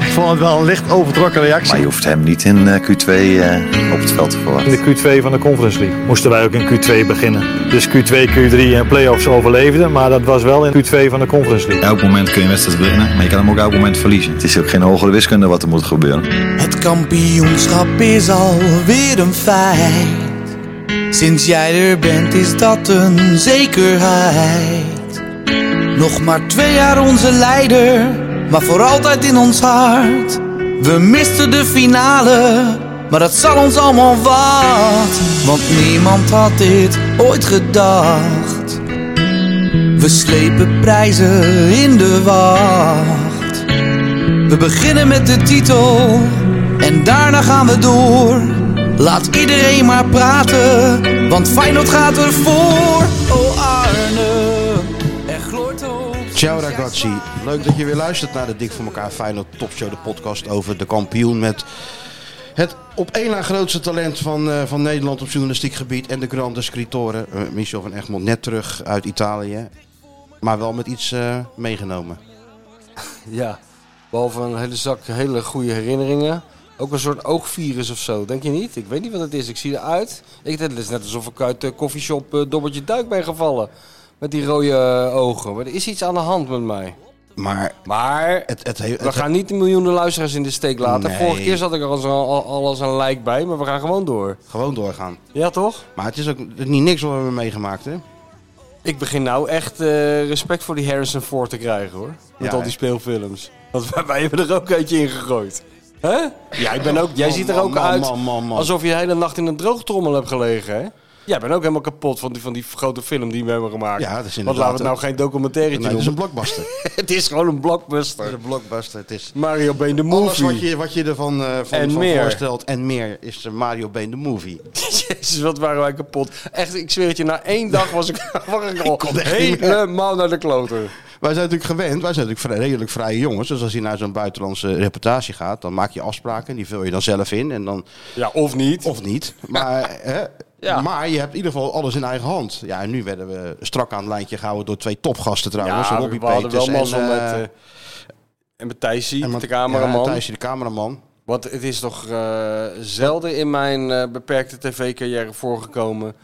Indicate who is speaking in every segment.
Speaker 1: Ik vond het wel een licht overtrokken reactie.
Speaker 2: Maar je hoeft hem niet in eh, Q2 eh, op het veld te verwachten.
Speaker 1: In de Q2 van de Conference League moesten wij ook in Q2 beginnen. Dus Q2, Q3 en playoffs overleefden, maar dat was wel in Q2 van de Conference League.
Speaker 3: Elk moment kun je een wedstrijd winnen, maar je kan hem ook elk moment verliezen.
Speaker 2: Het is ook geen hogere wiskunde wat er moet gebeuren.
Speaker 4: Het kampioenschap is alweer een feit. Sinds jij er bent is dat een zekerheid. Nog maar twee jaar onze leider, maar voor altijd in ons hart. We misten de finale, maar dat zal ons allemaal wat. Want niemand had dit ooit gedacht. We slepen prijzen in de wacht. We beginnen met de titel en daarna gaan we door. Laat iedereen maar praten, want Feyenoord gaat ervoor. Oh Arne, er gloort hoop.
Speaker 5: Ciao ragazzi, leuk dat je weer luistert naar de Dik voor elkaar Feyenoord Topshow, de podcast over de kampioen met het op één na grootste talent van, eh, van Nederland op journalistiek gebied en de grande scriptoren, eh, Michel van Egmond, net terug uit Italië, maar wel met iets eh, meegenomen.
Speaker 6: Ja, behalve een hele zak hele goede herinneringen. Ook een soort oogvirus of zo, denk je niet? Ik weet niet wat het is, ik zie eruit. Ik, het is net alsof ik uit de koffieshop eh Dobbertje Duik ben gevallen. Met die rode eh, ogen. Maar er is iets aan de hand met mij.
Speaker 5: Maar
Speaker 6: Maar
Speaker 5: het, het, he- het,
Speaker 6: we gaan niet de miljoenen luisteraars in de steek laten.
Speaker 5: Nee.
Speaker 6: Vorige keer zat ik er al, zo- al, al als een lijk bij, maar we gaan gewoon door.
Speaker 5: gewoon doorgaan.
Speaker 6: Ja, toch?
Speaker 5: Maar het is ook niet niks wat we hebben meegemaakt, hè?
Speaker 6: Ik begin nou echt eh, respect voor die Harrison Ford te krijgen, hoor.
Speaker 5: Ja,
Speaker 6: Met al
Speaker 5: hè?
Speaker 6: die speelfilms. Want wij, wij hebben er ook eentje in gegooid. Hè? Ja, ik ben ook, jij
Speaker 5: Man,
Speaker 6: ziet er
Speaker 5: man,
Speaker 6: ook
Speaker 5: man,
Speaker 6: uit
Speaker 5: man, man, man.
Speaker 6: alsof je de hele nacht in een droogtrommel hebt gelegen, hè? Jij bent ook helemaal kapot van die, van die grote film die we hebben gemaakt.
Speaker 5: Ja, dat is
Speaker 6: Want
Speaker 5: inderdaad
Speaker 6: laten we het nou
Speaker 5: een-
Speaker 6: geen documentaire
Speaker 5: Nee, het is een
Speaker 6: doen.
Speaker 5: blockbuster.
Speaker 6: het is gewoon een blockbuster.
Speaker 5: Het is een blockbuster, het is...
Speaker 6: Mario Been de
Speaker 5: Alles
Speaker 6: Movie.
Speaker 5: wat je, wat je ervan eh, van,
Speaker 6: En
Speaker 5: van
Speaker 6: meer.
Speaker 5: voorstelt en meer is eh, Mario Been de Movie.
Speaker 6: Jezus, wat waren wij kapot. Echt, ik zweer het je, na één dag was ik, was ik al
Speaker 5: kon echt niet meer.
Speaker 6: helemaal naar de kloten.
Speaker 5: Wij zijn natuurlijk gewend, wij zijn natuurlijk vrij- redelijk vrije jongens. Dus als je naar zo'n buitenlandse reportage gaat, dan maak je afspraken. Die vul je dan zelf in en dan,
Speaker 6: Ja, of niet.
Speaker 5: of niet. Maar, hè,
Speaker 6: Ja.
Speaker 5: maar je hebt in ieder geval alles in eigen hand. Ja, en nu werden we strak aan het lijntje gehouden door twee topgasten trouwens.
Speaker 6: Ja,
Speaker 5: Robbie
Speaker 6: we hadden
Speaker 5: Peters
Speaker 6: wel mazzel
Speaker 5: en,
Speaker 6: met,
Speaker 5: eh,
Speaker 6: eh, en met Thijsie,
Speaker 5: en met-
Speaker 6: de cameraman.
Speaker 5: Ja, Thijsje, de cameraman.
Speaker 6: Want het is toch eh, zelden in mijn eh, beperkte tv-carrière voorgekomen...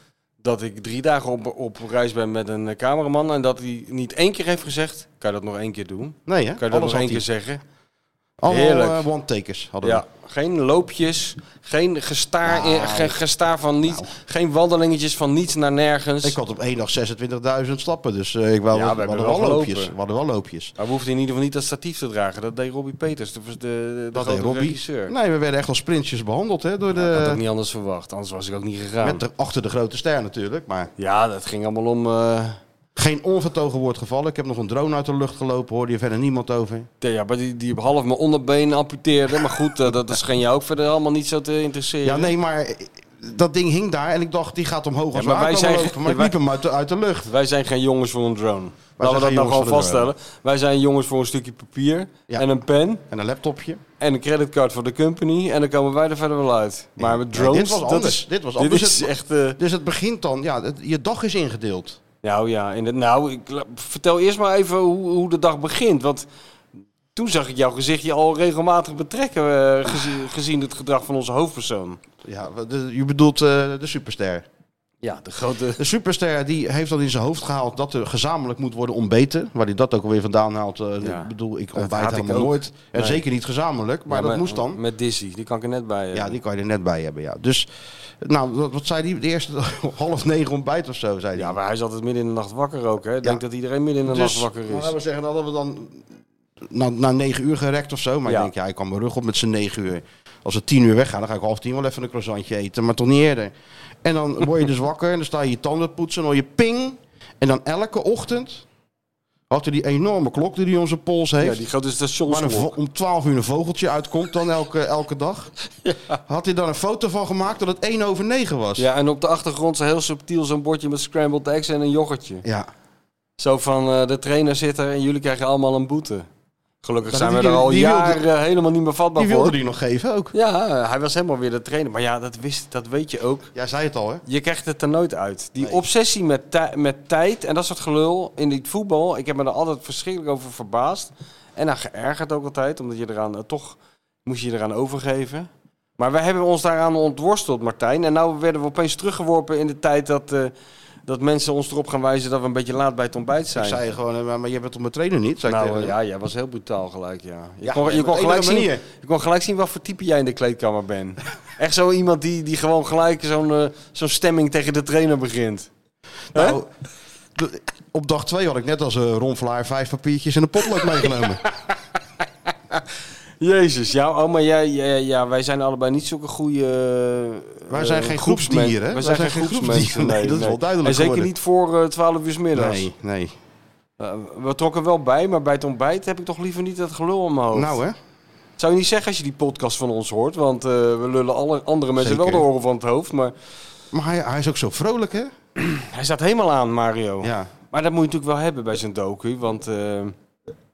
Speaker 6: dat ik drie dagen op, op reis ben met een eh, cameraman... en dat hij niet één keer heeft gezegd... kan je dat nog één keer doen?
Speaker 5: Nee, hè?
Speaker 6: Kan je dat nog één keer zeggen? Heerlijk.
Speaker 5: Allemaal eh, one-takers hadden
Speaker 6: Ja, geen loopjes, geen gestaar, in, ge- gestaar van niet... geen wandelingetjes van niets naar nergens.
Speaker 5: we. Nou. Ik had op één dag 26.000 stappen, dus eh, ik wou,
Speaker 6: Ja,
Speaker 5: we,
Speaker 6: we hebben
Speaker 5: hadden wel
Speaker 6: wel gelopen.
Speaker 5: loopjes. we hadden wel loopjes.
Speaker 6: Maar we hoefden in ieder geval niet dat statief te dragen. Dat deed Robbie Peters, de, de, de
Speaker 5: Dat
Speaker 6: grote
Speaker 5: deed Robbie.
Speaker 6: regisseur.
Speaker 5: Nee, we werden echt als prinsjes behandeld hè, door
Speaker 6: Ik had
Speaker 5: de,
Speaker 6: ook niet anders verwacht, anders was ik ook niet gegaan.
Speaker 5: Eh, Met de, achter de grote ster natuurlijk, maar
Speaker 6: Ja, dat ging allemaal om eh,
Speaker 5: geen onvertogen woord gevallen. Ik heb nog een drone uit de lucht gelopen, hoorde je verder niemand over.
Speaker 6: Ja, maar die, die half mijn onderbeen amputeerde. Maar goed, eh, dat scheen jou ook verder allemaal niet zo te interesseren.
Speaker 5: Ja, nee, maar eh, dat ding hing daar en ik dacht, die gaat omhoog als
Speaker 6: maar
Speaker 5: we
Speaker 6: wij
Speaker 5: aankomen
Speaker 6: zijn-
Speaker 5: lopen. Maar ik
Speaker 6: wij-
Speaker 5: liep hem uit de, uit de lucht.
Speaker 6: Wij zijn geen jongens voor een drone. Laten we
Speaker 5: geen
Speaker 6: dat nou
Speaker 5: jongens
Speaker 6: gewoon
Speaker 5: voor een drone.
Speaker 6: vaststellen. Wij zijn jongens voor een stukje papier
Speaker 5: Ja.
Speaker 6: en een pen
Speaker 5: En een laptopje.
Speaker 6: en een creditcard voor de company. En dan komen wij er verder wel uit. Maar met
Speaker 5: Nee, dit
Speaker 6: drones,
Speaker 5: was
Speaker 6: dat
Speaker 5: anders.
Speaker 6: is,
Speaker 5: Dit was anders.
Speaker 6: is
Speaker 5: Het-
Speaker 6: echt... eh,
Speaker 5: Dus het begint dan, ja, het- je dag is ingedeeld.
Speaker 6: nou ja, in de, nou, ik, la- vertel eerst maar even hoe, hoe de dag begint. Want toen zag ik jouw gezichtje al regelmatig betrekken, eh, gezien, gezien het gedrag van onze hoofdpersoon.
Speaker 5: Ja, we- de- je bedoelt eh, de superster.
Speaker 6: Ja, de grote...
Speaker 5: De superster die heeft dan in zijn hoofd gehaald dat er gezamenlijk moet worden ontbeten. Waar hij dat ook alweer vandaan haalt. eh,
Speaker 6: Ja.
Speaker 5: Ik bedoel, ik
Speaker 6: haat
Speaker 5: ontbijt
Speaker 6: ik
Speaker 5: helemaal
Speaker 6: ook.
Speaker 5: nooit. En
Speaker 6: Nee.
Speaker 5: zeker niet gezamenlijk, maar
Speaker 6: Ja,
Speaker 5: dat moest dan.
Speaker 6: Met Dizzy, die kan ik er net bij. eh. hebben.
Speaker 5: Ja, die kan je er net bij hebben, ja. Dus, nou, wat, wat zei die? De eerste half negen ontbijt of zo, zei die.
Speaker 6: Ja, maar hij is altijd midden in de nacht wakker ook. Hè? Ik denk dat iedereen midden in de
Speaker 5: dus,
Speaker 6: nacht wakker is.
Speaker 5: laten we zeggen, dat hadden we dan na, na negen uur gerekt of zo. Maar
Speaker 6: Ja.
Speaker 5: ik denk, ja, ik kan mijn rug op met z'n negen uur. Als we tien uur weggaan, dan ga ik half tien wel even een croissantje eten, maar toch niet eerder. En dan word je dus wakker en dan sta je je tanden te poetsen en hoor je ping. En dan elke ochtend had hij die enorme klok die hij om zijn pols heeft.
Speaker 6: Ja, die grote
Speaker 5: Waar een vo-
Speaker 6: stationsklok.
Speaker 5: om 12 uur een vogeltje uitkomt dan elke, elke dag. Had hij daar een foto van gemaakt dat het 1 over 9 was.
Speaker 6: Ja, en op de achtergrond zo heel subtiel zo'n bordje met scrambled eggs en een yoghurtje.
Speaker 5: Ja.
Speaker 6: Zo van, eh, de trainer zit er en jullie krijgen allemaal een boete. Gelukkig
Speaker 5: Maar
Speaker 6: zijn
Speaker 5: die-
Speaker 6: we er al
Speaker 5: die wilde-
Speaker 6: jaren helemaal niet meer vatbaar
Speaker 5: Die wilde
Speaker 6: voor.
Speaker 5: die nog geven ook.
Speaker 6: Ja, hij was helemaal weer de trainer. Maar ja, dat, wist, dat weet je ook.
Speaker 5: Jij zei het al, hè?
Speaker 6: Je krijgt het er nooit uit. Die
Speaker 5: Nee.
Speaker 6: obsessie met, tij- met tijd en dat soort gelul in dit voetbal. Ik heb me er altijd verschrikkelijk over verbaasd. En aan geërgerd ook altijd, omdat je eraan eh, toch moest je eraan overgeven. Maar wij hebben ons daaraan ontworsteld, Martijn. En nou werden we opeens teruggeworpen in de tijd dat, eh, dat mensen ons erop gaan wijzen dat we een beetje laat bij het ontbijt zijn.
Speaker 5: Ik zei gewoon, eh, maar, maar je bent op mijn trainer niet? Zei ik tegen
Speaker 6: nou
Speaker 5: hem.
Speaker 6: ja, jij was heel brutaal gelijk, ja. Je,
Speaker 5: eh, Ja,
Speaker 6: kon, je,
Speaker 5: op
Speaker 6: kon
Speaker 5: een
Speaker 6: gelijk
Speaker 5: of andere
Speaker 6: zien,
Speaker 5: manier.
Speaker 6: je kon gelijk zien wat voor type jij in de kleedkamer bent. Echt zo iemand die, die gewoon gelijk zo'n eh, zo'n stemming tegen de trainer begint.
Speaker 5: Nou, de- op dag twee had ik net als een Ron Vlaar vijf papiertjes en een potlood meegenomen.
Speaker 6: Jezus, ja, oh, maar jij, ja, ja, wij zijn allebei niet zulke goede... eh,
Speaker 5: Wij zijn
Speaker 6: eh,
Speaker 5: geen
Speaker 6: groepsmen-
Speaker 5: groepsdieren, hè?
Speaker 6: Wij zijn, geen groepsdieren,
Speaker 5: Nee, dat is wel duidelijk
Speaker 6: En zeker
Speaker 5: geworden.
Speaker 6: niet voor eh 12 uur 's middags.
Speaker 5: nee, nee.
Speaker 6: Eh, we trokken wel bij, maar bij het ontbijt heb ik toch liever niet dat gelul om mijn hoofd.
Speaker 5: Nou hè?
Speaker 6: Zou je niet zeggen als je die podcast van ons hoort, want eh, we lullen alle andere mensen
Speaker 5: Zeker.
Speaker 6: wel de oren van het hoofd, maar...
Speaker 5: Maar hij, hij is ook zo vrolijk hè?
Speaker 6: Hij staat helemaal aan, Mario.
Speaker 5: Ja.
Speaker 6: Maar dat moet je natuurlijk wel hebben bij zijn docu, want eh,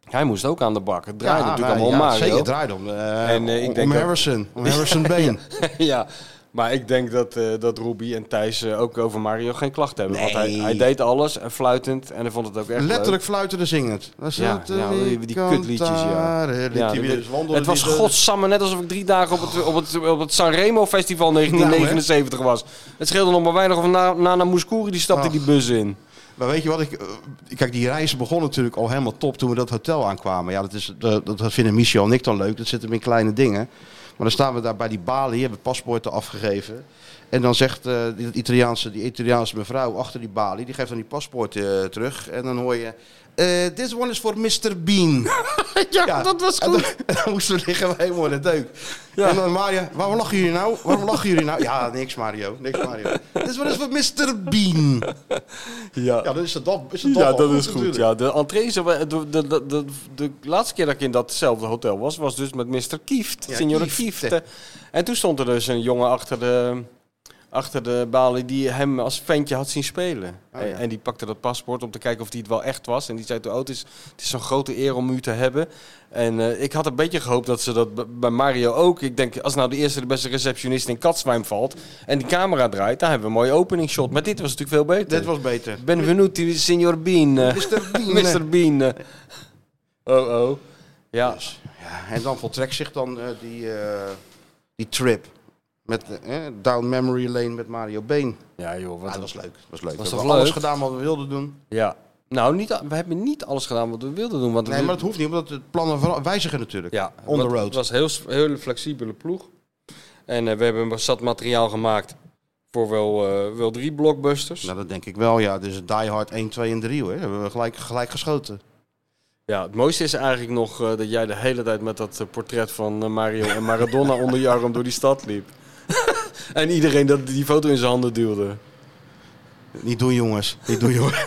Speaker 6: hij moest ook aan de bak. Het draaide
Speaker 5: Ja,
Speaker 6: natuurlijk
Speaker 5: nou,
Speaker 6: allemaal om
Speaker 5: ja,
Speaker 6: Mario.
Speaker 5: Zeker, het draait om. eh,
Speaker 6: En, eh, ik
Speaker 5: om-
Speaker 6: denk
Speaker 5: om
Speaker 6: dat-
Speaker 5: Harrison. Om Harrison Bane.
Speaker 6: ja, maar ik denk dat, eh dat Ruby en Thijs eh, ook over Mario geen klacht hebben. Want hij,
Speaker 5: Nee.
Speaker 6: hij deed alles, en fluitend, en hij vond het ook echt leuk.
Speaker 5: Letterlijk fluiten en zingend. Dat is
Speaker 6: Ja,
Speaker 5: het, eh,
Speaker 6: ja, die, die kutliedjes, ja.
Speaker 5: kantare, liet
Speaker 6: Ja,
Speaker 5: hij weer
Speaker 6: dat-
Speaker 5: eens wandelen,
Speaker 6: het was
Speaker 5: die-
Speaker 6: godsamme net alsof ik drie dagen op het, op het, op het Sanremo Festival
Speaker 5: Nou,
Speaker 6: 1979 was. Het scheelde nog maar weinig of na, Nana Mouskouri die stapte
Speaker 5: Ach.
Speaker 6: die bus in.
Speaker 5: Maar weet je wat ik. eh, Kijk, die reis begon natuurlijk al helemaal top toen we dat hotel aankwamen. Ja, dat, is, dat, dat vinden Michel en ik dan leuk. Dat zit hem in kleine dingen. Maar dan staan we daar bij die balie, hebben paspoorten afgegeven. En dan zegt eh, die, Italiaanse, die Italiaanse mevrouw achter die balie, die geeft dan die paspoorten eh, terug. En dan hoor je. eh, this one is for Mr. Bean.
Speaker 6: Ja, dat was
Speaker 5: En
Speaker 6: goed.
Speaker 5: dan, en dan moesten we liggen we helemaal in de deuk.
Speaker 6: Ja.
Speaker 5: En dan Mario, waarom lachen jullie nou? Waarom lachen jullie nou? Ja, niks Mario, niks Mario. Dit is wel eens voor Mr. Bean. Ja, dan is het dan is het dan
Speaker 6: Ja,
Speaker 5: wel
Speaker 6: dat is goed.
Speaker 5: natuurlijk.
Speaker 6: Ja, de entree, is er- de, de, de, de, de laatste keer dat ik in datzelfde hotel was, was dus met Mr. Kieft,
Speaker 5: Ja,
Speaker 6: Signore
Speaker 5: Kieft.
Speaker 6: Kieft. En toen stond er dus een jongen achter de, achter de balie die hem als ventje had zien spelen.
Speaker 5: Oh, ja.
Speaker 6: En die pakte dat paspoort om te kijken of die het wel echt was. En die zei toen, oh, het is, het is zo'n grote eer om u te hebben. En eh, ik had een beetje gehoopt dat ze dat b- bij Mario ook. Ik denk, als nou de eerste de beste receptionist in Katzwijm valt en die camera draait, dan hebben we een mooie openingsshot. Maar dit was natuurlijk veel beter.
Speaker 5: Dit was beter.
Speaker 6: Benvenuti, signor Bean.
Speaker 5: Mr. Bean.
Speaker 6: Mr. Bean. Oh, oh. Ja.
Speaker 5: Dus, ja, en dan voltrekt zich dan eh, die, eh, die trip. Met eh, Down Memory Lane met Mario Been.
Speaker 6: Ja, joh. Wat
Speaker 5: Ah, dat
Speaker 6: een-
Speaker 5: was leuk. Dat was leuk.
Speaker 6: Was
Speaker 5: we
Speaker 6: dat
Speaker 5: hebben alles
Speaker 6: leuk?
Speaker 5: gedaan wat we wilden doen.
Speaker 6: Ja. Nou, niet, a- we hebben niet alles gedaan wat we wilden doen. Want
Speaker 5: Nee, maar dat hoeft niet, omdat de plannen vera- wijzigen natuurlijk.
Speaker 6: ja,
Speaker 5: on the
Speaker 6: want
Speaker 5: road.
Speaker 6: Het was een heel, s- heel flexibele ploeg. En eh, we hebben een zat materiaal gemaakt voor wel, eh, wel drie blockbusters.
Speaker 5: Nou, dat denk ik wel, ja. Dus Die Hard 1, 2 en 3 hoor. Hebben we gelijk, gelijk geschoten.
Speaker 6: Ja, het mooiste is eigenlijk nog eh, dat jij de hele tijd met dat eh, portret van eh, Mario en Maradona onder je arm door die stad liep. en iedereen dat, die foto in zijn handen duwde.
Speaker 5: Niet doen, jongens. Niet doen, jongens.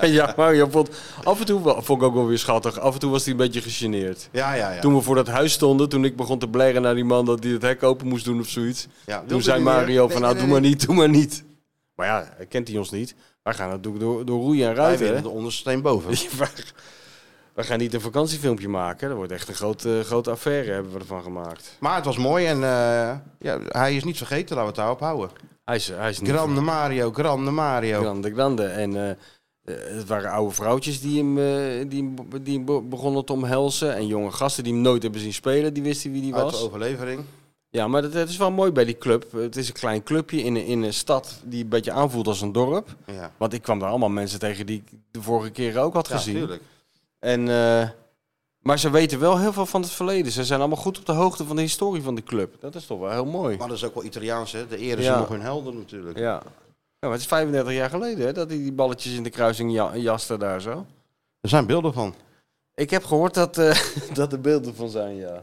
Speaker 6: Ja, Mario vond af en toe wel- vond ik ook wel weer schattig. Af en toe was hij een beetje gegeneerd.
Speaker 5: Ja, ja, ja.
Speaker 6: Toen we voor dat huis stonden, toen ik begon te blaren naar die man dat hij het hek open moest doen of zoiets.
Speaker 5: Ja,
Speaker 6: toen
Speaker 5: wilde
Speaker 6: zei
Speaker 5: u niet meer?
Speaker 6: Mario van
Speaker 5: Nee,
Speaker 6: nou,
Speaker 5: nee,
Speaker 6: doe maar niet, doe maar niet. Maar ja, hij kent hij ons niet. Wij gaan natuurlijk door, door roeien en
Speaker 5: Wij
Speaker 6: ruiten.
Speaker 5: winnen
Speaker 6: hè?
Speaker 5: de onderste steen boven.
Speaker 6: Wij- Wij gaan niet een vakantiefilmpje maken. Dat wordt echt een grote, grote affaire hebben we ervan gemaakt.
Speaker 5: Maar het was mooi en eh, ja, hij is niet vergeten. Laten we het daarop houden.
Speaker 6: Hij is, hij is niet
Speaker 5: Grande Mario, Grande Mario.
Speaker 6: Grande, grande. En eh, eh, het waren oude vrouwtjes die hem, eh, die, hem be- die hem be- begonnen te omhelzen. En jonge gasten die hem nooit hebben zien spelen, die wisten wie die
Speaker 5: Uit de
Speaker 6: was.
Speaker 5: overlevering.
Speaker 6: Ja, maar dat, dat is wel mooi bij die club. Het is een klein clubje in, een- in een stad die een beetje aanvoelt als een dorp.
Speaker 5: Ja,
Speaker 6: Want ik kwam daar allemaal mensen tegen die ik de vorige keren ook had
Speaker 5: ja
Speaker 6: gezien.
Speaker 5: tuurlijk.
Speaker 6: En, eh, maar ze weten wel heel veel van het verleden. Ze zijn allemaal goed op de hoogte van de historie van de club. Dat is toch wel heel mooi.
Speaker 5: Maar dat is ook wel Italiaans, hè? De eren
Speaker 6: Ja.
Speaker 5: zijn nog hun helden natuurlijk.
Speaker 6: Ja. ja, maar het is 35 jaar geleden hè, dat hij die balletjes in de kruising ja- jaste daar zo.
Speaker 5: Er zijn beelden van.
Speaker 6: Ik heb gehoord dat, eh, dat er beelden van zijn, ja.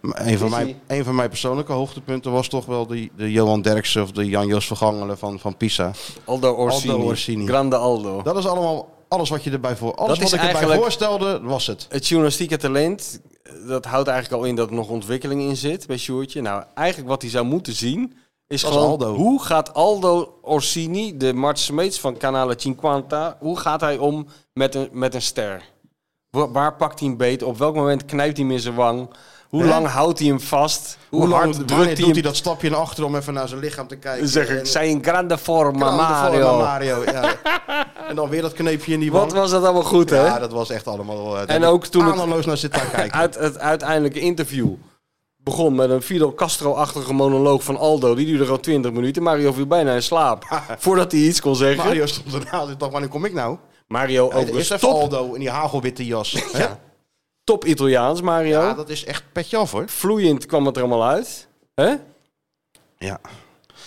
Speaker 5: Maar Een van,
Speaker 6: Is
Speaker 5: mijn,
Speaker 6: hij?
Speaker 5: een van mijn persoonlijke hoogtepunten was toch wel die, de Johan Derksen of de Jan-Jos Vergangelen van, van Pisa.
Speaker 6: Aldo Orsini.
Speaker 5: Aldo Orsini.
Speaker 6: Grande Aldo.
Speaker 5: Dat is allemaal alles wat je erbij voor. Alles
Speaker 6: Dat
Speaker 5: wat
Speaker 6: is
Speaker 5: ik erbij
Speaker 6: eigenlijk-
Speaker 5: voorstelde, was het.
Speaker 6: Het journalistieke talent, dat houdt eigenlijk al in dat er nog ontwikkeling in zit bij Sjoertje. Nou, eigenlijk wat hij zou moeten zien, is
Speaker 5: Dat is
Speaker 6: gewoon
Speaker 5: Aldo.
Speaker 6: hoe gaat Aldo Orsini, de Mart Smeets van Canale 50, hoe gaat hij om met een, met een ster? Wa- Waar pakt hij een beet? Op welk moment knijpt hij hem in zijn wang? Hoe
Speaker 5: Hè?
Speaker 6: lang houdt hij hem vast? Hoe,
Speaker 5: Hoe lang
Speaker 6: hard
Speaker 5: wanneer
Speaker 6: drukt hij
Speaker 5: doet
Speaker 6: hem?
Speaker 5: hij dat stapje naar achter om even naar zijn lichaam te kijken?
Speaker 6: Dan zeg ik,
Speaker 5: En-
Speaker 6: zijn grande forma,
Speaker 5: Knalde voor
Speaker 6: Mario.
Speaker 5: naar Mario, ja. en dan weer dat kneepje in die
Speaker 6: Wat
Speaker 5: wand.
Speaker 6: was dat allemaal goed, hè?
Speaker 5: Ja, dat was echt allemaal... eh, daar
Speaker 6: En
Speaker 5: heb ik
Speaker 6: ook toen het-
Speaker 5: Ademloos naar zitten kijken.
Speaker 6: Uit het uiteindelijke interview begon met een Fidel Castro-achtige monoloog van Aldo. Die duurde al 20 minuten. Mario viel bijna in slaap voordat hij iets kon zeggen. Mario,
Speaker 5: Mario stond ernaast en dacht, wanneer kom ik nou?
Speaker 6: ook
Speaker 5: Is even
Speaker 6: top,
Speaker 5: Aldo in die hagelwitte jas. hè?
Speaker 6: Ja. top Italiaans, Mario.
Speaker 5: Ja, dat is echt petje af, hoor.
Speaker 6: Vloeiend kwam het er allemaal uit. Hè?
Speaker 5: Ja.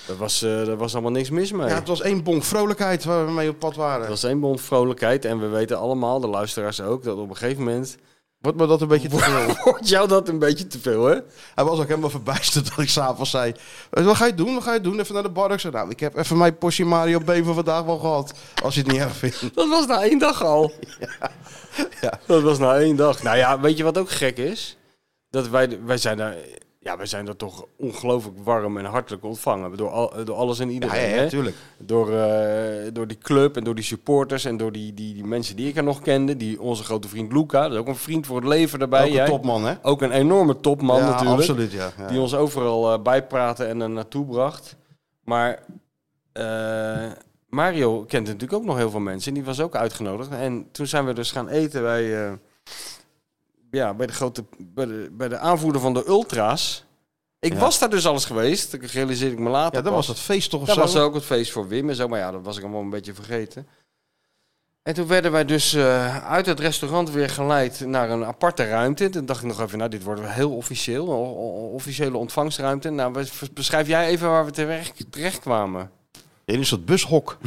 Speaker 6: Dat was, eh daar was allemaal niks mis mee.
Speaker 5: ja, het was één bonk vrolijkheid waar we mee op pad waren.
Speaker 6: Het was één bond vrolijkheid. En we weten allemaal, de luisteraars ook, dat op een gegeven moment...
Speaker 5: Wordt me dat een beetje te veel.
Speaker 6: Wordt jou dat een beetje te veel, hè?
Speaker 5: Hij was ook helemaal verbijsterd dat ik s'avonds zei... "Eh, Wat ga je doen? Wat ga je doen? Even naar de bar. Ik zei, nou, ik heb even mijn portie Mario Beven vandaag wel gehad. Als je het niet erg vindt.
Speaker 6: Dat was na één dag al. Dat was na één dag. Nou ja, weet je wat ook gek is? Dat wij, wij zijn daar... Ja, wij zijn daar toch ongelooflijk warm en hartelijk ontvangen. Door, al, door alles en
Speaker 5: Ja,
Speaker 6: iedereen.
Speaker 5: ja,
Speaker 6: hè?
Speaker 5: ja, tuurlijk.
Speaker 6: Door, eh, door die club en door die supporters en door die, die, die mensen die ik er nog kende. Die, onze grote vriend Luca, dat is ook een vriend voor het leven daarbij.
Speaker 5: Ook een
Speaker 6: Jij-
Speaker 5: topman, hè?
Speaker 6: Ook een enorme topman
Speaker 5: ja,
Speaker 6: natuurlijk.
Speaker 5: absoluut, ja. ja.
Speaker 6: Die ons overal eh, bijpraten en er naartoe bracht. Maar eh, Mario kent natuurlijk ook nog heel veel mensen. En die was ook uitgenodigd. En toen zijn we dus gaan eten bij, eh, ja, bij, de, grote, bij, de, bij de aanvoerder van de Ultra's. Ik
Speaker 5: Ja.
Speaker 6: was daar dus alles geweest. Dat realiseer ik me later.
Speaker 5: Ja, dat
Speaker 6: pas.
Speaker 5: was het feest toch of
Speaker 6: Dat
Speaker 5: zo?
Speaker 6: was ook het feest voor Wim en zo, maar ja, dat was ik allemaal een beetje vergeten. En toen werden wij dus eh, uit het restaurant weer geleid naar een aparte ruimte. Toen dacht ik nog even, nou, dit wordt wel heel officieel, een o- o- officiële ontvangstruimte. Nou, bes- beschrijf jij even waar we terecht, terecht kwamen.
Speaker 5: In een soort bushok.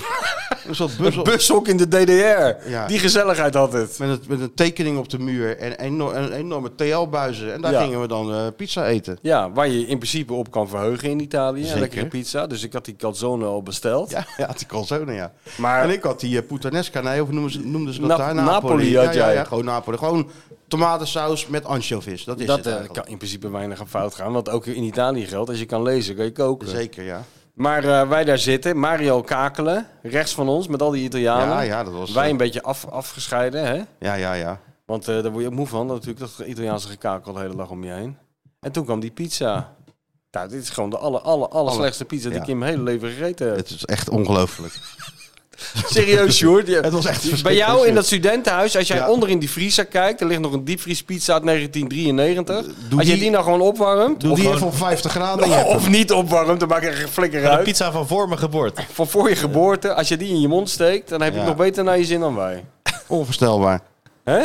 Speaker 5: een soort
Speaker 6: Een
Speaker 5: bushok.
Speaker 6: bushok in de DDR.
Speaker 5: Ja.
Speaker 6: Die gezelligheid had het.
Speaker 5: Met, een, met een tekening op de muur en eno- en enorme TL-buizen. En daar
Speaker 6: Ja.
Speaker 5: gingen we dan eh, pizza eten.
Speaker 6: Ja, waar je in principe op kan verheugen in Italië.
Speaker 5: Zeker.
Speaker 6: Lekkere pizza. Dus ik had die calzone al besteld.
Speaker 5: Ja, ja die calzone, nou ja.
Speaker 6: Maar
Speaker 5: en ik had die eh, puttanesca, nee, of noemden ze, noemden ze dat
Speaker 6: Na-
Speaker 5: daar?
Speaker 6: Napoli
Speaker 5: ja,
Speaker 6: had
Speaker 5: ja,
Speaker 6: jij.
Speaker 5: ja, gewoon Napoli. Gewoon tomatensaus met anchovies. Dat is
Speaker 6: dat
Speaker 5: het
Speaker 6: eh,
Speaker 5: eigenlijk.
Speaker 6: kan in principe weinig aan fout gaan. Want ook in Italië geldt, als je kan lezen, kan je koken.
Speaker 5: Zeker, ja.
Speaker 6: Maar eh, wij daar zitten, Mario kakelen, rechts van ons, met al die Italianen.
Speaker 5: Ja, ja, dat was...
Speaker 6: Ah, wij
Speaker 5: eh,
Speaker 6: een beetje af, afgescheiden, hè?
Speaker 5: Ja, ja, ja.
Speaker 6: Want eh, daar word je ook moe van, natuurlijk, dat Italiaanse gekakel de hele dag om je heen. En toen kwam die pizza. Nou, dit is gewoon de aller, aller, aller slechtste pizza die
Speaker 5: ja.
Speaker 6: ik in mijn hele leven gegeten heb.
Speaker 5: Het is echt ongelooflijk.
Speaker 6: Serieus, Sjoerd. Je-
Speaker 5: Het was echt
Speaker 6: Bij
Speaker 5: verschrikkelijk,
Speaker 6: jou in
Speaker 5: Sjoerd.
Speaker 6: dat studentenhuis, als jij
Speaker 5: Ja.
Speaker 6: onder in die vriezer kijkt, er ligt nog een diepvriespizza uit 1993.
Speaker 5: Doe
Speaker 6: als je
Speaker 5: die-
Speaker 6: die nou gewoon opwarmt,
Speaker 5: Doe
Speaker 6: of,
Speaker 5: die
Speaker 6: gewoon-
Speaker 5: even
Speaker 6: Oh.
Speaker 5: op 50 graden. en je hebt hem.
Speaker 6: of niet opwarmt, dan maak ik er geen flikker
Speaker 7: De
Speaker 6: uit.
Speaker 7: pizza van voor mijn geboorte.
Speaker 6: Van voor je geboorte, als je die in je mond steekt, dan heb je
Speaker 5: Ja.
Speaker 6: het nog beter naar je zin dan wij.
Speaker 5: Onvoorstelbaar.
Speaker 6: Hè?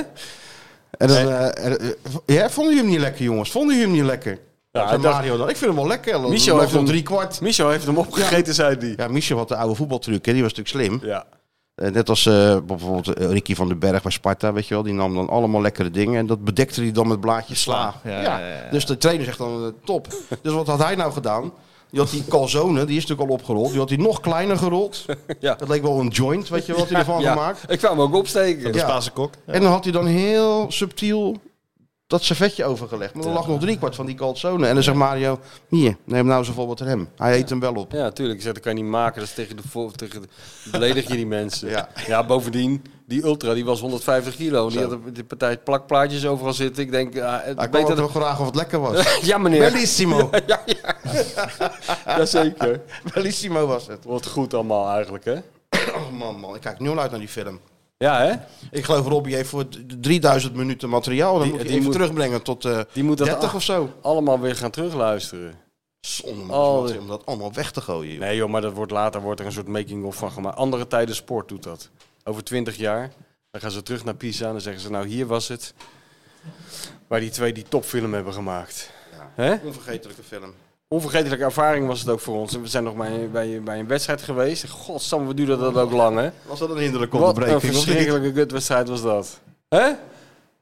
Speaker 5: En dan, eh, eh, eh, ja, vonden jullie hem niet lekker, jongens? Vonden jullie hem niet lekker?
Speaker 6: Ja,
Speaker 5: Zei
Speaker 6: ik dacht-
Speaker 5: Mario dan. Ik vind hem wel lekker.
Speaker 6: Michel
Speaker 5: Loopt
Speaker 6: heeft
Speaker 5: nog
Speaker 6: hem-
Speaker 5: drie kwart.
Speaker 6: Michel heeft hem opgegeten, zei hij.
Speaker 5: Ja, Michel had de oude voetbaltruc, hè? die was natuurlijk slim.
Speaker 6: Ja.
Speaker 5: Eh, net als eh, bijvoorbeeld eh, Ricky van den Berg bij Sparta, weet je wel. Die nam dan allemaal lekkere dingen en dat bedekte hij dan met blaadjes sla.
Speaker 7: Ja, ja, ja, ja.
Speaker 5: Dus de trainer zegt dan, eh, top. dus wat had hij nou gedaan? Die had die calzone, die is natuurlijk al opgerold, die had hij nog kleiner gerold.
Speaker 6: Ja.
Speaker 5: Dat leek wel een joint, weet je wel, wat hij ervan
Speaker 6: Ja.
Speaker 5: gemaakt.
Speaker 6: Ik kwam hem ook opsteken.
Speaker 7: De
Speaker 5: Ja.
Speaker 7: Spaanse kok.
Speaker 5: En dan had hij dan heel subtiel dat servetje overgelegd. Maar er lag nog driekwart van die calzone. En dan zegt Mario, hier, neem nou eens een voorbeeld aan hem. Hij eet hem wel op.
Speaker 6: Ja, tuurlijk. Ik zeg, dat kan je niet maken. Dat is tegen de... vo- Tegen de beledig je die mensen.
Speaker 5: Ja.
Speaker 6: bovendien, die Ultra, die was 150 kilo. Die
Speaker 5: Zo.
Speaker 6: had een- die partij plakplaatjes overal zitten. Ik denk, ah, het
Speaker 5: Hij kwam
Speaker 6: beter...
Speaker 5: ook nog graag of het lekker was.
Speaker 6: Ja, meneer.
Speaker 5: Bellissimo.
Speaker 6: Ja, ja. Jazeker.
Speaker 5: Bellissimo was het.
Speaker 6: Wat goed allemaal eigenlijk, hè?
Speaker 5: Oh man, man. Ik kijk nul uit naar die film.
Speaker 6: Ja, hè?
Speaker 5: Ik geloof Robbie heeft voor d- 3000 minuten materiaal. Dan
Speaker 6: Die-
Speaker 5: moet je
Speaker 6: die
Speaker 5: even
Speaker 6: moet-
Speaker 5: terugbrengen tot eh
Speaker 6: Die moet dat
Speaker 5: 30
Speaker 6: a-
Speaker 5: of zo.
Speaker 6: allemaal weer gaan terugluisteren.
Speaker 5: Zonde man,
Speaker 6: Oh,
Speaker 5: om dat allemaal weg te gooien. joh.
Speaker 6: Nee joh, maar dat wordt later wordt er een soort making-of van gemaakt. Andere tijden sport doet dat. Over twintig jaar, dan gaan ze terug naar Pisa en dan zeggen ze... nou, hier was het waar die twee die topfilm hebben gemaakt. Hè?
Speaker 5: Onvergetelijke film.
Speaker 6: Onvergetelijke ervaring was het ook voor ons. We zijn nog bij, bij, bij een wedstrijd geweest. Godsam, wat duurde dat ook lang, hè?
Speaker 5: Was dat een hinderlijke
Speaker 6: Wat een
Speaker 5: onderbreking? of niet?
Speaker 6: verschrikkelijke kutwedstrijd was dat. Hè?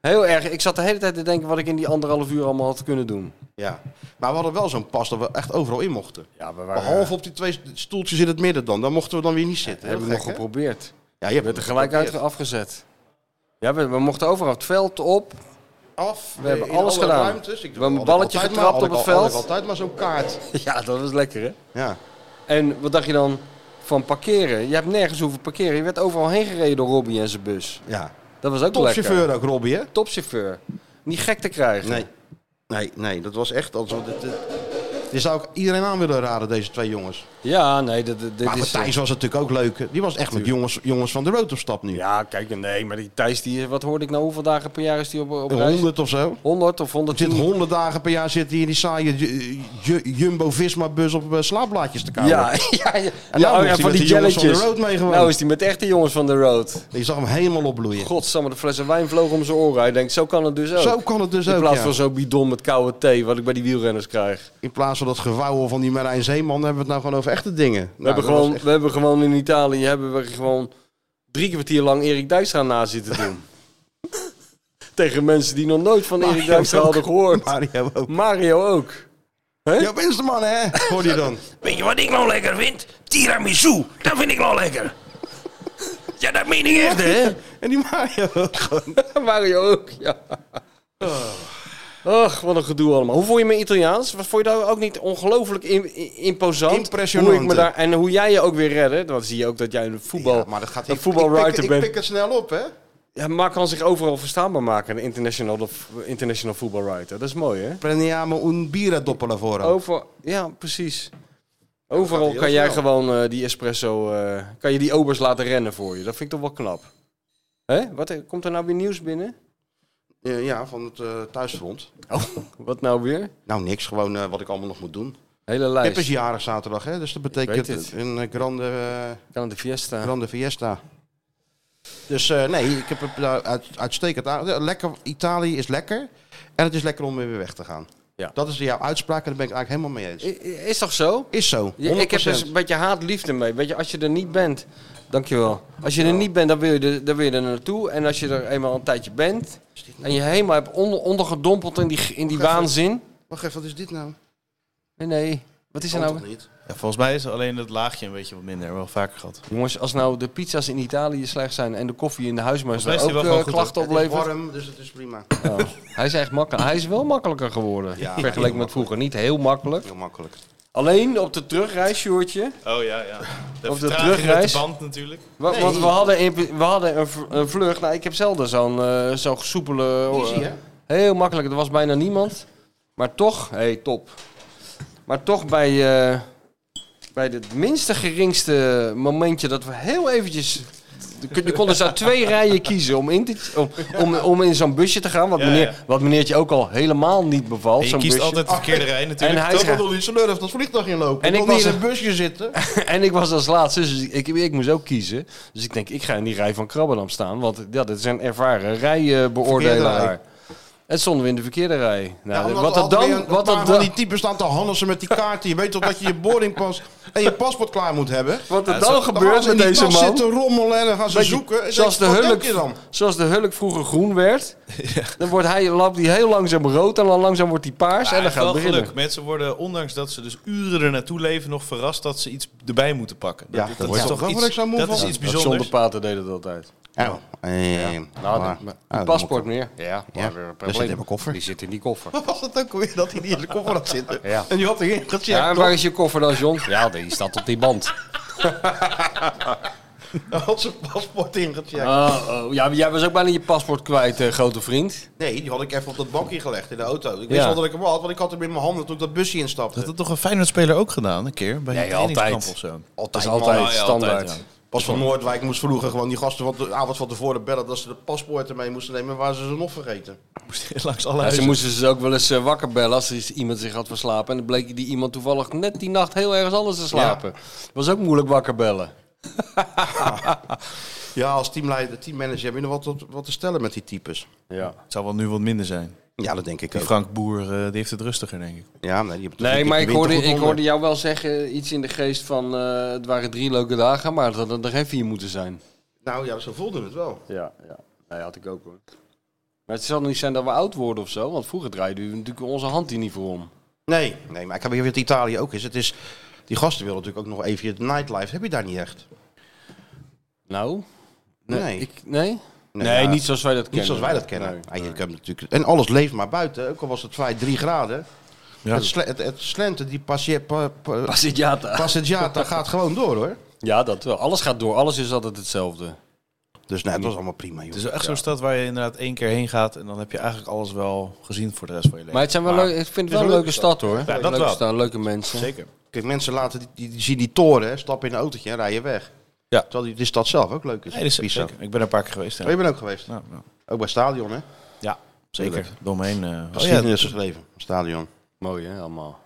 Speaker 6: Heel erg. Ik zat de hele tijd te denken wat ik in die anderhalf uur allemaal had kunnen doen.
Speaker 5: Ja. Maar we hadden wel zo'n pas dat we echt overal in mochten.
Speaker 6: Ja, we
Speaker 5: Behalve op die twee stoeltjes in het midden dan. Daar mochten we dan weer niet zitten.
Speaker 6: hebben we
Speaker 5: Heel
Speaker 6: nog
Speaker 5: gek, hè?
Speaker 6: geprobeerd.
Speaker 5: Ja, je
Speaker 6: Je
Speaker 5: hebt
Speaker 6: bent er gelijk uit afgezet. Ja, we, we mochten overal het veld op.
Speaker 5: af.
Speaker 6: We hebben
Speaker 5: in
Speaker 6: alles
Speaker 5: alle
Speaker 6: gedaan.
Speaker 5: ruimtes. Ik
Speaker 6: We
Speaker 5: doe-
Speaker 6: hebben een
Speaker 5: had ik
Speaker 6: balletje
Speaker 5: altijd
Speaker 6: getrapt
Speaker 5: maar- had
Speaker 6: op
Speaker 5: ik
Speaker 6: het
Speaker 5: al- had
Speaker 6: veld.
Speaker 5: ik altijd maar zo'n kaart.
Speaker 6: Ja, dat was lekker, hè?
Speaker 5: Ja.
Speaker 6: En wat dacht je dan van parkeren? Je hebt nergens hoeven parkeren. Je werd overal heen gereden door Robbie en zijn bus.
Speaker 5: ja.
Speaker 6: Dat was ook lekker.
Speaker 5: Topchauffeur ook, Robbie, hè?
Speaker 6: Topchauffeur. Niet gek te krijgen.
Speaker 5: Nee. Nee, nee, dat was echt... alsof dit, dit, dit zou ik iedereen aan willen raden, deze twee jongens.
Speaker 6: Ja, nee, dit, dit
Speaker 5: Maar
Speaker 6: is... eh,
Speaker 5: voor Thijs was het natuurlijk ook leuk. Die was echt met jongens, jongens van de road op stap nu.
Speaker 6: eh, Ja, kijk, nee, maar die Thijs, die, wat hoorde ik nou, hoeveel dagen per jaar is die op, op
Speaker 5: Een
Speaker 6: reis?
Speaker 5: 100 of zo.
Speaker 6: 100 of
Speaker 5: Er zit
Speaker 6: 110?
Speaker 5: 100 dagen per jaar zit hij in die saaie Ju- Ju- Jumbo-Visma-bus op eh, slaapblaadjes te kauwen.
Speaker 6: ja, ja, ja.
Speaker 5: En nou
Speaker 6: oh,
Speaker 5: moest hij met die jongens van de road mee gewoon.
Speaker 6: Nou is die met echte jongens van de road.
Speaker 5: Je zag hem helemaal opbloeien.
Speaker 6: Godsamme, de flessen wijn vlogen om zijn oren. Hij denkt, zo kan het dus ook.
Speaker 5: Zo kan het dus
Speaker 6: In
Speaker 5: ook,
Speaker 6: plaats
Speaker 5: ja.
Speaker 6: van zo'n bidon met koude thee, wat ik bij die wielrenners krijg.
Speaker 5: In plaats van dat gewauwel van die Marijn Zeeman hebben we het nou gewoon over echte dingen.
Speaker 6: We, hebben gewoon, we hebben gewoon in Italië hebben we gewoon drie kwartier lang Erik Dijkstra na zitten doen. Tegen mensen die nog nooit van Erik Dijkstra hadden gehoord.
Speaker 5: Mario ook.
Speaker 6: Mario ook.
Speaker 5: Ja, Winsterman, hè? Hoor je dan.
Speaker 7: Weet je wat ik nou lekker vind? Tiramisu. Dat vind ik nou lekker. Ja, dat meen ik echt, hè?
Speaker 5: En die Mario ook gewoon.
Speaker 6: Mario ook, ja. Oh. Ach, wat een gedoe allemaal. Hoe vond je mijn Italiaans? Wat vond je dat ook niet ongelooflijk in- in- imposant?
Speaker 5: Impressionante.
Speaker 6: Hoe ik me daar, en hoe jij je ook weer redde. Dan zie je ook dat jij een voetbal,
Speaker 5: Ja, maar dat gaat
Speaker 6: een
Speaker 5: ik- ik, pik-
Speaker 6: voetbalwriter
Speaker 5: ik
Speaker 6: bent.
Speaker 5: pik het snel op, hè?
Speaker 6: Ja, maar kan zich overal verstaanbaar maken, een international, international voetbalwriter. Dat is mooi, hè?
Speaker 5: Prendiamo un bira doppela voor.
Speaker 6: Over, ja, precies. Overal
Speaker 5: heel
Speaker 6: kan jij
Speaker 5: snel.
Speaker 6: gewoon eh, die espresso, eh, kan je die obers laten rennen voor je. Dat vind ik toch wel knap. Hè? Wat, eh, komt er nou weer nieuws binnen?
Speaker 5: Ja, van het eh, thuisfront.
Speaker 6: Wat nou weer?
Speaker 5: Nou, niks. Gewoon eh, wat ik allemaal nog moet doen.
Speaker 6: Hele
Speaker 5: Pep is
Speaker 6: lijst.
Speaker 5: jarig zaterdag, hè? Dus dat betekent
Speaker 6: weet het.
Speaker 5: een eh, grande, eh,
Speaker 6: Aan de fiesta.
Speaker 5: grande fiesta. Dus eh, nee, ik heb het daar uit, uitstekend aan. Lekker, Italië is lekker. En het is lekker om weer weg te gaan.
Speaker 6: Ja.
Speaker 5: Dat is jouw uitspraak en daar ben ik eigenlijk helemaal mee eens.
Speaker 6: I- i- Is toch zo?
Speaker 5: Is zo, 100%.
Speaker 6: Ja, ik heb dus een beetje haat-liefde mee. Weet je, als je er niet bent, dankjewel. Als je er niet bent, dan wil je er, dan wil je er naartoe. En als je er eenmaal een tijdje bent en je helemaal hebt onder, ondergedompeld in die, in die
Speaker 5: Wacht even.
Speaker 6: waanzin.
Speaker 5: Wacht even, wat is dit nou?
Speaker 6: Nee, nee. Wat is er nou?
Speaker 5: niet?
Speaker 8: Ja, volgens mij is alleen het laagje een beetje wat minder. Hebben we Wel vaker gehad.
Speaker 6: Jongens, als nou de pizza's in Italië slecht zijn en de koffie in de huismeester
Speaker 8: Volgens
Speaker 6: ook
Speaker 8: mij is die wel
Speaker 6: eh,
Speaker 8: gewoon goed,
Speaker 6: klachten
Speaker 5: Het is
Speaker 6: oplevert.
Speaker 5: warm, dus het is prima.
Speaker 6: Oh. Hij is echt makkelijk. Hij is wel makkelijker geworden.
Speaker 5: heel
Speaker 6: vergeleken met
Speaker 5: makkelijk.
Speaker 6: vroeger. Niet heel makkelijk.
Speaker 5: Heel makkelijk.
Speaker 6: Alleen op de terugreis, Sjoerdje.
Speaker 8: Oh ja, ja. De
Speaker 6: Of de
Speaker 8: vertraging met
Speaker 6: terugreis.
Speaker 8: de band natuurlijk.
Speaker 6: Wa- Want we hadden, in, we hadden een, v- een vlucht. Nou, ik heb zelden zo'n eh, zo'n soepele.
Speaker 5: Easy, hè?
Speaker 6: Heel makkelijk, er was bijna niemand. Maar toch, hé, hey, top. Maar toch bij, eh, bij het minste geringste momentje dat we heel eventjes... Je konden ze uit twee rijen kiezen om in, te- om, om, om in zo'n busje te gaan. Wat,
Speaker 8: Ja,
Speaker 6: meneer,
Speaker 8: ja.
Speaker 6: wat meneertje ook al helemaal niet bevalt.
Speaker 8: En je
Speaker 6: zo'n
Speaker 8: kiest
Speaker 6: busje.
Speaker 8: altijd de verkeerde rij natuurlijk.
Speaker 6: En hij
Speaker 5: Dat
Speaker 6: is-
Speaker 5: wil nog niet zo lullig dat vliegtuig inlopen.
Speaker 6: En
Speaker 5: En
Speaker 6: ik
Speaker 5: ik wil niet
Speaker 6: was-
Speaker 5: in een busje zitten.
Speaker 6: En ik was als laatste, dus ik, ik moest ook kiezen. Dus ik denk, ik ga in die rij van Krabbendam staan. Want ja, dat is een ervaren
Speaker 5: Verkeerde
Speaker 6: rijbeoordelaar.
Speaker 5: rij.
Speaker 6: En stonden we in de verkeerde rij. Nou,
Speaker 5: Ja,
Speaker 6: wat dat dan... Wat dat
Speaker 5: dan...
Speaker 6: dan...
Speaker 5: die typen staan te handelsen met die kaarten. Je weet toch dat je je boardingpas en je paspoort klaar moet hebben?
Speaker 6: Wat er
Speaker 8: Ja,
Speaker 6: dan
Speaker 8: zo-
Speaker 5: Dan gaan
Speaker 6: gebeurt
Speaker 5: ze in
Speaker 6: met
Speaker 5: die
Speaker 6: deze
Speaker 5: tas
Speaker 6: man.
Speaker 5: zitten rommelen en dan gaan ze
Speaker 6: Weet je,
Speaker 5: zoeken. En
Speaker 6: zoals, de
Speaker 5: denk je, wat denk
Speaker 6: hulk,
Speaker 5: je dan?
Speaker 6: zoals de hulk vroeger groen werd, dan wordt hij, loopt hij heel langzaam rood en dan langzaam wordt hij paars
Speaker 8: Ja,
Speaker 6: en dan
Speaker 8: het is
Speaker 6: gaat het
Speaker 8: wel
Speaker 6: beginnen.
Speaker 8: geluk. Mensen worden, ondanks dat ze dus uren er naartoe leven, nog verrast dat ze iets erbij moeten pakken.
Speaker 5: Ja, dat wordt- daar word ik
Speaker 8: iets,
Speaker 5: zo moe
Speaker 8: dat
Speaker 5: van.
Speaker 8: is iets
Speaker 6: Dat zonder
Speaker 8: bijzonders.
Speaker 6: paten deden dat altijd.
Speaker 5: Oh, eh, maar-
Speaker 6: Nou,
Speaker 5: Ah,
Speaker 6: een
Speaker 5: dat
Speaker 6: paspoort
Speaker 5: moet
Speaker 6: meer. Ja,
Speaker 5: Ja,
Speaker 6: maar, eh,
Speaker 5: dat
Speaker 6: probleem.
Speaker 5: zit in mijn koffer.
Speaker 6: Die zit in die koffer.
Speaker 5: Wat was het ook alweer dat hij niet in de koffer had zitten?
Speaker 6: Ja.
Speaker 5: En die had erin gecheckt.
Speaker 6: Ja, en
Speaker 5: toch?
Speaker 6: waar is je koffer dan, John? Ja, die staat op die band.
Speaker 5: Hij had zijn paspoort ingecheckt.
Speaker 6: Oh, ja, maar jij was ook bijna je paspoort kwijt, eh, grote vriend.
Speaker 5: Nee, die had ik even op dat bankje gelegd in de auto. Ik wist
Speaker 6: Ja.
Speaker 5: wel dat ik hem had, want ik had hem in mijn handen toen ik dat busje instapte.
Speaker 8: Dat had toch een Feyenoord-speler ook gedaan, een keer? Bij
Speaker 6: Nee,
Speaker 8: een trainingskamp
Speaker 6: altijd.
Speaker 8: of zo.
Speaker 6: Dat
Speaker 5: altijd,
Speaker 6: is altijd
Speaker 8: man. Ja, ja,
Speaker 6: standaard.
Speaker 8: altijd, ja.
Speaker 5: Pas van Noordwijk moest vroeger gewoon die gasten van de avond van tevoren bellen dat ze de paspoorten mee moesten nemen. Waar ze ze nog vergeten?
Speaker 8: Moest langs alle
Speaker 6: Ja, ze
Speaker 8: huizen.
Speaker 6: moesten dus ook wel eens eh, wakker bellen als er iemand zich had verslapen. En dan bleek die iemand toevallig net die nacht heel ergens anders te slapen. Was ook moeilijk wakker bellen.
Speaker 5: Ja, als teamleider, teammanager heb je nog wat, wat, wat te stellen met die types.
Speaker 6: Ja.
Speaker 8: Het zal wel nu wat minder zijn.
Speaker 5: Ja, dat denk ik
Speaker 8: Die
Speaker 5: ook.
Speaker 8: Frank Boer eh, die heeft het rustiger, denk ik.
Speaker 5: Ja, nee, die hebben
Speaker 6: Nee,
Speaker 5: die
Speaker 6: maar ik
Speaker 5: winter
Speaker 6: hoorde,
Speaker 5: goed
Speaker 6: ik
Speaker 5: onder.
Speaker 6: hoorde jou wel zeggen eh, iets in de geest van... eh, het waren drie leuke dagen, maar dat hadden er geen vier moeten zijn.
Speaker 5: Nou ja, ze voelden het wel.
Speaker 6: Ja, ja. Nee, had ik ook hoor. Maar het zal niet zijn dat we oud worden of zo. Want vroeger draaiden we natuurlijk onze hand hier niet voor om.
Speaker 5: Nee, nee maar ik heb weer wat Italië ook is. Het is. Die gasten willen natuurlijk ook nog even het nightlife. Heb je daar niet echt?
Speaker 6: Nou?
Speaker 5: Nee.
Speaker 6: Ik, nee? Nee,
Speaker 5: ja,
Speaker 6: niet zoals wij dat kennen.
Speaker 5: Niet zoals wij dat kennen.
Speaker 6: Nee.
Speaker 5: Ah, je kan natuurlijk, en alles leeft maar buiten. Ook al was het vrij 3 graden. Het, sle- het, het slenten, die passie, pa, pa-
Speaker 6: Passeggiata.
Speaker 5: passeggiata gaat gewoon door hoor.
Speaker 6: Ja, dat wel. Alles gaat door. Alles is altijd hetzelfde.
Speaker 5: Dus nou, het was allemaal prima, joh.
Speaker 8: Het is echt zo'n stad waar je inderdaad één keer heen gaat en dan heb je eigenlijk alles wel gezien voor de rest van je leven.
Speaker 6: Maar het zijn wel leuk, ik vind het wel een leuke stad, hoor.
Speaker 8: dat
Speaker 6: leuke
Speaker 8: wel.
Speaker 6: stad, leuke mensen.
Speaker 8: Zeker.
Speaker 5: Kijk, mensen laten die, die, die zien die toren, hè, stappen in een autootje en rijden weg.
Speaker 8: Ja.
Speaker 5: Terwijl die, die stad zelf ook leuk is.
Speaker 8: Nee, dat is
Speaker 5: Pisa.
Speaker 8: zeker. Ik ben er een paar keer geweest. Ja,
Speaker 5: Oh, je bent ook geweest.
Speaker 8: Ja, ja.
Speaker 5: Ook bij stadion, hè?
Speaker 8: Ja, zeker. Domheen. eh, oh ja,
Speaker 5: Geschiedenis geschreven. Stadion.
Speaker 6: Mooi, hè, allemaal.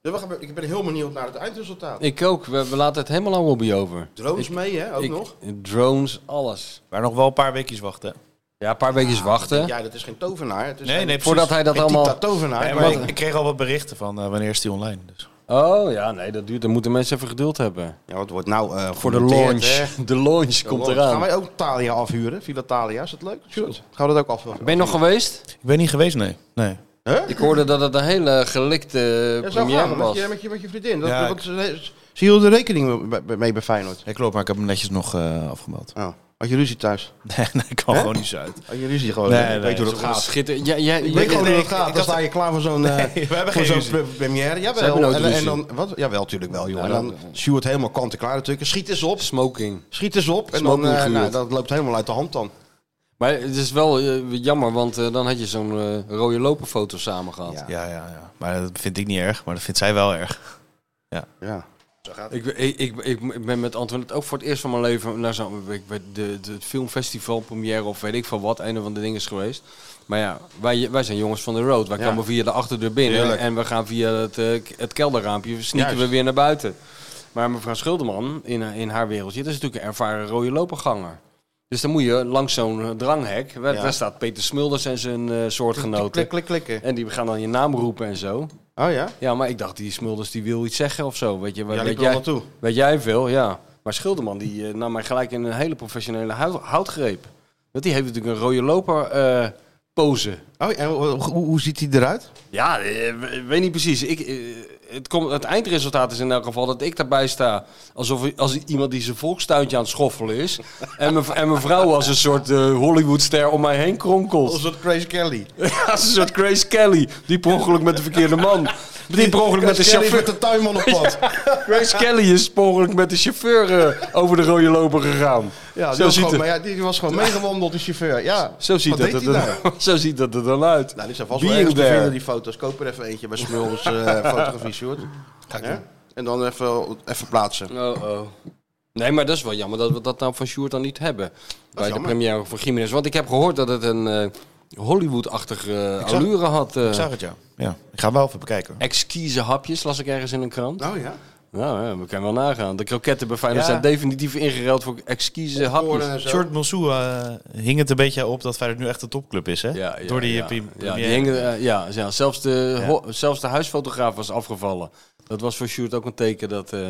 Speaker 5: Ja, we gaan- ik ben heel benieuwd naar het eindresultaat.
Speaker 6: Ik ook. We, we laten het helemaal aan Robbie over.
Speaker 5: Drones mee, hè? Ook
Speaker 6: Ik-
Speaker 5: nog.
Speaker 6: Drones, alles.
Speaker 8: maar nog wel een paar weekjes wachten.
Speaker 6: Ja, een paar weekjes wachten.
Speaker 5: Ja, dat is geen tovenaar. Het is
Speaker 8: Nee,
Speaker 5: geen-
Speaker 8: nee,
Speaker 6: voordat hij dat
Speaker 5: geen
Speaker 6: allemaal...
Speaker 5: Tita tovenaar.
Speaker 8: Nee, maar
Speaker 5: Wat-
Speaker 8: ik, ik kreeg al wat berichten van eh, wanneer is die online. Dus.
Speaker 6: Oh ja, nee, dat duurt. Dan moeten mensen even geduld hebben.
Speaker 5: Ja, wat wordt nou eh,
Speaker 6: Voor de
Speaker 5: gemonteerd, hè?
Speaker 6: launch. De launch komt
Speaker 5: Launch. Gaan
Speaker 6: eraan.
Speaker 5: wij ook Thalia afhuren? Villa Thalia, is dat leuk? Sjoerd, Gaan we dat ook af?
Speaker 6: Ben je nog geweest?
Speaker 8: Ik ben niet geweest, nee. nee.
Speaker 5: Huh?
Speaker 6: Ik hoorde dat het een hele gelikte
Speaker 5: Ja, zo gaan
Speaker 6: première
Speaker 5: we met
Speaker 6: was.
Speaker 5: je, met je, met je vriendin. Dat,
Speaker 8: Ja,
Speaker 5: dat, ze- Zie je de rekening bij- bij- mee bij Feyenoord?
Speaker 8: Ik klopt, maar ik heb hem netjes nog eh, afgemeld.
Speaker 5: Oh. Had je ruzie thuis?
Speaker 8: Nee, nee, ik kan gewoon niet zo uit.
Speaker 5: Had je ruzie gewoon?
Speaker 8: Nee,
Speaker 5: Ik
Speaker 8: nee,
Speaker 5: weet hoe dat
Speaker 8: zo-
Speaker 5: gaat.
Speaker 6: Ah, Schitterend. Ja, ja,
Speaker 5: Ik weet
Speaker 6: ja,
Speaker 5: gewoon hoe
Speaker 8: nee,
Speaker 5: dat
Speaker 8: ik-
Speaker 5: gaat.
Speaker 8: ik
Speaker 5: Dan
Speaker 8: had-
Speaker 5: sta je klaar voor zo'n eh,
Speaker 8: we hebben
Speaker 5: voor
Speaker 8: geen
Speaker 5: zo'n
Speaker 8: ruzie.
Speaker 5: pre- première.
Speaker 6: Ze hebben
Speaker 5: Jawel.
Speaker 6: nooit
Speaker 5: En, en
Speaker 6: ruzie.
Speaker 5: dan, wat? Jawel, tuurlijk wel, joh. En
Speaker 6: Ja,
Speaker 5: Nou, dan Sjoerd helemaal kant en klaar natuurlijk. Schiet eens op.
Speaker 6: Smoking.
Speaker 5: Schiet eens op. En dan,
Speaker 6: Smoking
Speaker 5: eh, nou,
Speaker 6: Sjoerd.
Speaker 5: dat loopt helemaal uit de hand dan.
Speaker 6: Maar het is wel eh, jammer, want eh, dan had je zo'n eh, rode loperfoto samen gehad.
Speaker 5: Ja.
Speaker 8: Ja, ja, ja. Maar dat vind ik niet erg, maar dat vindt zij wel erg.
Speaker 5: Ja.
Speaker 6: Ik, ik, ik, ik ben met Antoinette ook voor het eerst van mijn leven naar zo'n ik weet, de, de, het filmfestival, première of weet ik van wat, een van de dingen is geweest. Maar ja, wij, wij zijn jongens van de road. Wij
Speaker 5: Ja.
Speaker 6: komen via de achterdeur binnen
Speaker 5: Heerlijk.
Speaker 6: en we gaan via het, eh, k- het kelderraampje, sneaken
Speaker 5: Juist.
Speaker 6: we weer naar buiten. Maar mevrouw Schilderman, in, haar- in haar wereldje, dat is natuurlijk een ervaren rode loperganger. Dus dan moet je langs zo'n eh, dranghek, waar,
Speaker 5: Ja.
Speaker 6: daar staat Peter Smulders en zijn eh, soortgenoten.
Speaker 5: Klik, klik, klikken.
Speaker 6: En die gaan dan je naam roepen en zo.
Speaker 5: Oh ja?
Speaker 6: Ja, maar ik dacht, die Smulders die wil iets zeggen of zo. Weet je,
Speaker 5: Ja,
Speaker 6: weet
Speaker 5: liep er
Speaker 6: jij-
Speaker 5: al naartoe.
Speaker 6: Weet jij veel, ja. Maar Schilderman die eh, nam mij gelijk in een hele professionele hou- houtgreep. Want die heeft natuurlijk een rode loper eh pose.
Speaker 5: Oh, en hoe, hoe- hoe ziet hij eruit?
Speaker 6: Ja, eh, we- ik weet niet precies. Ik, eh, het, komt, het eindresultaat is in elk geval dat ik daarbij sta. Alsof als iemand die zijn volkstuintje aan het schoffelen is. en, mijn, en mijn vrouw als een soort eh, Hollywoodster om mij heen kronkelt.
Speaker 5: Als dat Grace Kelly.
Speaker 6: Ja, als een soort Grace Kelly. Die per ongeluk met de verkeerde man. Die per ongeluk met de
Speaker 5: Grace Kelly met
Speaker 6: chauffeur.
Speaker 5: de tuinman op pad.
Speaker 6: Grace Kelly is per ongeluk met de chauffeur eh, over de rode loper gegaan.
Speaker 5: Ja, die
Speaker 6: zo,
Speaker 5: was
Speaker 6: ziet
Speaker 5: gewoon,
Speaker 6: het,
Speaker 5: maar ja, die was gewoon meegewandeld, die chauffeur. Ja,
Speaker 6: zo, ziet
Speaker 5: Wat
Speaker 6: dat
Speaker 5: deed
Speaker 6: het
Speaker 5: hij
Speaker 6: er,
Speaker 5: daar?
Speaker 6: zo ziet dat er dan uit.
Speaker 5: Nou, die zijn vast wel
Speaker 6: Being
Speaker 5: ergens te
Speaker 6: there.
Speaker 5: vinden, die foto's. Koop er even eentje bij Smulders eh fotografie, Sjoerd. Ga ik En dan even, even plaatsen.
Speaker 6: Oh, oh. Nee, maar dat is wel jammer dat we dat nou van Sjoerd dan niet hebben. Bij de
Speaker 5: jammer.
Speaker 6: première van Gimenez. Want ik heb gehoord dat het een eh, Hollywood-achtige eh,
Speaker 8: zag-
Speaker 6: allure had. eh
Speaker 8: Ik zag het, ja. ja. Ik ga hem wel even bekijken.
Speaker 6: Exquise hapjes, las ik ergens in een krant.
Speaker 5: Nou ja.
Speaker 6: Nou, ja, we kunnen wel nagaan. De kroketten bij Feyenoord
Speaker 8: Ja.
Speaker 6: zijn definitief ingeruild voor exquise hapjes.
Speaker 5: Oren en zo.
Speaker 8: Short Monsou eh, hing het een beetje op dat Feyenoord nu echt een topclub is, hè?
Speaker 6: Ja, ja,
Speaker 8: Door die
Speaker 6: ja.
Speaker 8: eh, prim-
Speaker 6: ja, die
Speaker 8: première.
Speaker 6: hingen, eh, ja, ja, zelfs, de,
Speaker 8: Ja.
Speaker 6: ho- zelfs de huisfotograaf was afgevallen. Dat was voor Sjoerd ook een teken dat, eh,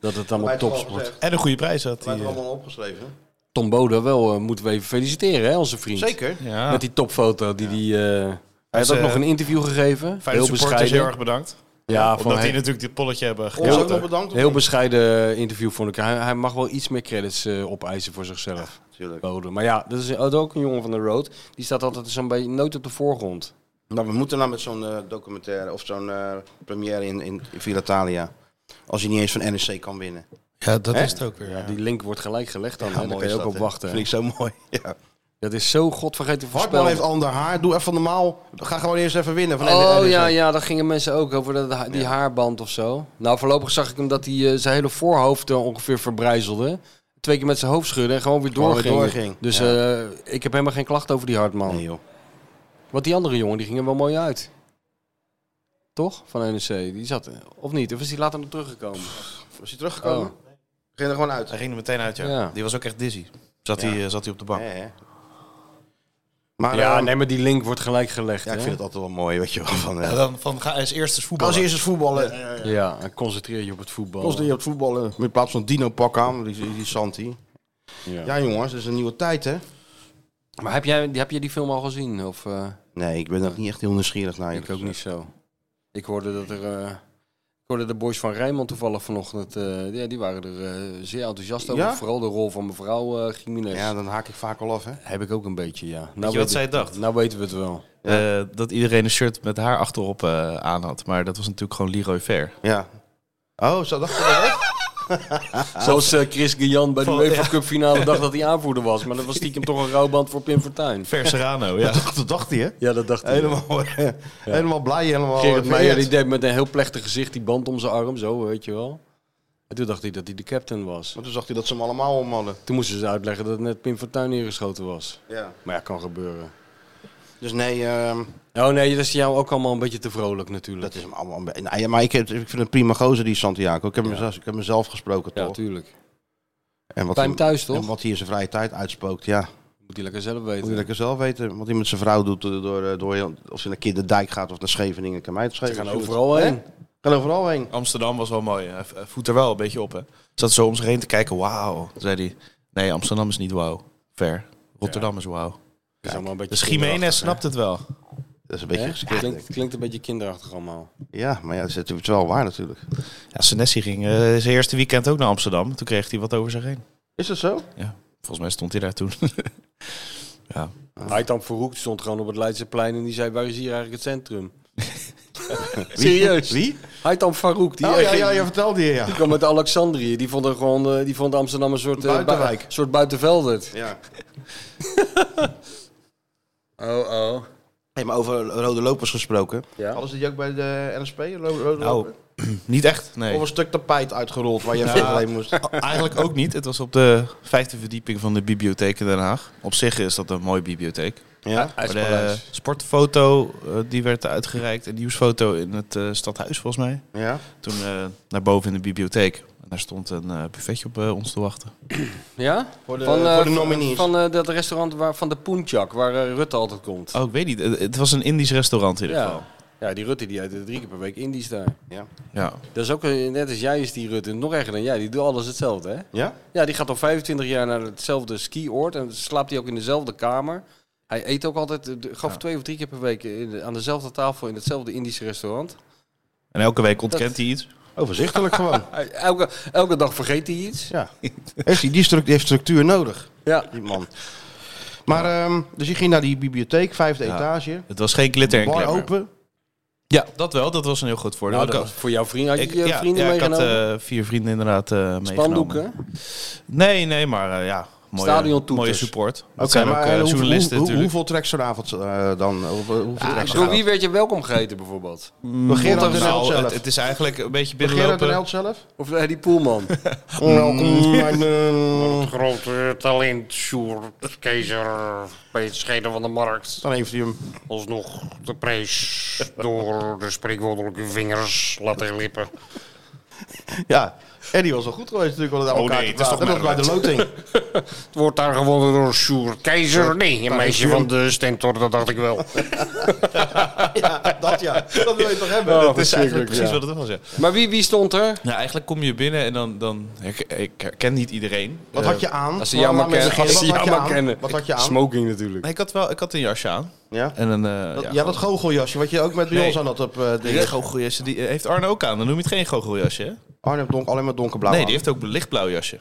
Speaker 6: dat het allemaal topsport. wordt.
Speaker 8: En een goede prijs
Speaker 5: Wij
Speaker 8: had hij.
Speaker 5: hebben
Speaker 8: eh.
Speaker 5: allemaal opgeschreven.
Speaker 6: Tom Boda wel eh, moeten we even feliciteren, hè, onze vriend.
Speaker 5: Zeker.
Speaker 8: Ja.
Speaker 6: Met die topfoto die die, eh, hij
Speaker 8: is,
Speaker 6: heeft ook
Speaker 8: eh,
Speaker 6: nog een interview gegeven. Heel
Speaker 8: Feyenoord supporters
Speaker 6: bescheiden.
Speaker 8: heel erg bedankt.
Speaker 6: ja, van
Speaker 8: Omdat die
Speaker 6: heel,
Speaker 8: natuurlijk dit polletje hebben
Speaker 5: Ons ook nog
Speaker 8: gekocht.
Speaker 5: bedankt.
Speaker 6: heel bescheiden eh, interview vond ik. Hij, hij mag wel iets meer credits eh, opeisen voor zichzelf.
Speaker 5: Natuurlijk.
Speaker 6: Boda. Maar ja, dat is ook een jongen van de road. Die staat altijd zo'n beetje nooit op de voorgrond.
Speaker 5: Maar we moeten nou met zo'n eh, documentaire of zo'n eh, première in, in Villa Thalia. Als je niet eens van NEC kan winnen.
Speaker 8: Ja, dat
Speaker 5: Hè?
Speaker 8: is het ook weer.
Speaker 6: Ja, die link wordt gelijk gelegd dan.
Speaker 5: Ja,
Speaker 6: hè. Daar
Speaker 5: mooi
Speaker 6: kan je
Speaker 5: is
Speaker 6: ook
Speaker 5: dat,
Speaker 6: op
Speaker 5: hè.
Speaker 6: wachten.
Speaker 5: Vind ik zo mooi. Ja.
Speaker 6: Dat is zo godvergeten
Speaker 5: Hartman
Speaker 6: voorspel.
Speaker 5: heeft ander haar. Doe even normaal. Ga gewoon eerst even winnen van
Speaker 6: Oh
Speaker 5: NEC.
Speaker 6: ja, ja, daar gingen mensen ook over dat, ha- die haarband of zo. Nou, voorlopig zag ik hem dat hij eh, zijn hele voorhoofd eh, ongeveer verbrijzelde. Twee keer met zijn hoofd schudden en gewoon weer
Speaker 5: Gewoon weer
Speaker 6: doorging.
Speaker 5: doorging,
Speaker 6: Dus eh, ik heb helemaal geen klacht over die Hartman.
Speaker 5: Nee, joh.
Speaker 6: Want die andere jongen, die ging er wel mooi uit. Toch? Van NEC. Die zat, eh, of niet? Of is die later nog teruggekomen? Oh.
Speaker 5: Was hij teruggekomen? Ging er gewoon uit.
Speaker 8: Hij ging er meteen uit, ja.
Speaker 6: Ja.
Speaker 8: Die was ook echt dizzy. Zat,
Speaker 5: Ja.
Speaker 8: hij, eh, zat hij op de bank.
Speaker 5: Ja, ja. Maar,
Speaker 6: ja,
Speaker 5: ja,
Speaker 6: nee, maar die link wordt gelijk gelegd.
Speaker 5: ja, ik
Speaker 6: hè?
Speaker 5: vind het altijd wel mooi, weet je wel. Van, eh,
Speaker 8: Ja, dan van, ga eens eerst eens voetballen.
Speaker 5: als eerst het voetballen. Ja,
Speaker 6: Ja, en concentreer je op het voetbal.
Speaker 5: je op het voetballen. In plaats van Dino pak aan, die, die, die Santi.
Speaker 6: Ja.
Speaker 5: Ja jongens, het is een nieuwe tijd hè.
Speaker 6: Maar heb jij, heb jij die film al gezien? Of, eh?
Speaker 5: Nee, ik ben er niet echt heel nieuwsgierig naar.
Speaker 6: Ik ook niet zo. Ik hoorde dat er. eh, ik hoorde de boys van Rijnmond toevallig vanochtend. eh, ja, die waren er eh, zeer enthousiast over.
Speaker 5: Ja?
Speaker 6: Vooral de rol van mevrouw eh Gimenez.
Speaker 5: Ja, dan haak ik vaak al af hè.
Speaker 6: Heb ik ook een beetje, ja. Nou
Speaker 8: Weet je
Speaker 6: weet
Speaker 8: wat
Speaker 6: ik-
Speaker 8: zij dacht?
Speaker 6: Nou weten we het wel.
Speaker 8: Eh, dat iedereen een shirt met haar achterop eh, aan had. Maar dat was natuurlijk gewoon Leroy Fair.
Speaker 5: Ja. Oh, zo dacht ik dat ook?
Speaker 6: Zoals eh, Chris Guillan bij de
Speaker 8: Van-
Speaker 6: UEFA
Speaker 8: ja.
Speaker 6: Cup finale dacht dat hij aanvoerder was. Maar dat was stiekem toch een rouwband voor Pim Fortuyn.
Speaker 8: Ver Serrano, ja.
Speaker 5: Dat dacht hij, hè?
Speaker 6: Ja, dat dacht hij.
Speaker 5: Helemaal, helemaal blij, helemaal eh,
Speaker 6: Gerrit Meijer
Speaker 5: verheerd.
Speaker 6: die deed met een heel plechtig gezicht die band om zijn arm, zo weet je wel. En toen dacht hij dat hij de captain was.
Speaker 5: Maar toen zag hij dat ze hem allemaal ommallen.
Speaker 6: Toen moesten ze uitleggen dat het net Pim Fortuyn neergeschoten was.
Speaker 5: Ja.
Speaker 6: Maar ja, kan gebeuren.
Speaker 5: Dus nee, ehm,
Speaker 6: Oh nee, dat is jou ook allemaal een beetje te vrolijk natuurlijk.
Speaker 5: dat is hem allemaal... een be- Nou ja, maar ik, heb, ik vind het een prima gozer, die Santiago. Ik heb, hem zelfs- ik heb mezelf gesproken,
Speaker 6: Ja,
Speaker 5: toch?
Speaker 6: tuurlijk.
Speaker 5: En wat
Speaker 6: Bij hem
Speaker 5: hij-
Speaker 6: thuis
Speaker 5: En
Speaker 6: toch?
Speaker 5: wat hij in zijn vrije tijd uitspookt, ja.
Speaker 6: Moet hij lekker zelf
Speaker 5: Moet je
Speaker 6: weten.
Speaker 5: lekker zelf weten. Wat hij met zijn vrouw doet, eh, door, eh, door, heel- of ze naar Kinderdijk gaat of naar Scheveningen, kan mij het
Speaker 6: Ze
Speaker 5: schelen.
Speaker 6: gaan overal heen.
Speaker 5: Gaan overal heen.
Speaker 8: Amsterdam was wel mooi. Hij hij voet er wel een beetje op, hè. Zat zo om zich heen te kijken. Wauw, zei hij. Nee, Amsterdam is niet wauw. Ver. Rotterdam is wauw.
Speaker 6: Dat is allemaal een beetje
Speaker 8: Dus Jiménez
Speaker 6: kinderachtig, hè?
Speaker 8: snapt het wel.
Speaker 5: Dat is een beetje
Speaker 6: Hè?
Speaker 5: gescript, denk ik.
Speaker 6: Klinkt, klinkt een beetje kinderachtig allemaal.
Speaker 5: Ja, maar ja, het is- het is wel waar natuurlijk.
Speaker 8: Ja, Senesi ging eh, zijn eerste weekend ook naar Amsterdam. Toen kreeg hij wat over zich heen.
Speaker 5: Is dat zo?
Speaker 8: Volgens mij stond hij daar toen.
Speaker 6: Aitam Verhoek stond gewoon op het Leidseplein en die zei, waar is hier eigenlijk het centrum? Serieus?
Speaker 5: Wie?
Speaker 6: Aitam Farouk, die,
Speaker 5: oh ja,
Speaker 6: ging-
Speaker 5: ja, je vertelde je, ja.
Speaker 6: die kwam uit Alexandrië. Die vond, er gewoon, eh, die vond Amsterdam een soort, eh,
Speaker 5: Buitenwijk.
Speaker 6: bui- soort buitenveldert.
Speaker 5: ja.
Speaker 6: Oh, oh.
Speaker 5: Hey, maar over rode lopers gesproken.
Speaker 6: Ja.
Speaker 5: Hadden ze die ook bij de NSP? ro- rode
Speaker 8: Nou,
Speaker 5: loper?
Speaker 8: niet echt.
Speaker 5: Of
Speaker 8: Nee.
Speaker 5: een stuk tapijt uitgerold waar je overheen moest.
Speaker 8: Eigenlijk ook niet. Het was op de vijfde verdieping van de bibliotheek in Den Haag. Op zich is dat een mooie bibliotheek.
Speaker 5: Ja?
Speaker 8: Maar de sportfoto eh, die werd uitgereikt. Een nieuwsfoto in het eh, stadhuis volgens mij.
Speaker 5: Ja?
Speaker 8: Toen eh, naar boven in de bibliotheek. En daar stond een eh, buffetje op eh, ons te wachten.
Speaker 6: Ja?
Speaker 5: Voor de,
Speaker 6: eh,
Speaker 5: voor de nominees.
Speaker 6: Van eh, dat restaurant waar, van de Poenchak, waar eh, Rutte altijd komt.
Speaker 8: Oh, ik weet niet. Het, het was een Indisch restaurant in ieder geval.
Speaker 6: ja. ja, die Rutte die uit drie keer per week Indisch daar.
Speaker 8: Ja.
Speaker 6: Dat is ook, eh, net als jij is die Rutte, nog erger dan jij. Die doet alles hetzelfde, hè?
Speaker 5: ja?
Speaker 6: Ja, die gaat al 25 jaar naar hetzelfde skioord en slaapt hij ook in dezelfde kamer. Hij eet ook altijd, eh, de- gaf twee of drie keer per week in de- aan dezelfde tafel in hetzelfde Indische restaurant.
Speaker 8: En elke week ontkent hij iets.
Speaker 5: Overzichtelijk gewoon.
Speaker 6: Hij- Elke, elke dag vergeet hij iets.
Speaker 5: Ja. Heeft die, die, stru- die heeft structuur nodig,
Speaker 6: Ja,
Speaker 5: die man. Maar, ehm, dus je ging naar die bibliotheek, vijfde
Speaker 8: Ja.
Speaker 5: etage.
Speaker 8: Het was geen glitter en
Speaker 5: Bar
Speaker 8: glamour.
Speaker 5: open.
Speaker 8: Ja, dat wel. Dat was een heel goed voordeel.
Speaker 6: nou, dat
Speaker 8: Ik-
Speaker 6: was voor jouw vriend had je
Speaker 8: ik,
Speaker 6: je
Speaker 8: ja,
Speaker 6: vrienden
Speaker 8: ja, ik had
Speaker 6: meegenomen.
Speaker 8: eh, vier vrienden inderdaad eh meegenomen.
Speaker 6: Spandoeken.
Speaker 8: Nee, nee, maar eh, ja. Mooie,
Speaker 6: Stadiontoeters.
Speaker 8: mooie support. Dat
Speaker 5: Oké,
Speaker 8: zijn ook
Speaker 5: maar
Speaker 8: eh,
Speaker 5: hoe- hoe-
Speaker 8: journalisten
Speaker 5: hoe-
Speaker 8: natuurlijk.
Speaker 5: hoeveel tracks vanavond eh, dan? Hoe- hoeveel tracks
Speaker 6: Door
Speaker 5: vanavond?
Speaker 6: wie werd je welkom gegeten bijvoorbeeld?
Speaker 5: Door Gerard
Speaker 8: Nou,
Speaker 5: den Held
Speaker 8: het,
Speaker 5: zelf.
Speaker 8: het is eigenlijk een beetje
Speaker 5: Door Gerard den
Speaker 8: binnenlopen.
Speaker 5: Held zelf?
Speaker 6: Of eh, die poelman?
Speaker 8: Mm.
Speaker 5: Welkom mijn, eh,
Speaker 9: grote talent, Sjoerd Keizer, bij het scheiden van de markt.
Speaker 5: Dan heeft hij hem.
Speaker 9: Alsnog de prijs door de spreekwoordelijke vingers laten lippen.
Speaker 5: Ja. En die was wel goed geweest natuurlijk. Al
Speaker 8: Oh, nee, het is toch
Speaker 5: dat was bij de loting.
Speaker 9: Het wordt daar gewonnen door Sjoerd Keizer. Nee, een meisje van de stentor, dat dacht ik wel.
Speaker 5: ja, dat ja. Dat wil je toch hebben?
Speaker 6: Oh,
Speaker 8: Het is eigenlijk
Speaker 6: verschrikkelijk,
Speaker 8: precies
Speaker 6: ja.
Speaker 8: wat het was, ja.
Speaker 6: Maar wie, wie stond er?
Speaker 8: Nou, eigenlijk kom je binnen en dan... dan herk- ik herken niet iedereen.
Speaker 5: Wat had je aan?
Speaker 6: Als ze jou maar
Speaker 5: Laat me
Speaker 6: kennen.
Speaker 5: eens beginnen.
Speaker 6: Als ze
Speaker 5: Wat had
Speaker 6: jou
Speaker 5: je
Speaker 6: maar
Speaker 5: aan?
Speaker 6: kennen.
Speaker 5: Wat had je aan?
Speaker 6: Smoking natuurlijk.
Speaker 8: Nee, ik had wel ik had een jasje aan.
Speaker 5: Ja,
Speaker 8: En een... eh,
Speaker 5: dat, ja,
Speaker 8: ja,
Speaker 5: dat goocheljasje wat je ook met bij
Speaker 8: Nee.
Speaker 5: ons aan had op eh
Speaker 8: Die
Speaker 5: dingen.
Speaker 8: goocheljassen, die eh, heeft Arne ook aan. Dan noem je het geen goocheljasje, hè?
Speaker 5: Arne heeft donk, alleen maar donkerblauw
Speaker 8: nee,
Speaker 5: aan.
Speaker 8: die heeft ook een lichtblauw jasje.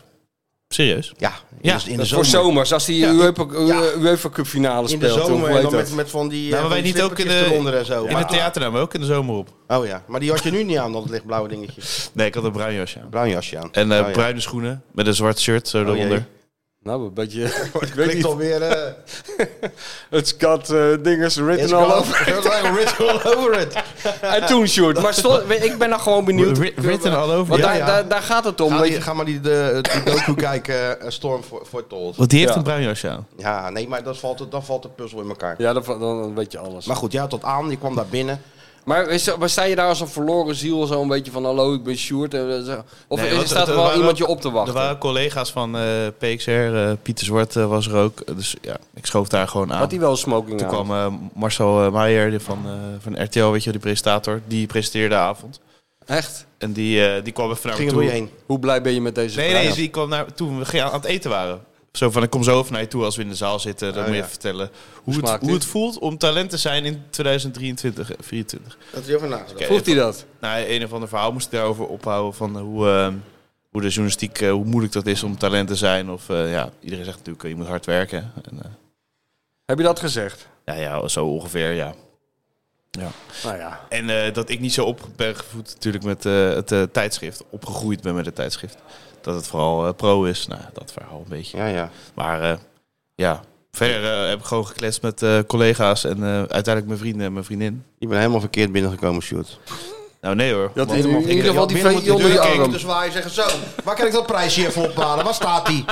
Speaker 8: Serieus?
Speaker 5: Ja, in
Speaker 8: Ja,
Speaker 5: de, in de
Speaker 6: Dat is voor
Speaker 5: zomer.
Speaker 6: zomers, als hij UEFA, UEFA Cup finale
Speaker 5: in de
Speaker 6: speelt. of hoe
Speaker 5: zomer en
Speaker 6: heet
Speaker 5: dan
Speaker 6: dat?
Speaker 5: met, met van die,
Speaker 8: Ja,
Speaker 5: eh,
Speaker 8: maar
Speaker 5: van
Speaker 8: wij
Speaker 5: die
Speaker 8: niet ook in
Speaker 5: slippertjes eronder
Speaker 8: de,
Speaker 5: en zo.
Speaker 8: in
Speaker 5: Maar-
Speaker 8: het theater namen we ook in de zomer op.
Speaker 5: Oh ja, maar die had je nu niet aan, dat lichtblauwe dingetje.
Speaker 8: Nee, ik had een bruin jasje aan. Oh,
Speaker 5: Bruin jasje aan.
Speaker 8: En eh,
Speaker 5: Oh ja.
Speaker 8: bruine schoenen met een zwart shirt zo
Speaker 5: jee.
Speaker 8: eronder.
Speaker 6: Nou, een beetje... ik weet
Speaker 5: Klinkt
Speaker 6: niet.
Speaker 5: alweer... eh,
Speaker 6: It's got eh, dinges
Speaker 5: It's
Speaker 6: written all
Speaker 5: got
Speaker 6: over.
Speaker 5: written all over it.
Speaker 6: En toen, Sjoerd. Maar stond- ik ben nou gewoon benieuwd.
Speaker 8: Wri- written all over
Speaker 6: Want
Speaker 5: it.
Speaker 6: daar,
Speaker 5: Ja, ja.
Speaker 6: Daar, daar gaat het om.
Speaker 5: Ga,
Speaker 6: weet
Speaker 5: die,
Speaker 6: je.
Speaker 5: ga maar die, de, die docu kijken, eh, Storm for, for Told.
Speaker 8: Want die heeft
Speaker 6: Ja.
Speaker 8: een bruin jasje aan.
Speaker 5: Ja, nee, maar dat valt, dan valt de puzzel in elkaar.
Speaker 6: Ja, dan, dan weet je alles.
Speaker 5: Maar
Speaker 6: Maar,
Speaker 5: goed, jij had dat aan, je kwam daar binnen.
Speaker 6: is, maar sta je daar als een verloren ziel zo een beetje van... Hallo, ik ben Sjoerd. en, eh, zo. Of
Speaker 8: Nee,
Speaker 6: is- staat
Speaker 8: want het-
Speaker 6: er
Speaker 8: het
Speaker 6: wel
Speaker 8: waren
Speaker 6: iemand
Speaker 8: ook-
Speaker 6: je op te
Speaker 8: Er
Speaker 6: wachten?
Speaker 8: waren collega's van eh, PXR, eh, Pieter Zwart eh, was er ook. Dus ja, ik schoof daar gewoon aan.
Speaker 6: Had hij wel een smoking
Speaker 8: Toen
Speaker 6: aan?
Speaker 8: kwam eh, Marcel eh, Meijer die van, eh, van RTL, weet je wel, die presentator. Die presenteerde de avond.
Speaker 6: Echt?
Speaker 8: En die, eh, die kwam even naar
Speaker 5: Ging
Speaker 8: me
Speaker 5: er
Speaker 8: toe.
Speaker 5: door je heen.
Speaker 6: Hoe blij ben je met deze
Speaker 5: Dus
Speaker 8: Nee,
Speaker 6: vraag?
Speaker 8: nee, die kwam naar, toen we gingen aan het eten waren. Zo van, ik kom zo over naar je toe als we in de zaal zitten. Dan
Speaker 5: Oh,
Speaker 8: moet je
Speaker 5: ja.
Speaker 8: even vertellen hoe, het,
Speaker 6: smaakt
Speaker 8: hoe
Speaker 6: dit?
Speaker 8: het voelt om talent te zijn in 2023, eh, 2024.
Speaker 5: Dat is even na.
Speaker 8: Oké,
Speaker 6: Vroeg hij dat?
Speaker 8: Nou, een of ander verhaal moest ik daarover ophouden van hoe, eh, hoe de journalistiek, eh, hoe moeilijk dat is om talent te zijn. Of eh, ja, iedereen zegt natuurlijk, eh, je moet hard werken. En, eh,
Speaker 6: Heb je dat gezegd?
Speaker 8: ja, ja, zo ongeveer, ja.
Speaker 6: Nou ja,
Speaker 8: En eh, dat ik niet zo op ben gevoed natuurlijk met eh, het eh, tijdschrift. Opgegroeid ben met het tijdschrift. Dat het vooral eh, pro is. Nou, dat verhaal een beetje.
Speaker 5: Ja, ja.
Speaker 8: Maar eh, ja, verder eh, heb ik gewoon gekletst met eh, collega's en eh, uiteindelijk mijn vrienden en mijn vriendin.
Speaker 5: Je bent helemaal verkeerd binnengekomen, Sjoerd.
Speaker 8: Nou nee hoor.
Speaker 6: in
Speaker 8: Want-
Speaker 6: ieder geval die
Speaker 5: binnen moet
Speaker 6: vee
Speaker 5: de
Speaker 6: onder
Speaker 5: deur
Speaker 6: je
Speaker 5: kijken,
Speaker 6: arm.
Speaker 5: dus waar je zeggen, zo, waar kan ik dat prijsje even ophalen? Waar staat die?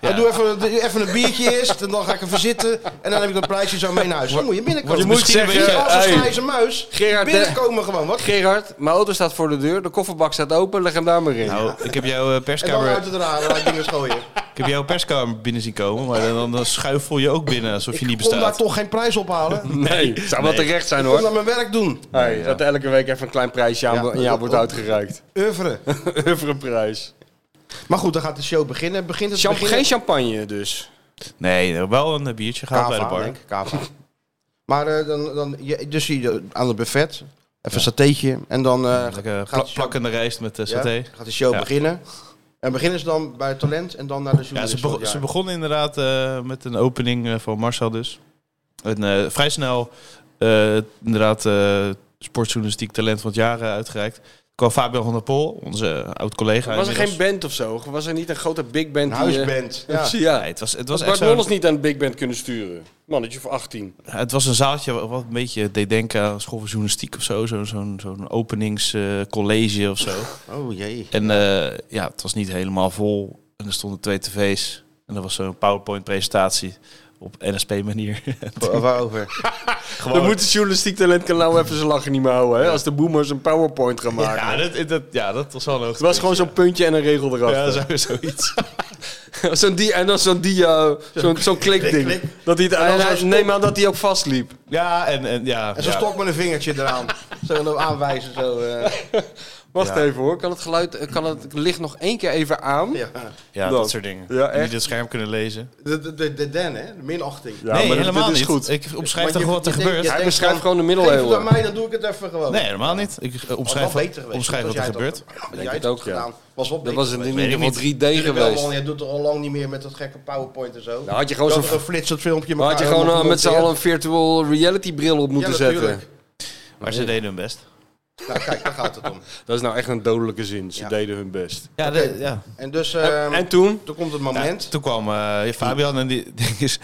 Speaker 5: Ja. doe even, doe even een biertje eerst en dan ga ik even zitten. En dan heb ik dat prijsje zo mee naar huis. Dan moet je binnenkomen.
Speaker 8: je moet
Speaker 5: Misschien een
Speaker 8: zeggen,
Speaker 5: beetje als een
Speaker 8: hey.
Speaker 5: grijze muis.
Speaker 6: Gerard,
Speaker 5: binnenkomen gewoon, wat?
Speaker 6: Gerard, mijn auto staat voor de deur, de kofferbak staat open, leg hem daar maar in.
Speaker 8: Nou, ik heb jouw eh,
Speaker 5: En dan uit
Speaker 8: perskamer,
Speaker 5: het raam en uit dingen gooien.
Speaker 8: ik heb jouw perskamer binnen zien komen, maar dan, dan schuifel je ook binnen alsof je niet
Speaker 5: Kom daar
Speaker 8: bestaat.
Speaker 5: toch geen prijs ophalen.
Speaker 6: nee, zou wel
Speaker 8: Nee.
Speaker 6: terecht zijn
Speaker 5: Kom
Speaker 6: hoor. Ah.
Speaker 5: naar mijn werk doen.
Speaker 6: Hey, Dat elke week even een klein prijsje aan
Speaker 5: Ja,
Speaker 6: aan
Speaker 5: dat-
Speaker 6: jou
Speaker 5: dat-
Speaker 6: wordt uitgereikt.
Speaker 5: Oeuvre.
Speaker 6: Over een prijs.
Speaker 5: Maar goed, dan gaat de show beginnen. Begint het
Speaker 6: Champ-
Speaker 5: beginnen-
Speaker 6: geen champagne dus.
Speaker 8: Nee, er wel een eh, biertje gehaald bij de
Speaker 5: Kava,
Speaker 8: bar.
Speaker 5: denk ik. Kava. Maar eh, dan, dan, je, dus je, aan het buffet, even een satéetje en dan eh,
Speaker 8: Lekker
Speaker 5: gaat,
Speaker 8: pla-
Speaker 5: de show-
Speaker 8: plakkende rijst met eh,
Speaker 5: ja,
Speaker 8: saté.
Speaker 5: gaat de show
Speaker 8: Ja.
Speaker 5: beginnen. En beginnen ze dan bij het talent en dan naar de
Speaker 8: Ja, ze,
Speaker 5: journalist.
Speaker 8: begon, ze begonnen inderdaad eh, met een opening eh, van Marcel dus. En, eh, vrij snel eh, inderdaad eh, sportjournalistiek talent van het jaar eh, uitgereikt. Er kwam Fabian van der Pol, onze eh, oud-collega.
Speaker 6: Was er
Speaker 8: inmiddels.
Speaker 6: geen band of zo? Was er niet een grote big band?
Speaker 5: Een
Speaker 6: die, eh,
Speaker 5: huisband. Ja.
Speaker 6: precies, ja.
Speaker 8: Nee, het was, het was
Speaker 6: Was
Speaker 8: echt
Speaker 6: Bart
Speaker 8: zo'n-
Speaker 6: Mollens niet aan een big band kunnen sturen? Mannetje voor 18.
Speaker 8: Het was een zaaltje wat wat een beetje deed denken aan school van journalistiek of zo. Zo'n zo'n zo'n openingscollege eh, of zo.
Speaker 5: Oh jee.
Speaker 8: En eh, ja, het was niet helemaal vol. En er stonden twee tv's. En er was zo'n PowerPoint-presentatie op NSP-manier.
Speaker 5: Wa- Waarover?
Speaker 6: Dan moet het journalistiek talent kan nou even zijn lachen niet meer houden. Hè? Als de boomers een powerpoint gaan maken.
Speaker 8: ja, dat, dat, ja, dat was wel een
Speaker 6: het was gewoon zo'n puntje en een regel
Speaker 8: Ja,
Speaker 6: erachter.
Speaker 8: zo, zoiets.
Speaker 6: zo'n dia, en dan zo'n dia, zo'n zo'n klikding. Dat hij het,
Speaker 5: dan
Speaker 6: en
Speaker 5: zo'n
Speaker 6: hij-
Speaker 5: stok.
Speaker 6: neem aan dat hij ook vastliep.
Speaker 8: Ja, en, en ja.
Speaker 5: En ze
Speaker 8: ja.
Speaker 5: stok met een vingertje eraan. zo aanwijzen. Zo, eh.
Speaker 6: Wacht even hoor, kan het, geluid, eh, kan het licht nog één keer even aan?
Speaker 5: ja.
Speaker 8: Ja,
Speaker 6: Dan.
Speaker 8: dat soort dingen.
Speaker 6: Ja, echt.
Speaker 8: Niet het scherm kunnen lezen.
Speaker 5: de, de, de, de den, hè? De minachting.
Speaker 6: Ja,
Speaker 8: nee,
Speaker 6: maar dat-
Speaker 8: helemaal
Speaker 6: dit is
Speaker 8: niet.
Speaker 6: goed.
Speaker 8: Ik omschrijf
Speaker 5: Maar
Speaker 8: toch
Speaker 5: je-
Speaker 8: wat er
Speaker 5: je denkt-
Speaker 8: gebeurt?
Speaker 5: je
Speaker 6: Hij
Speaker 5: denkt
Speaker 6: beschrijft
Speaker 5: van,
Speaker 6: gewoon de
Speaker 5: Geef het aan
Speaker 6: middeleeuwen.
Speaker 5: mij, dan doe ik het even gewoon.
Speaker 8: Nee, helemaal niet. Ik eh,
Speaker 5: Oh, Was wel
Speaker 8: omschrijf,
Speaker 5: beter geweest.
Speaker 8: omschrijf
Speaker 5: Als
Speaker 8: wat er
Speaker 5: jij
Speaker 8: gebeurt.
Speaker 5: dat- Als jij
Speaker 6: het
Speaker 5: het
Speaker 6: ook,
Speaker 5: ook
Speaker 6: ja.
Speaker 5: gedaan. Was wel
Speaker 6: Dat
Speaker 5: beter
Speaker 6: was in
Speaker 5: geweest.
Speaker 8: Weet
Speaker 6: ieder
Speaker 8: ik
Speaker 6: geval
Speaker 8: niet.
Speaker 6: 3D
Speaker 5: Tuurlijk wel,
Speaker 6: geweest.
Speaker 5: man, je doet toch al lang niet meer met dat gekke PowerPoint en zo.
Speaker 6: Nou, had je gewoon
Speaker 5: Dat
Speaker 6: zo'n-
Speaker 5: een flitsend filmpje.
Speaker 6: Maar had je
Speaker 5: elkaar
Speaker 6: gewoon
Speaker 5: helemaal
Speaker 6: eh, met z'n allen
Speaker 5: gemonteerd.
Speaker 6: een virtual reality bril op moeten
Speaker 5: Ja,
Speaker 6: zetten.
Speaker 5: natuurlijk.
Speaker 8: Maar ze deden hun best.
Speaker 5: Nou, kijk, daar gaat het om.
Speaker 6: Dat is nou echt een dodelijke zin. Ze
Speaker 5: Ja.
Speaker 6: deden hun best. Eh,
Speaker 8: Ja, de- ja.
Speaker 5: En dus, ehm
Speaker 6: en toen?
Speaker 5: toen komt het moment.
Speaker 8: Toen kwam eh, Fabian en die, die is...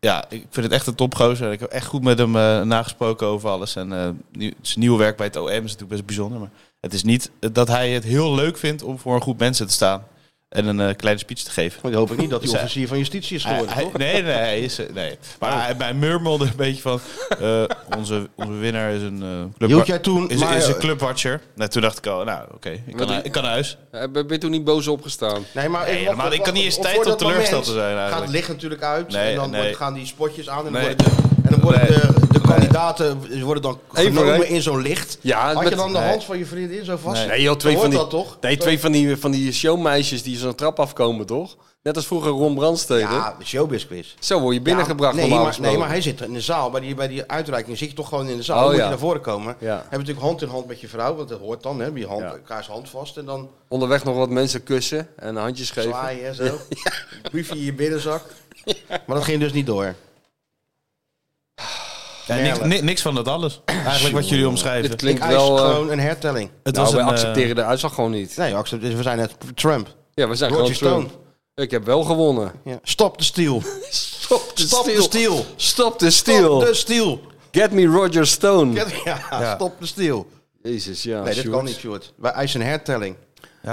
Speaker 8: Ja, ik vind het echt een topgozer. Ik heb echt goed met hem eh, nagesproken over alles. En eh, nieuw- zijn nieuwe werk bij het OM is natuurlijk best bijzonder. Maar het is niet dat hij het heel leuk vindt om voor een groep mensen te staan. En een eh, kleine speech te geven.
Speaker 5: Maar dan hoop ik niet dat die
Speaker 8: Zij-
Speaker 5: officier van justitie is
Speaker 8: Hij-
Speaker 5: geworden,
Speaker 8: hij-
Speaker 5: toch?
Speaker 8: nee, nee, hij is, nee. Maar hij, hij murmelde een beetje van... eh, onze, onze winnaar is een eh, club...
Speaker 5: Hield jij toen...
Speaker 8: Is,
Speaker 5: maar,
Speaker 8: is een clubwatcher. Nou, toen dacht ik al, nou oké, ik, kan naar- ik kan naar huis.
Speaker 6: Eh, Ben ben je toen niet boos opgestaan?
Speaker 5: nee, maar,
Speaker 8: Nee,
Speaker 5: wacht,
Speaker 8: helemaal-
Speaker 5: wacht,
Speaker 8: ik kan niet
Speaker 5: wacht,
Speaker 8: eens tijd
Speaker 5: voor
Speaker 8: om
Speaker 5: dat
Speaker 8: teleurgesteld
Speaker 5: moment
Speaker 8: te zijn eigenlijk.
Speaker 5: Gaat het licht natuurlijk uit
Speaker 8: Nee,
Speaker 5: en dan
Speaker 8: nee.
Speaker 5: wordt- gaan die spotjes aan en dan
Speaker 8: Nee.
Speaker 5: worden de, en dan worden de, de kandidaten worden dan
Speaker 6: voor
Speaker 5: genomen
Speaker 6: één.
Speaker 5: in zo'n licht.
Speaker 6: Ja,
Speaker 5: Had
Speaker 6: met-
Speaker 5: je dan de
Speaker 8: nee.
Speaker 5: hand van je vriendin zo vast?
Speaker 6: Nee, joh, twee
Speaker 5: Dan
Speaker 6: van die,
Speaker 5: hoort dat toch?
Speaker 6: Nee, twee van die, van die showmeisjes die zo'n trap afkomen, toch? Net als vroeger Ron Brandstede.
Speaker 5: Ja, showbiz quiz.
Speaker 6: Zo word je binnengebracht
Speaker 5: Ja, nee,
Speaker 6: normaal
Speaker 5: maar, nee,
Speaker 6: gesproken.
Speaker 5: maar hij zit in de zaal. Bij die, bij die uitreiking zit je toch gewoon in de zaal. dan
Speaker 6: Oh,
Speaker 5: moet
Speaker 6: ja.
Speaker 5: je naar voren komen.
Speaker 6: Ja.
Speaker 5: Heb je natuurlijk hand in hand met je vrouw, want dat hoort dan. Hè, je hand,
Speaker 6: Ja.
Speaker 5: elkaars hand vast en dan
Speaker 6: Onderweg nog wat mensen kussen en handjes geven.
Speaker 5: zwaaien en zo. Buffy in je binnenzak. Maar dat ging dus niet door.
Speaker 8: Ja, niks, ni- niks van dat alles. Eigenlijk wat jullie omschrijven.
Speaker 6: Dit
Speaker 5: Ik
Speaker 6: klinkt
Speaker 5: eis
Speaker 6: wel... eh,
Speaker 5: gewoon een hertelling.
Speaker 8: Het
Speaker 6: nou, wij
Speaker 8: eh,
Speaker 6: accepteren de uitslag gewoon niet.
Speaker 5: Nee, Axel, dus we zijn net Trump.
Speaker 6: Ja, we zijn
Speaker 5: Roger
Speaker 6: gewoon Trump.
Speaker 5: Stone.
Speaker 6: Ik heb wel gewonnen.
Speaker 5: Ja. Stop de stiel.
Speaker 6: Stop de
Speaker 5: Stop de stiel.
Speaker 6: Stop de
Speaker 5: Stop de
Speaker 6: steal.
Speaker 5: stiel.
Speaker 6: Get me Roger Stone.
Speaker 5: Ja, stop de stiel.
Speaker 6: Jezus, ja.
Speaker 5: Nee, dat
Speaker 6: Sjoerd.
Speaker 5: kan niet, Sjoerd. Wij eisen een hertelling.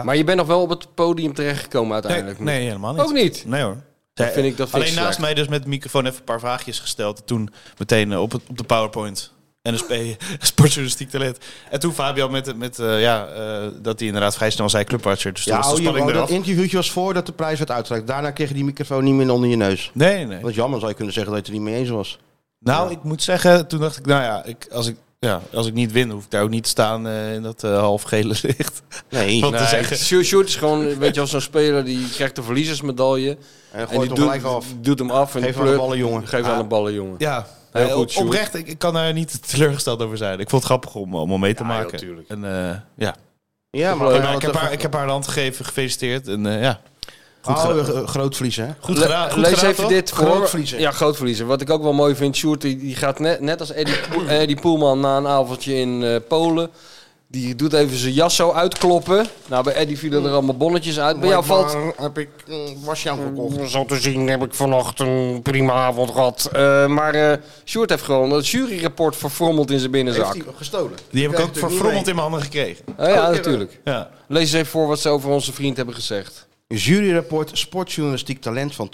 Speaker 6: Maar je bent nog wel op het podium terechtgekomen
Speaker 8: nee,
Speaker 6: uiteindelijk.
Speaker 8: nee, helemaal niet.
Speaker 6: Ook niet?
Speaker 8: Nee hoor.
Speaker 6: Dat vind ik, dat vind ik
Speaker 8: Alleen
Speaker 6: zwak.
Speaker 8: naast mij dus met de microfoon even een paar vraagjes gesteld. En Toen meteen eh, op, het, op de PowerPoint. NSP, sportjournalistiek talent. En toen Fabio met, het- met eh, ja, eh, dat hij inderdaad vrij snel zei clubwatcher. Dus toen
Speaker 5: Ja,
Speaker 8: was de
Speaker 5: hou je
Speaker 8: spanning
Speaker 5: gewoon,
Speaker 8: eraf.
Speaker 5: dat interviewtje was voordat de prijs werd uitgereikt. Daarna kreeg je die microfoon niet meer onder je neus.
Speaker 8: Nee, nee.
Speaker 5: Dat is jammer, zou je kunnen zeggen dat je het er niet mee eens was.
Speaker 8: Nou, ik moet zeggen, toen dacht ik, nou ja, ik, als, ik, ja als ik niet win, hoef ik daar ook niet te staan eh, in dat half halfgele licht.
Speaker 5: Nee,
Speaker 8: Wat
Speaker 5: en
Speaker 8: te
Speaker 6: Nee,
Speaker 8: zeggen.
Speaker 6: Sjoerd- Sjoerd is gewoon, weet je wel, zo'n speler die krijgt de verliezersmedaille.
Speaker 5: dan gooi
Speaker 6: En die
Speaker 5: je hem
Speaker 6: doet,
Speaker 5: gelijk af.
Speaker 6: doet hem af. En
Speaker 5: Geef aan
Speaker 6: die
Speaker 5: de
Speaker 6: pleurt-
Speaker 5: ballen, jongen.
Speaker 6: Geef aan de ballen, jongen.
Speaker 8: Ja,
Speaker 6: Heel
Speaker 8: eh,
Speaker 6: goed,
Speaker 8: op-
Speaker 6: Sjoerd.
Speaker 8: oprecht. Ik, ik kan daar niet teleurgesteld over zijn. Ik vond het grappig om, om al mee te
Speaker 6: Ja,
Speaker 8: maken.
Speaker 6: joh, tuurlijk. Oh,
Speaker 8: En, eh, ja.
Speaker 5: Ja, maar,
Speaker 8: Maar ik, heb haar, ik heb haar de hand gegeven, gefeliciteerd. En eh, ja, Goed,
Speaker 5: oh,
Speaker 8: gedaan.
Speaker 5: eh, groot Fries, hè?
Speaker 8: goed gedaan. Goed
Speaker 6: Lees
Speaker 8: gedaan,
Speaker 6: even
Speaker 8: toch?
Speaker 6: dit voor.
Speaker 5: Groot verliezer.
Speaker 6: Ja, groot verliezer. Wat ik ook wel mooi vind, Sjoerd die, die gaat net, net als Eddie, Eddie Poelman na een avondje in eh, Polen. Die doet even zijn jas zo uitkloppen. Nou, bij Eddie
Speaker 5: Mm.
Speaker 6: vielen er allemaal bonnetjes uit. Bij jou valt...
Speaker 9: Maar heb ik mm, was jou gekocht. Zo te zien heb ik vannacht
Speaker 6: Mm,
Speaker 9: een prima avond gehad.
Speaker 6: Eh, maar eh Sjoerd heeft gewoon dat juryrapport verfrommeld in zijn
Speaker 5: Heeft
Speaker 6: binnenzak.
Speaker 5: hij gestolen?
Speaker 8: Die heb ik ook
Speaker 5: Krijgt er niet
Speaker 8: verfrommeld
Speaker 5: mee.
Speaker 8: in mijn handen gekregen.
Speaker 6: Ah, ja,
Speaker 5: eh,
Speaker 6: natuurlijk.
Speaker 8: Ja.
Speaker 6: Lees eens even voor wat ze over onze vriend hebben gezegd.
Speaker 5: Juryrapport Sportjournalistiek Talent van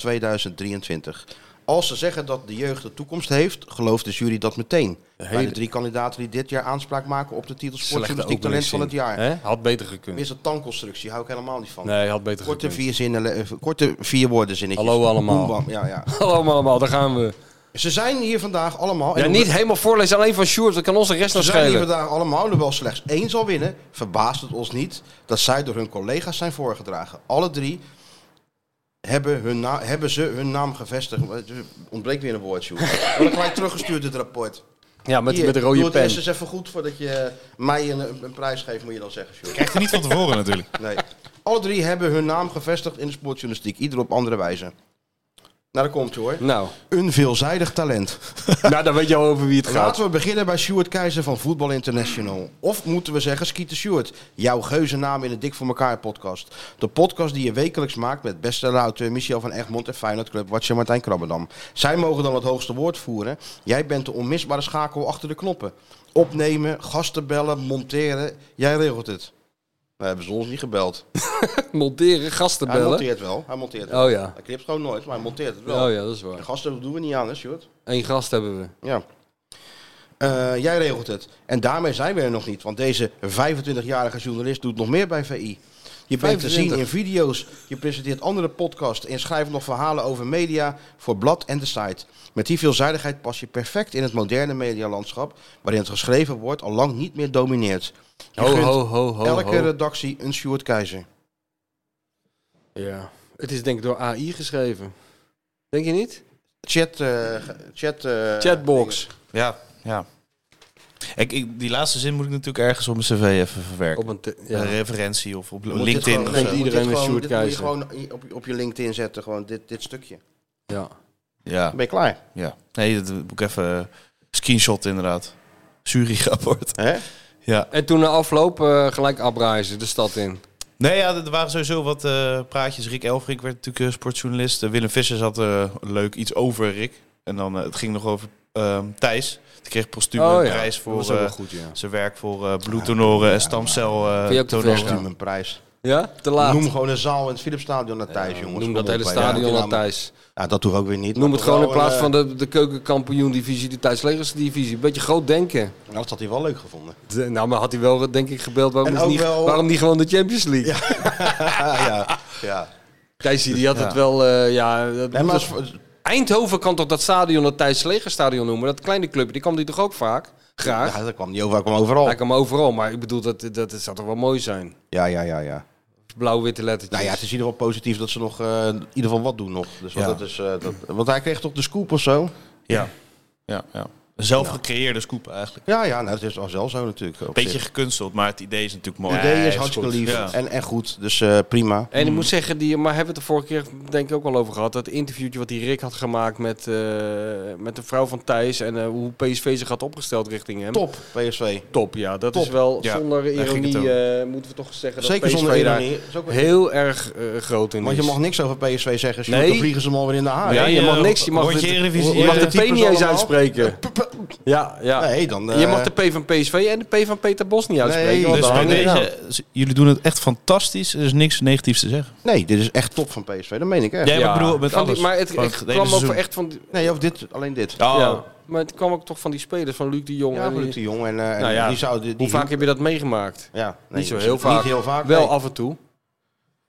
Speaker 5: 2023. Als ze zeggen dat de jeugd de toekomst heeft, gelooft de jury dat meteen. Bij de drie kandidaten die dit jaar aanspraak maken op de titel Sportjournalistiek Talent van het jaar.
Speaker 6: Hè? Had beter gekund.
Speaker 5: Mis een tandconstructie, hou ik helemaal niet van.
Speaker 6: Nee, had beter
Speaker 5: Korte
Speaker 6: gekund.
Speaker 5: vier, zinnen, eh, korte vier woorden zinnetjes.
Speaker 6: Hallo
Speaker 5: Boem,
Speaker 6: allemaal.
Speaker 5: bam, Ja, ja.
Speaker 6: Hallo allemaal, daar gaan we.
Speaker 5: Ze zijn hier vandaag allemaal.
Speaker 6: Ja,
Speaker 5: en
Speaker 6: niet helemaal voorlezen, alleen van Sjoerd. Dat kan ons de rest nog
Speaker 5: Ze zijn hier
Speaker 6: schelen.
Speaker 5: vandaag allemaal, hoewel slechts één zal winnen, verbaast het ons niet dat zij door hun collega's zijn voorgedragen. Alle drie hebben, hun na- hebben ze hun naam gevestigd. Het ontbreekt weer een woordje. We hebben gelijk teruggestuurd dit rapport.
Speaker 6: Ja, met,
Speaker 5: Hier,
Speaker 6: met de rode
Speaker 5: doe het
Speaker 6: pen.
Speaker 5: eerst eens even goed voordat je mij een, een prijs geeft, moet je dan zeggen, Sjoerd.
Speaker 8: Krijgt hij niet van tevoren natuurlijk.
Speaker 5: Nee. Alle drie hebben hun naam gevestigd in de sportjournalistiek, ieder op andere wijze. Nou, daar komt hoor.
Speaker 6: Nou,
Speaker 5: Een veelzijdig talent.
Speaker 6: nou, dan weet je al over wie het gaat.
Speaker 5: Laten we beginnen bij Stuart Keizer van Voetbal International. Of moeten we zeggen Skeeter Stuart. Jouw geuze naam in de Dik voor elkaar podcast. De podcast die je wekelijks maakt met beste auteur Michel van Egmond en Feyenoord Club Watje Martijn Krabbendam. Zij mogen dan het hoogste woord voeren. Jij bent de onmisbare schakel achter de knoppen. Opnemen, gasten bellen, monteren. Jij regelt het. We hebben ze ons niet gebeld.
Speaker 6: Monteren, gasten
Speaker 5: Hij
Speaker 6: bellen.
Speaker 5: monteert wel. Hij monteert wel.
Speaker 6: Oh ja.
Speaker 5: Hij knipt gewoon nooit, maar hij monteert het wel.
Speaker 6: Oh ja, dat is
Speaker 5: De
Speaker 6: waar.
Speaker 5: gasten doen we niet aan, hè, Stuart?
Speaker 6: Eén gast hebben we.
Speaker 5: Ja. Eh, jij regelt het. En daarmee zijn we er nog niet. Want deze 25-jarige journalist doet nog meer bij VI. Je bent te zien
Speaker 6: 25.
Speaker 5: in video's. Je presenteert andere podcasts. En schrijft nog verhalen over media voor blad en de site. Met die veelzijdigheid pas je perfect in het moderne medialandschap. Waarin het geschreven woord al lang niet meer domineert. Je
Speaker 6: Ho,
Speaker 5: gunt
Speaker 6: ho, ho, ho,
Speaker 5: elke
Speaker 6: ho.
Speaker 5: redactie een Stuart Keizer.
Speaker 6: Ja. Het is denk ik door AI geschreven. Denk je niet?
Speaker 5: Chat. eh, ge- chat eh,
Speaker 6: Chatbox.
Speaker 8: Ja, ja. Ik, ik, die laatste zin moet ik natuurlijk ergens op mijn cv even verwerken.
Speaker 6: Op een te-
Speaker 8: Een
Speaker 6: ja.
Speaker 8: referentie of op
Speaker 5: Moet dit
Speaker 8: LinkedIn.
Speaker 5: gewoon-
Speaker 8: of zo.
Speaker 5: nee, moet
Speaker 6: Iedereen
Speaker 5: dit
Speaker 6: een
Speaker 5: gewoon-
Speaker 6: Stuart
Speaker 5: dit moet je
Speaker 6: Keizer.
Speaker 5: gewoon op, op je LinkedIn zetten. Gewoon dit, dit stukje.
Speaker 6: ja.
Speaker 8: Ja,
Speaker 5: Dan ben je klaar.
Speaker 8: ja. Nee, dat moet ik even eh, screenshot inderdaad. Jury-rapport.
Speaker 5: Hè?
Speaker 8: Ja.
Speaker 6: En toen na afloop eh, gelijk abreizen de stad in.
Speaker 8: Nee, ja, er waren sowieso wat eh, praatjes. Rick Elfrink werd natuurlijk eh, sportjournalist. Eh, Willem Vissers had eh, leuk iets over Rick. En dan eh, het ging nog over ehm, Thijs. Die kreeg postuum een prijs
Speaker 6: Oh, dat
Speaker 8: voor
Speaker 6: was ook wel
Speaker 8: eh,
Speaker 6: goed, ja.
Speaker 8: zijn werk voor eh bloeddonoren en stamcel. eh,
Speaker 6: Vind je ook te veel,
Speaker 8: donoren.
Speaker 6: ja?
Speaker 5: Stuur me een prijs.
Speaker 6: Ja? Te laat.
Speaker 5: Noem gewoon een zaal in het Philipsstadion naar Thijs, jongens.
Speaker 6: Noem
Speaker 5: Kom
Speaker 6: dat
Speaker 5: op,
Speaker 6: hele
Speaker 5: hè.
Speaker 6: stadion
Speaker 5: Ja,
Speaker 6: aan Thijs.
Speaker 5: Ja, dat doe ik ook weer niet.
Speaker 6: Noem
Speaker 5: maar
Speaker 6: het gewoon in
Speaker 5: toch wel eh,
Speaker 6: plaats
Speaker 5: een,
Speaker 6: van de, de keukenkampioen-divisie, de Thijslegersdivisie. Beetje groot denken.
Speaker 5: eh, Dat had hij wel leuk gevonden.
Speaker 6: De- nou, maar had hij wel, denk ik, gebeld. Waarom,
Speaker 5: En
Speaker 6: is
Speaker 5: ook
Speaker 6: niet,
Speaker 5: wel-
Speaker 6: waarom niet gewoon de Champions League?
Speaker 5: ja, ja.
Speaker 6: Thijsie, die had het wel... eh, ja, dat
Speaker 5: Nee,
Speaker 6: moet
Speaker 5: maar
Speaker 6: het-
Speaker 5: als,
Speaker 6: Eindhoven kan toch dat stadion het Thijs Legerstadion noemen? Dat kleine clubje, die kwam die toch ook vaak? Graag.
Speaker 5: ja, dat kwam niet over, dat kwam overal.
Speaker 6: Hij kwam overal, maar ik bedoel, dat, dat, dat zou toch wel mooi zijn?
Speaker 5: Ja, ja, ja, ja.
Speaker 6: Blauw-witte lettertjes.
Speaker 5: Nou ja, het is in ieder geval positief dat ze nog eh, in ieder geval wat doen nog. Dus want
Speaker 8: Ja.
Speaker 5: dat is, eh, dat, want hij kreeg toch de scoop of zo?
Speaker 8: Ja. ja, ja. Een Zelf gecreëerde scoop eigenlijk.
Speaker 5: Ja, ja, nou, dat is al zelf zo natuurlijk. op
Speaker 8: Beetje
Speaker 5: zich.
Speaker 8: gekunsteld, maar het idee is natuurlijk mooi.
Speaker 5: Het idee
Speaker 8: Nee,
Speaker 5: is hartstikke
Speaker 8: goed.
Speaker 5: lief
Speaker 8: Ja.
Speaker 5: en, en goed, dus eh, prima.
Speaker 6: En ik moet zeggen, die, maar hebben we het de vorige keer denk ik ook al over gehad. Dat interviewtje wat die Rick had gemaakt met, eh, met de vrouw van Thijs. En eh, hoe PSV zich had opgesteld richting hem.
Speaker 5: Top, PSV.
Speaker 6: Top, ja. Dat
Speaker 5: Top.
Speaker 6: is wel,
Speaker 8: Ja,
Speaker 6: zonder
Speaker 8: daar ging
Speaker 6: ironie
Speaker 8: het
Speaker 6: eh, moeten we toch zeggen
Speaker 5: Zeker
Speaker 6: dat PSV
Speaker 5: zonder
Speaker 6: daar
Speaker 5: ironie. Is ook wel-
Speaker 6: heel erg eh, groot in
Speaker 5: Want je
Speaker 6: is.
Speaker 5: mag niks over PSV zeggen, Sjoerd,
Speaker 6: Nee.
Speaker 5: dan vliegen ze hem alweer in de haar.
Speaker 6: Ja,
Speaker 8: Nee,
Speaker 6: je mag
Speaker 8: eh,
Speaker 6: niks. Je mag,
Speaker 8: rondje
Speaker 6: de-
Speaker 8: Eredivisie,
Speaker 6: je mag de
Speaker 5: eh,
Speaker 6: P niet
Speaker 5: types
Speaker 6: eens
Speaker 5: allemaal.
Speaker 6: uitspreken. Ja, ja.
Speaker 5: Nee, dan...
Speaker 6: je
Speaker 5: eh,
Speaker 6: mag de P van PSV en de P van Peter Bos niet uitspreken.
Speaker 5: Nee,
Speaker 6: want
Speaker 8: Dus
Speaker 5: dan
Speaker 8: bij
Speaker 5: hangen we
Speaker 8: deze, z- jullie doen het echt fantastisch. Er is niks negatiefs te zeggen.
Speaker 5: Nee, dit is echt top van PSV. Dat meen ik echt.
Speaker 8: Ja, maar ik bedoel, met
Speaker 6: Van die-
Speaker 8: alles.
Speaker 6: maar het,
Speaker 8: Van
Speaker 6: het
Speaker 8: het hele
Speaker 6: kwam ook
Speaker 8: seizoen.
Speaker 6: echt van... die-
Speaker 5: Nee, of dit, alleen dit.
Speaker 6: Ja, maar het kwam ook toch van die spelers, van Luc de Jong.
Speaker 5: Oh. Ja,
Speaker 6: en die-
Speaker 5: Luc de Jong. En, eh, en
Speaker 6: Nou ja,
Speaker 5: die zou, die,
Speaker 6: Hoe vaak heb je dat meegemaakt?
Speaker 5: Ja, nee,
Speaker 6: niet zo
Speaker 5: dus
Speaker 6: heel vaak.
Speaker 5: Niet heel vaak.
Speaker 6: Wel
Speaker 5: nee.
Speaker 6: af en toe.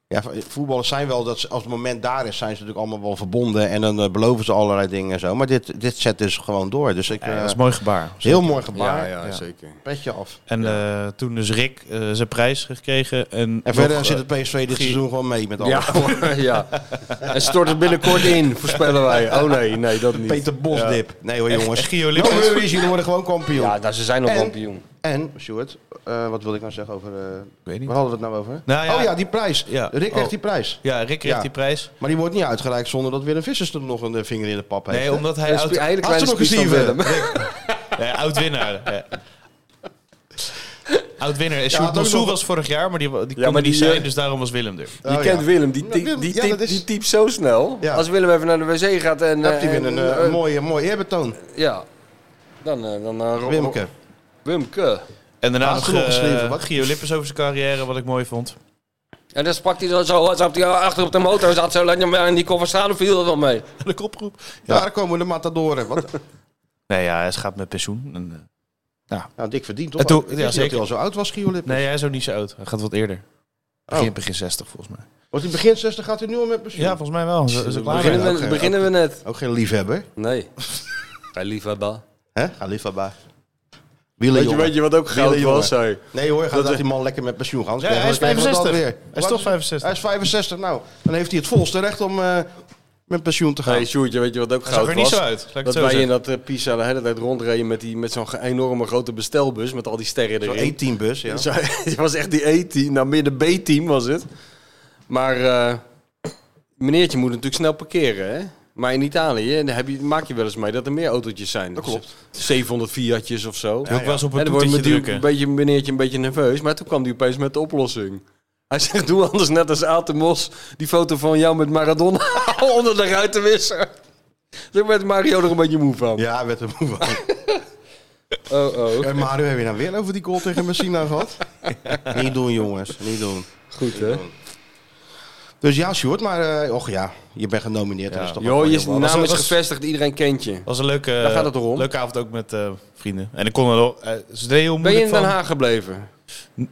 Speaker 5: Ja, v- voetballers zijn wel dat ze, als het moment daar is, zijn ze natuurlijk allemaal wel verbonden. En dan eh, beloven ze allerlei dingen en zo. Maar dit, dit zet dus gewoon door. Dus ik,
Speaker 8: Ja,
Speaker 5: eh,
Speaker 8: dat is een mooi gebaar.
Speaker 5: heel mooi gebaar.
Speaker 6: zeker.
Speaker 5: Petje af.
Speaker 8: En eh, toen dus Rick eh, zijn prijs gekregen. En,
Speaker 5: En verder
Speaker 8: nog,
Speaker 5: zit
Speaker 8: eh,
Speaker 5: het PSV dit seizoen gewoon mee met alles.
Speaker 6: Ja, hoor, ja. En stort het binnenkort in, voorspellen wij. Oh nee, nee, dat niet.
Speaker 5: Peter Bosdip. Nee hoor
Speaker 8: echt-
Speaker 5: jongens. Oh,
Speaker 8: echt Gio
Speaker 5: No
Speaker 8: Lippens.
Speaker 5: worries, jullie worden gewoon kampioen.
Speaker 6: Ja, nou, ze zijn al
Speaker 5: En-
Speaker 6: kampioen.
Speaker 5: En, Stuart, eh, wat wilde ik nou zeggen over... eh,
Speaker 8: weet niet.
Speaker 5: waar hadden we het nou over?
Speaker 8: Nou ja.
Speaker 5: Oh ja, die prijs.
Speaker 8: Ja.
Speaker 5: Rick
Speaker 8: Oh.
Speaker 5: kreeg die prijs.
Speaker 8: Ja, Rick kreeg
Speaker 5: Ja.
Speaker 8: die prijs.
Speaker 5: Maar die wordt niet uitgereikt zonder dat Willem Vissers er nog een eh, vinger in de pap heeft.
Speaker 8: Nee,
Speaker 5: hè?
Speaker 8: omdat hij
Speaker 6: Een spe-
Speaker 8: oud,
Speaker 6: hele kleine
Speaker 5: nog een
Speaker 6: spies van
Speaker 5: Steven?
Speaker 6: Willem.
Speaker 8: ja, oud winnaar. Ja. Oud winnaar.
Speaker 5: had
Speaker 8: Sjoerd
Speaker 5: ook
Speaker 8: Mansou
Speaker 5: nog-
Speaker 8: was vorig jaar, maar die, die kon er
Speaker 6: maar
Speaker 8: niet
Speaker 6: die,
Speaker 8: zijn,
Speaker 6: eh,
Speaker 8: dus daarom was Willem er.
Speaker 5: Oh,
Speaker 6: je
Speaker 5: ja.
Speaker 6: kent Willem, die,
Speaker 5: Ja,
Speaker 6: ty-
Speaker 5: Willem,
Speaker 6: die,
Speaker 5: ja,
Speaker 6: typ-
Speaker 5: dat is-
Speaker 6: die typt zo snel.
Speaker 5: Ja.
Speaker 6: Als Willem even naar de wc gaat en...
Speaker 5: Dan
Speaker 6: eh,
Speaker 5: heeft hij weer
Speaker 6: en,
Speaker 5: een, eh,
Speaker 6: eh, Oh,
Speaker 5: een mooie, mooie eerbetoon.
Speaker 6: Ja. Dan, eh, dan eh, Rob-
Speaker 5: Wimke.
Speaker 6: Wimke.
Speaker 8: En daarna
Speaker 5: Had
Speaker 8: had
Speaker 5: genoeg geschreven,
Speaker 8: uh,
Speaker 5: wat?
Speaker 8: Gio Lippens over zijn carrière, wat ik mooi vond.
Speaker 6: En dan sprak hij dan zo, alsof hij achter op de motor zat, zo lang en die kon van staan, of viel dat wel mee.
Speaker 8: De kopgroep.
Speaker 5: Daar komen de matadoren. Wat?
Speaker 8: Nee, ja, hij gaat met pensioen. En, eh,
Speaker 5: Nou, dik verdiend, toch?
Speaker 8: En toen-
Speaker 5: Ik wist
Speaker 8: ja,
Speaker 5: niet Dat
Speaker 8: zeker.
Speaker 5: hij al zo oud was, Giolip.
Speaker 8: nee, hij is ook niet zo oud. Hij gaat wat eerder. Begin,
Speaker 5: Oh.
Speaker 8: begin 60 volgens mij.
Speaker 5: Want in begin 60 gaat hij nu al met pensioen.
Speaker 8: Ja, volgens mij wel. Zo, zo klaar.
Speaker 5: Beginnen
Speaker 6: Beginnen
Speaker 5: ook,
Speaker 6: we,
Speaker 5: eh,
Speaker 6: beginnen we net.
Speaker 5: Ook geen liefhebber.
Speaker 6: Nee. Bij liefhebber.
Speaker 5: Hè? Ga liefhebber.
Speaker 6: Weet je, weet je wat ook goud
Speaker 5: Hele
Speaker 6: was?
Speaker 5: jongen.
Speaker 6: hè?
Speaker 5: Nee hoor, gaat dat die man lekker met pensioen gaan.
Speaker 8: Ja, hij is
Speaker 5: Krijgen we dat
Speaker 8: 65.
Speaker 5: weer.
Speaker 8: Hij is toch 65.
Speaker 5: Hij is 65. Nou, dan heeft hij het volste recht om eh, met pensioen te gaan.
Speaker 6: Hey, Sjoerdje, weet je wat ook
Speaker 8: Nou. Hij zag
Speaker 6: goud
Speaker 8: er niet
Speaker 6: was?
Speaker 8: zo uit. Laat ik het
Speaker 6: Dat
Speaker 8: zo
Speaker 6: wij in
Speaker 8: zeggen.
Speaker 6: dat eh, Pisa de hele tijd rondreden met, die- met zo'n enorme grote bestelbus met al die sterren
Speaker 5: Zo'n
Speaker 6: erin.
Speaker 5: E-teambus, ja.
Speaker 6: Zo, het was echt die E-team, nou meer de B-team was het. Maar eh, meneertje moet natuurlijk snel parkeren, hè? Maar in Italië eh, daar heb je, maak je wel eens mee dat er meer autootjes zijn. Dat
Speaker 5: klopt.
Speaker 6: 700 Fiatjes of zo.
Speaker 8: Ook wel eens op
Speaker 6: En
Speaker 8: een
Speaker 6: dan wordt
Speaker 8: toetje
Speaker 6: natuurlijk een
Speaker 8: drukken.
Speaker 6: beetje, meneertje een beetje nerveus. Maar toen kwam hij opeens met de oplossing. Hij zegt, doe anders net als Atemos die foto van jou met Maradona onder de ruitenwisser. Daar werd Mario er een beetje moe van.
Speaker 5: Ja, hij werd er moe van.
Speaker 6: Oh, oh.
Speaker 5: En Mario, heb je nou weer over die goal tegen Messina gehad? Niet doen, jongens. Niet doen.
Speaker 6: Goed, hè?
Speaker 5: Dus ja, Sjoerd, maar... eh och ja, je bent genomineerd. Dat is toch
Speaker 6: Joh,
Speaker 5: ook wel
Speaker 6: je
Speaker 5: heel wat.
Speaker 6: naam is
Speaker 8: was- was-
Speaker 6: gevestigd, iedereen kent je.
Speaker 8: was een leuke,
Speaker 6: Daar gaat het toch om?
Speaker 8: leuke avond ook met eh, vrienden. En ik kon er wel... eh, ze deden heel
Speaker 6: Ben je
Speaker 8: moeilijk
Speaker 6: in Den
Speaker 8: van-
Speaker 6: Haag gebleven?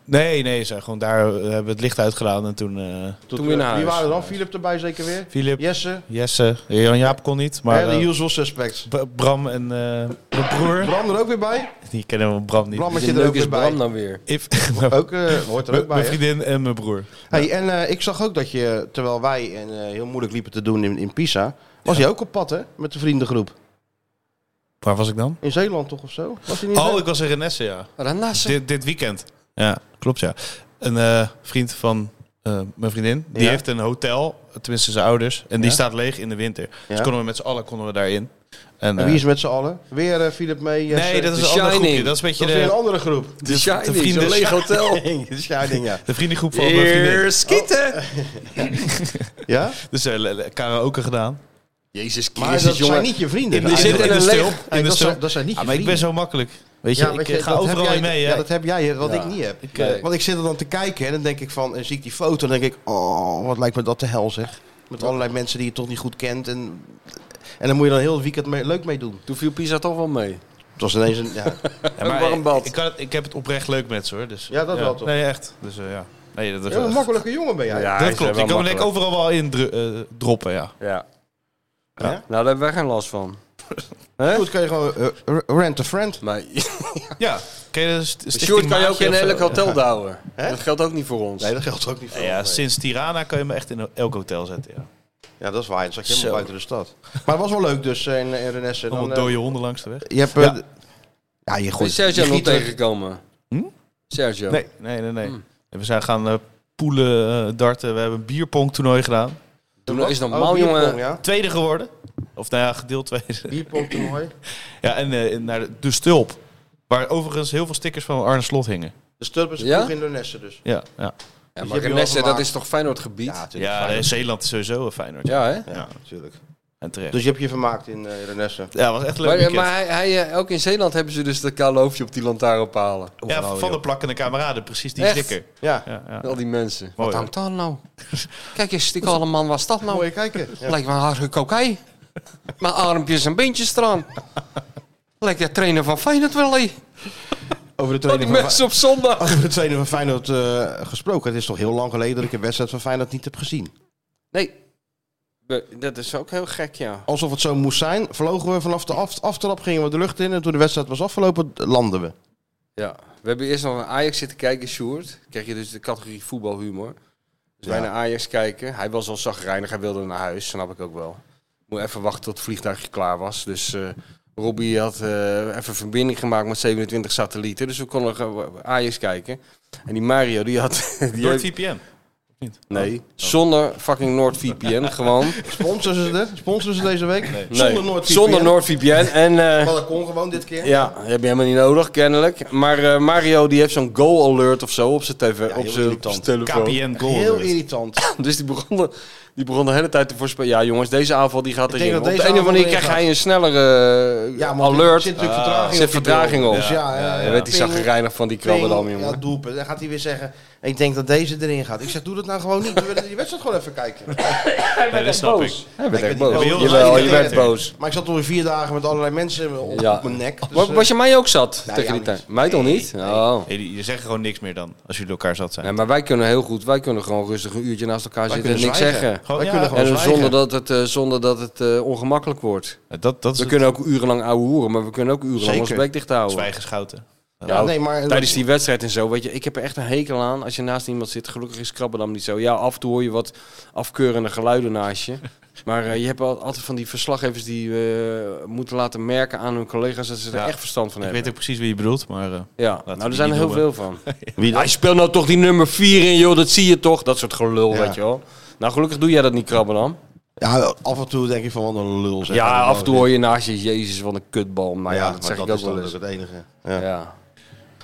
Speaker 8: Nee, nee. Ze zijn gewoon daar eh, hebben we het licht uitgedaan. En toen eh
Speaker 6: toen we naar
Speaker 5: Wie
Speaker 6: huis.
Speaker 5: waren er dan? Philip erbij zeker weer?
Speaker 8: Philip,
Speaker 5: Jesse?
Speaker 8: Jesse, Jan-Jaap kon niet.
Speaker 5: Maar,
Speaker 8: Maar
Speaker 5: de
Speaker 8: eh,
Speaker 5: usual suspects.
Speaker 8: B- Bram en eh, mijn broer.
Speaker 5: Bram er ook weer bij?
Speaker 8: Die kennen we Bram niet.
Speaker 5: Brammetje
Speaker 6: Hoe
Speaker 5: er ook
Speaker 6: leuk is
Speaker 5: weer bij.
Speaker 6: Bram Oh, dan weer?
Speaker 8: If,
Speaker 5: Ook, eh, hoort er ook bij,
Speaker 8: mijn mijn
Speaker 5: hè?
Speaker 8: vriendin en mijn broer.
Speaker 5: Hey, en eh, ik zag ook dat je, terwijl wij en, eh, heel moeilijk liepen te doen in, in Pisa, was hij ook op pad, hè? Met de vriendengroep.
Speaker 8: Waar was ik dan?
Speaker 5: In Zeeland toch of zo? Was hij niet
Speaker 8: Oh,
Speaker 5: bij?
Speaker 8: ik was in Renesse, ja.
Speaker 6: Ranasse.
Speaker 8: Dit, dit weekend. Ja, klopt, ja. Een eh, vriend van eh, mijn vriendin, die
Speaker 5: Ja.
Speaker 8: heeft een hotel, tenminste zijn ouders, en die staat leeg in de winter.
Speaker 5: Ja.
Speaker 8: Dus konden we met z'n allen konden we daarin. En,
Speaker 5: En
Speaker 8: eh,
Speaker 5: wie is met z'n allen? Weer eh, Philip mee? Jesse.
Speaker 8: nee, dat is
Speaker 6: The
Speaker 8: een ander
Speaker 6: Shining.
Speaker 8: groepje. Dat is een beetje
Speaker 5: Dat is weer een
Speaker 8: de,
Speaker 5: andere groep.
Speaker 6: De Shining,
Speaker 8: de vrienden-
Speaker 6: zo'n leeg hotel.
Speaker 5: Shining, ja.
Speaker 8: de vriendengroep van mijn vriendin.
Speaker 6: Hier, skieten!
Speaker 5: ja?
Speaker 8: Dus eh, le- le- karaoke gedaan.
Speaker 6: Jezus
Speaker 5: Maar dat
Speaker 6: Christus, jongen.
Speaker 5: zijn niet je vrienden.
Speaker 6: die
Speaker 5: Ah,
Speaker 6: zit in
Speaker 5: dat-
Speaker 6: een
Speaker 8: stil.
Speaker 6: leeg-
Speaker 8: In
Speaker 5: dat
Speaker 8: de
Speaker 5: zijn-
Speaker 8: stil.
Speaker 5: dat zijn niet
Speaker 8: Ah,
Speaker 5: je
Speaker 8: maar ik ben
Speaker 5: vrienden.
Speaker 8: zo makkelijk. Weet je,
Speaker 5: Ja,
Speaker 8: ik
Speaker 5: weet
Speaker 8: eh,
Speaker 5: je,
Speaker 8: ga
Speaker 5: dat heb
Speaker 8: overal
Speaker 5: jij-
Speaker 8: in mee. hè.
Speaker 5: Ja, dat heb jij, wat ik niet heb.
Speaker 8: Ik, eh,
Speaker 5: Want ik zit er dan te kijken en dan denk ik van, en zie ik die foto en denk ik, oh, wat lijkt me dat de hel zeg. Met allerlei mensen die je toch niet goed kent. En, en dan moet je dan heel het weekend mee, leuk mee doen.
Speaker 6: Toen viel Pisa toch wel mee.
Speaker 5: Het was ineens een, ja,
Speaker 8: Ja,
Speaker 6: Een warm bad.
Speaker 8: Ik, ik, kan het- ik heb het oprecht leuk met ze hoor. Dus,
Speaker 5: Ja, dat wel toch?
Speaker 8: Nee, echt. Dus eh, ja. Nee, dat, dat,
Speaker 5: heel makkelijke jongen ben jij.
Speaker 8: dat klopt. Ik kan lekker
Speaker 6: over.
Speaker 8: overal wel in dru- eh, droppen, ja.
Speaker 6: Ja.
Speaker 5: Ja.
Speaker 6: Nou, daar hebben wij geen last van. Hè?
Speaker 5: Goed, kan je gewoon eh, r- rent a friend.
Speaker 6: Maar
Speaker 8: Ja. Ken je de st- Stichting
Speaker 6: Sjoerd kan je ook
Speaker 8: Maatje
Speaker 6: in
Speaker 8: of zo?
Speaker 6: elk hotel douwen.
Speaker 5: Hè?
Speaker 6: Dat geldt ook niet voor ons.
Speaker 5: Nee, dat geldt ook niet voor
Speaker 8: Ja, ja,
Speaker 5: ons, nee.
Speaker 8: sinds Tirana kan je me echt in elk hotel zetten, ja.
Speaker 5: Ja, dat is waar. Dat zat je helemaal
Speaker 6: Zo.
Speaker 5: buiten de stad. Maar het was wel leuk dus eh, in, in Renesse. Dan,
Speaker 8: Allemaal
Speaker 5: eh,
Speaker 8: dode honden langs de weg.
Speaker 5: je hebt... eh,
Speaker 8: Ja.
Speaker 5: d- ja, je
Speaker 6: Is
Speaker 5: gooit...
Speaker 6: Sergio
Speaker 5: je
Speaker 6: nog
Speaker 5: giet er-
Speaker 6: tegengekomen?
Speaker 8: Hm?
Speaker 6: Sergio.
Speaker 8: Nee, nee, nee. nee. We zijn gaan eh, poelen, eh, darten. We hebben een bierpongtoernooi gedaan.
Speaker 6: Doe nou eens
Speaker 5: Oh,
Speaker 6: normaal,
Speaker 5: bierpong,
Speaker 6: jongen.
Speaker 5: ja.
Speaker 8: Tweede geworden. Of nou ja, gedeeld tweede.
Speaker 5: Bierpong toernooi.
Speaker 8: Ja, en eh, naar de, de Stulp. Waar overigens heel veel stickers van Arne Slot hingen.
Speaker 5: De Sturp is
Speaker 6: Ja?
Speaker 5: vroeg in Renesse dus.
Speaker 8: Ja, ja.
Speaker 6: Ja,
Speaker 5: je
Speaker 6: maar
Speaker 5: hebt je wel
Speaker 6: Renesse, dat
Speaker 5: vermaakt.
Speaker 6: is toch Feyenoord gebied? Ja,
Speaker 5: natuurlijk.
Speaker 8: ja
Speaker 5: Fijn.
Speaker 8: nee, Zeeland is sowieso een Feyenoord. Ja.
Speaker 6: hè?
Speaker 5: Ja, natuurlijk.
Speaker 8: En terecht.
Speaker 5: Dus je hebt je vermaakt in eh Renesse.
Speaker 8: ja, het was echt een leuk
Speaker 6: Maar,
Speaker 8: weekend.
Speaker 6: maar hij, hij, eh, ook in Zeeland hebben ze dus dat kale hoofdje op die lantaarnpalen.
Speaker 8: ja, van de plakkende kameraden, precies die
Speaker 6: Echt?
Speaker 8: sticker.
Speaker 5: Ja.
Speaker 8: Ja, ja.
Speaker 6: Al die mensen.
Speaker 8: Mooi,
Speaker 6: Wat hangt daar nou? Kijk eens, die kale man, wat is dat nou?
Speaker 5: Mooi kijken. Ja.
Speaker 6: Lijkt me een harde kokei. Mijn armpjes en beentjes eraan. Lijkt de trainer van Feyenoord wel, hé.
Speaker 5: Over de
Speaker 6: Al die
Speaker 5: trainer van,
Speaker 6: mensen op zondag.
Speaker 5: over de trainer van Feyenoord eh, gesproken. Het is toch heel lang geleden dat ik een wedstrijd van Feyenoord niet heb gezien.
Speaker 6: Nee. We- Dat is ook heel gek, ja.
Speaker 5: Alsof het zo moest zijn, vlogen we vanaf de af- aftrap, gingen we de lucht in. En toen de wedstrijd was afgelopen, landden we.
Speaker 6: Ja, we hebben eerst nog een Ajax zitten kijken, Sjoerd. Krijg je dus de categorie voetbalhumor. Dus wij
Speaker 5: Ja.
Speaker 6: naar Ajax kijken. Hij was al zagrijnig, hij wilde naar huis, snap ik ook wel. Moet even wachten tot het vliegtuigje klaar was. Dus eh, Robbie had eh, even verbinding gemaakt met 27 satellieten. Dus we konden gewoon Ajax kijken. En die Mario, die had... Die
Speaker 8: Door
Speaker 6: had-
Speaker 8: het VPN.
Speaker 5: Oh.
Speaker 6: nee, zonder fucking NordVPN. gewoon.
Speaker 5: Sponsoren ze het? Sponsoren ze deze week?
Speaker 8: Nee.
Speaker 5: Zonder
Speaker 6: Nee,
Speaker 5: Noord.
Speaker 6: Zonder NordVPN. En... eh,
Speaker 5: Balkon gewoon dit keer.
Speaker 6: Ja, heb je helemaal niet nodig, kennelijk. Maar eh, Mario die heeft zo'n goal alert of zo op zijn tv, op
Speaker 5: heel
Speaker 6: zijn
Speaker 5: irritant.
Speaker 6: telefoon.
Speaker 8: KPN Goal.
Speaker 5: Heel
Speaker 8: Alert.
Speaker 5: irritant.
Speaker 6: Dus die begon, de, die begon de hele tijd te voorspellen. Ja, jongens, deze aanval die gaat
Speaker 5: Ik
Speaker 6: erin.
Speaker 5: denk dat
Speaker 6: Op de
Speaker 5: deze
Speaker 6: ene of andere manier
Speaker 5: aanval
Speaker 6: krijg hij een snellere eh,
Speaker 5: Ja, want er
Speaker 6: alert.
Speaker 5: zit natuurlijk vertraging
Speaker 6: zit
Speaker 5: op die
Speaker 6: vertraging
Speaker 5: goal.
Speaker 6: op.
Speaker 5: Dus ja, ja, ja.
Speaker 6: Dan werd die
Speaker 5: Ping,
Speaker 6: zagrijnig van die
Speaker 5: ping,
Speaker 6: krabbedam,
Speaker 5: Ja,
Speaker 6: jongen.
Speaker 5: doelpunt. Dan gaat hij weer zeggen, ik denk dat deze erin gaat. Ik zeg, doe dat nou gewoon niet. We willen die wedstrijd gewoon even kijken.
Speaker 8: Nee, dat snap ik.
Speaker 6: Hij werd
Speaker 5: Ik
Speaker 6: echt
Speaker 5: ben
Speaker 6: boos.
Speaker 5: niet boos. Ik
Speaker 6: Jawel, je
Speaker 5: ben
Speaker 6: werd
Speaker 5: niet
Speaker 6: boos.
Speaker 5: Maar ik zat alweer vier dagen met allerlei mensen op,
Speaker 6: Ja.
Speaker 5: op mijn nek. Dus,
Speaker 6: Was,
Speaker 5: eh,
Speaker 6: was je mij ook zat
Speaker 5: Nee,
Speaker 6: tegen
Speaker 5: jou
Speaker 6: die tijd?
Speaker 5: niet.
Speaker 6: Mij toch niet? Oh.
Speaker 8: Hey, die- je zegt gewoon niks meer dan, als jullie elkaar zat zijn.
Speaker 6: Nee, maar wij kunnen heel goed, wij kunnen gewoon rustig een uurtje naast elkaar zitten en
Speaker 5: kunnen
Speaker 6: niks
Speaker 5: zwijgen.
Speaker 6: zeggen.
Speaker 8: Gewoon,
Speaker 5: wij
Speaker 8: ja,
Speaker 5: kunnen gewoon
Speaker 6: En
Speaker 5: zwijgen.
Speaker 6: zonder dat het, eh, zonder dat het eh, ongemakkelijk wordt.
Speaker 8: dat, dat is
Speaker 6: We kunnen ook urenlang ouwe hoeren, maar we kunnen ook urenlang
Speaker 5: Zeker.
Speaker 6: ons bek dicht houden.
Speaker 8: zwijgenschouten.
Speaker 5: Ja, nee, maar...
Speaker 6: Nou, Tijdens die wedstrijd en zo, weet je, ik heb er echt een hekel aan. Als je naast iemand zit, gelukkig is Krabbendam niet zo. Ja, af en toe hoor je wat afkeurende geluiden naast je. Maar eh, je hebt al- altijd van die verslaggevers die eh, moeten laten merken aan hun collega's dat ze er
Speaker 8: Ja.
Speaker 6: echt verstand van
Speaker 8: Ik
Speaker 6: hebben.
Speaker 8: weet ook precies wie je bedoelt, maar... eh,
Speaker 6: Ja,
Speaker 8: we
Speaker 6: nou, er
Speaker 8: die
Speaker 6: zijn er
Speaker 8: niet
Speaker 6: heel veel
Speaker 8: noemen.
Speaker 6: van. Hij speelt nou toch die nummer 4 in, joh, dat zie je toch? Dat soort gelul, weet je wel. Nou, gelukkig doe jij dat niet, Krabbendam.
Speaker 5: Ja, af en toe denk ik van, wat een lul. zeg.
Speaker 6: Ja,
Speaker 5: Maar
Speaker 6: af en toe
Speaker 5: dan-
Speaker 6: hoor je naast je, jezus, wat een kutbal. Nou ja, dat
Speaker 5: maar
Speaker 6: zeg ik
Speaker 5: is
Speaker 6: ook wel
Speaker 5: dan dus-
Speaker 6: eens.
Speaker 5: het enige. Ja.
Speaker 6: Ja.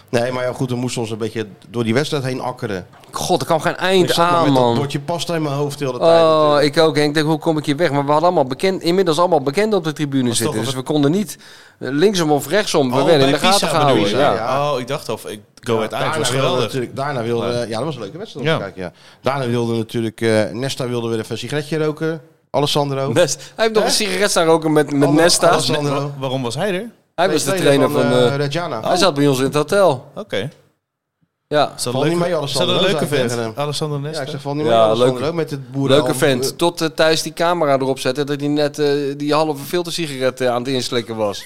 Speaker 5: Nee, maar ja, goed, we moesten ons een beetje door die wedstrijd heen akkeren.
Speaker 6: God, er kwam geen
Speaker 5: Ik
Speaker 6: eind
Speaker 5: zat maar
Speaker 6: aan,
Speaker 5: met dat
Speaker 6: man.
Speaker 5: bordje pasta in mijn hoofd de hele tijd.
Speaker 6: Oh, ik ook. En ik denk, hoe kom ik hier weg? Maar we hadden allemaal bekend, inmiddels allemaal bekend op de tribune
Speaker 8: toch
Speaker 6: zitten.
Speaker 8: een-
Speaker 6: Dus we konden niet eh, linksom of rechtsom. We
Speaker 8: Oh,
Speaker 6: werden in de
Speaker 8: bij
Speaker 6: gaten
Speaker 8: Pisa
Speaker 6: gehouden.
Speaker 8: bedoel je?
Speaker 6: Ja.
Speaker 5: ja.
Speaker 8: Oh, ik dacht al, ik, Go Ahead Ajax was
Speaker 5: wilde
Speaker 8: geweldig.
Speaker 5: natuurlijk- daarna wilde, ja. dat was een leuke wedstrijd. om
Speaker 8: Ja.
Speaker 5: te kijken, ja. Daarna wilde natuurlijk eh, Nesta wilde weer even een sigaretje roken. Alessandro.
Speaker 6: Nest- Hij heeft nog een sigaret staan roken met, met
Speaker 5: Alle-
Speaker 6: Nesta.
Speaker 5: alles-
Speaker 8: Nee,
Speaker 5: Sandro.
Speaker 8: wa- waarom was hij er?
Speaker 6: Hij was de trainer van...
Speaker 5: eh,
Speaker 6: eh,
Speaker 5: Reggiana.
Speaker 6: Hij zat bij ons in het hotel.
Speaker 8: Oké.
Speaker 6: Ja,
Speaker 8: Is dat
Speaker 5: Valt
Speaker 8: leuk-
Speaker 5: niet mee,
Speaker 8: is dat
Speaker 5: Alessandro,
Speaker 8: een leuke
Speaker 5: zei ik tegen
Speaker 8: vent?
Speaker 5: hem.
Speaker 8: Alessandro
Speaker 5: ja,
Speaker 8: Nesta.
Speaker 5: ik zeg van niet
Speaker 6: Ja,
Speaker 5: meer Alessandro
Speaker 6: leuke-
Speaker 5: met het boeren.
Speaker 6: leuke vent. Tot eh, thuis die camera erop zette dat hij net eh, die halve filtersigaret eh, aan het inslikken was.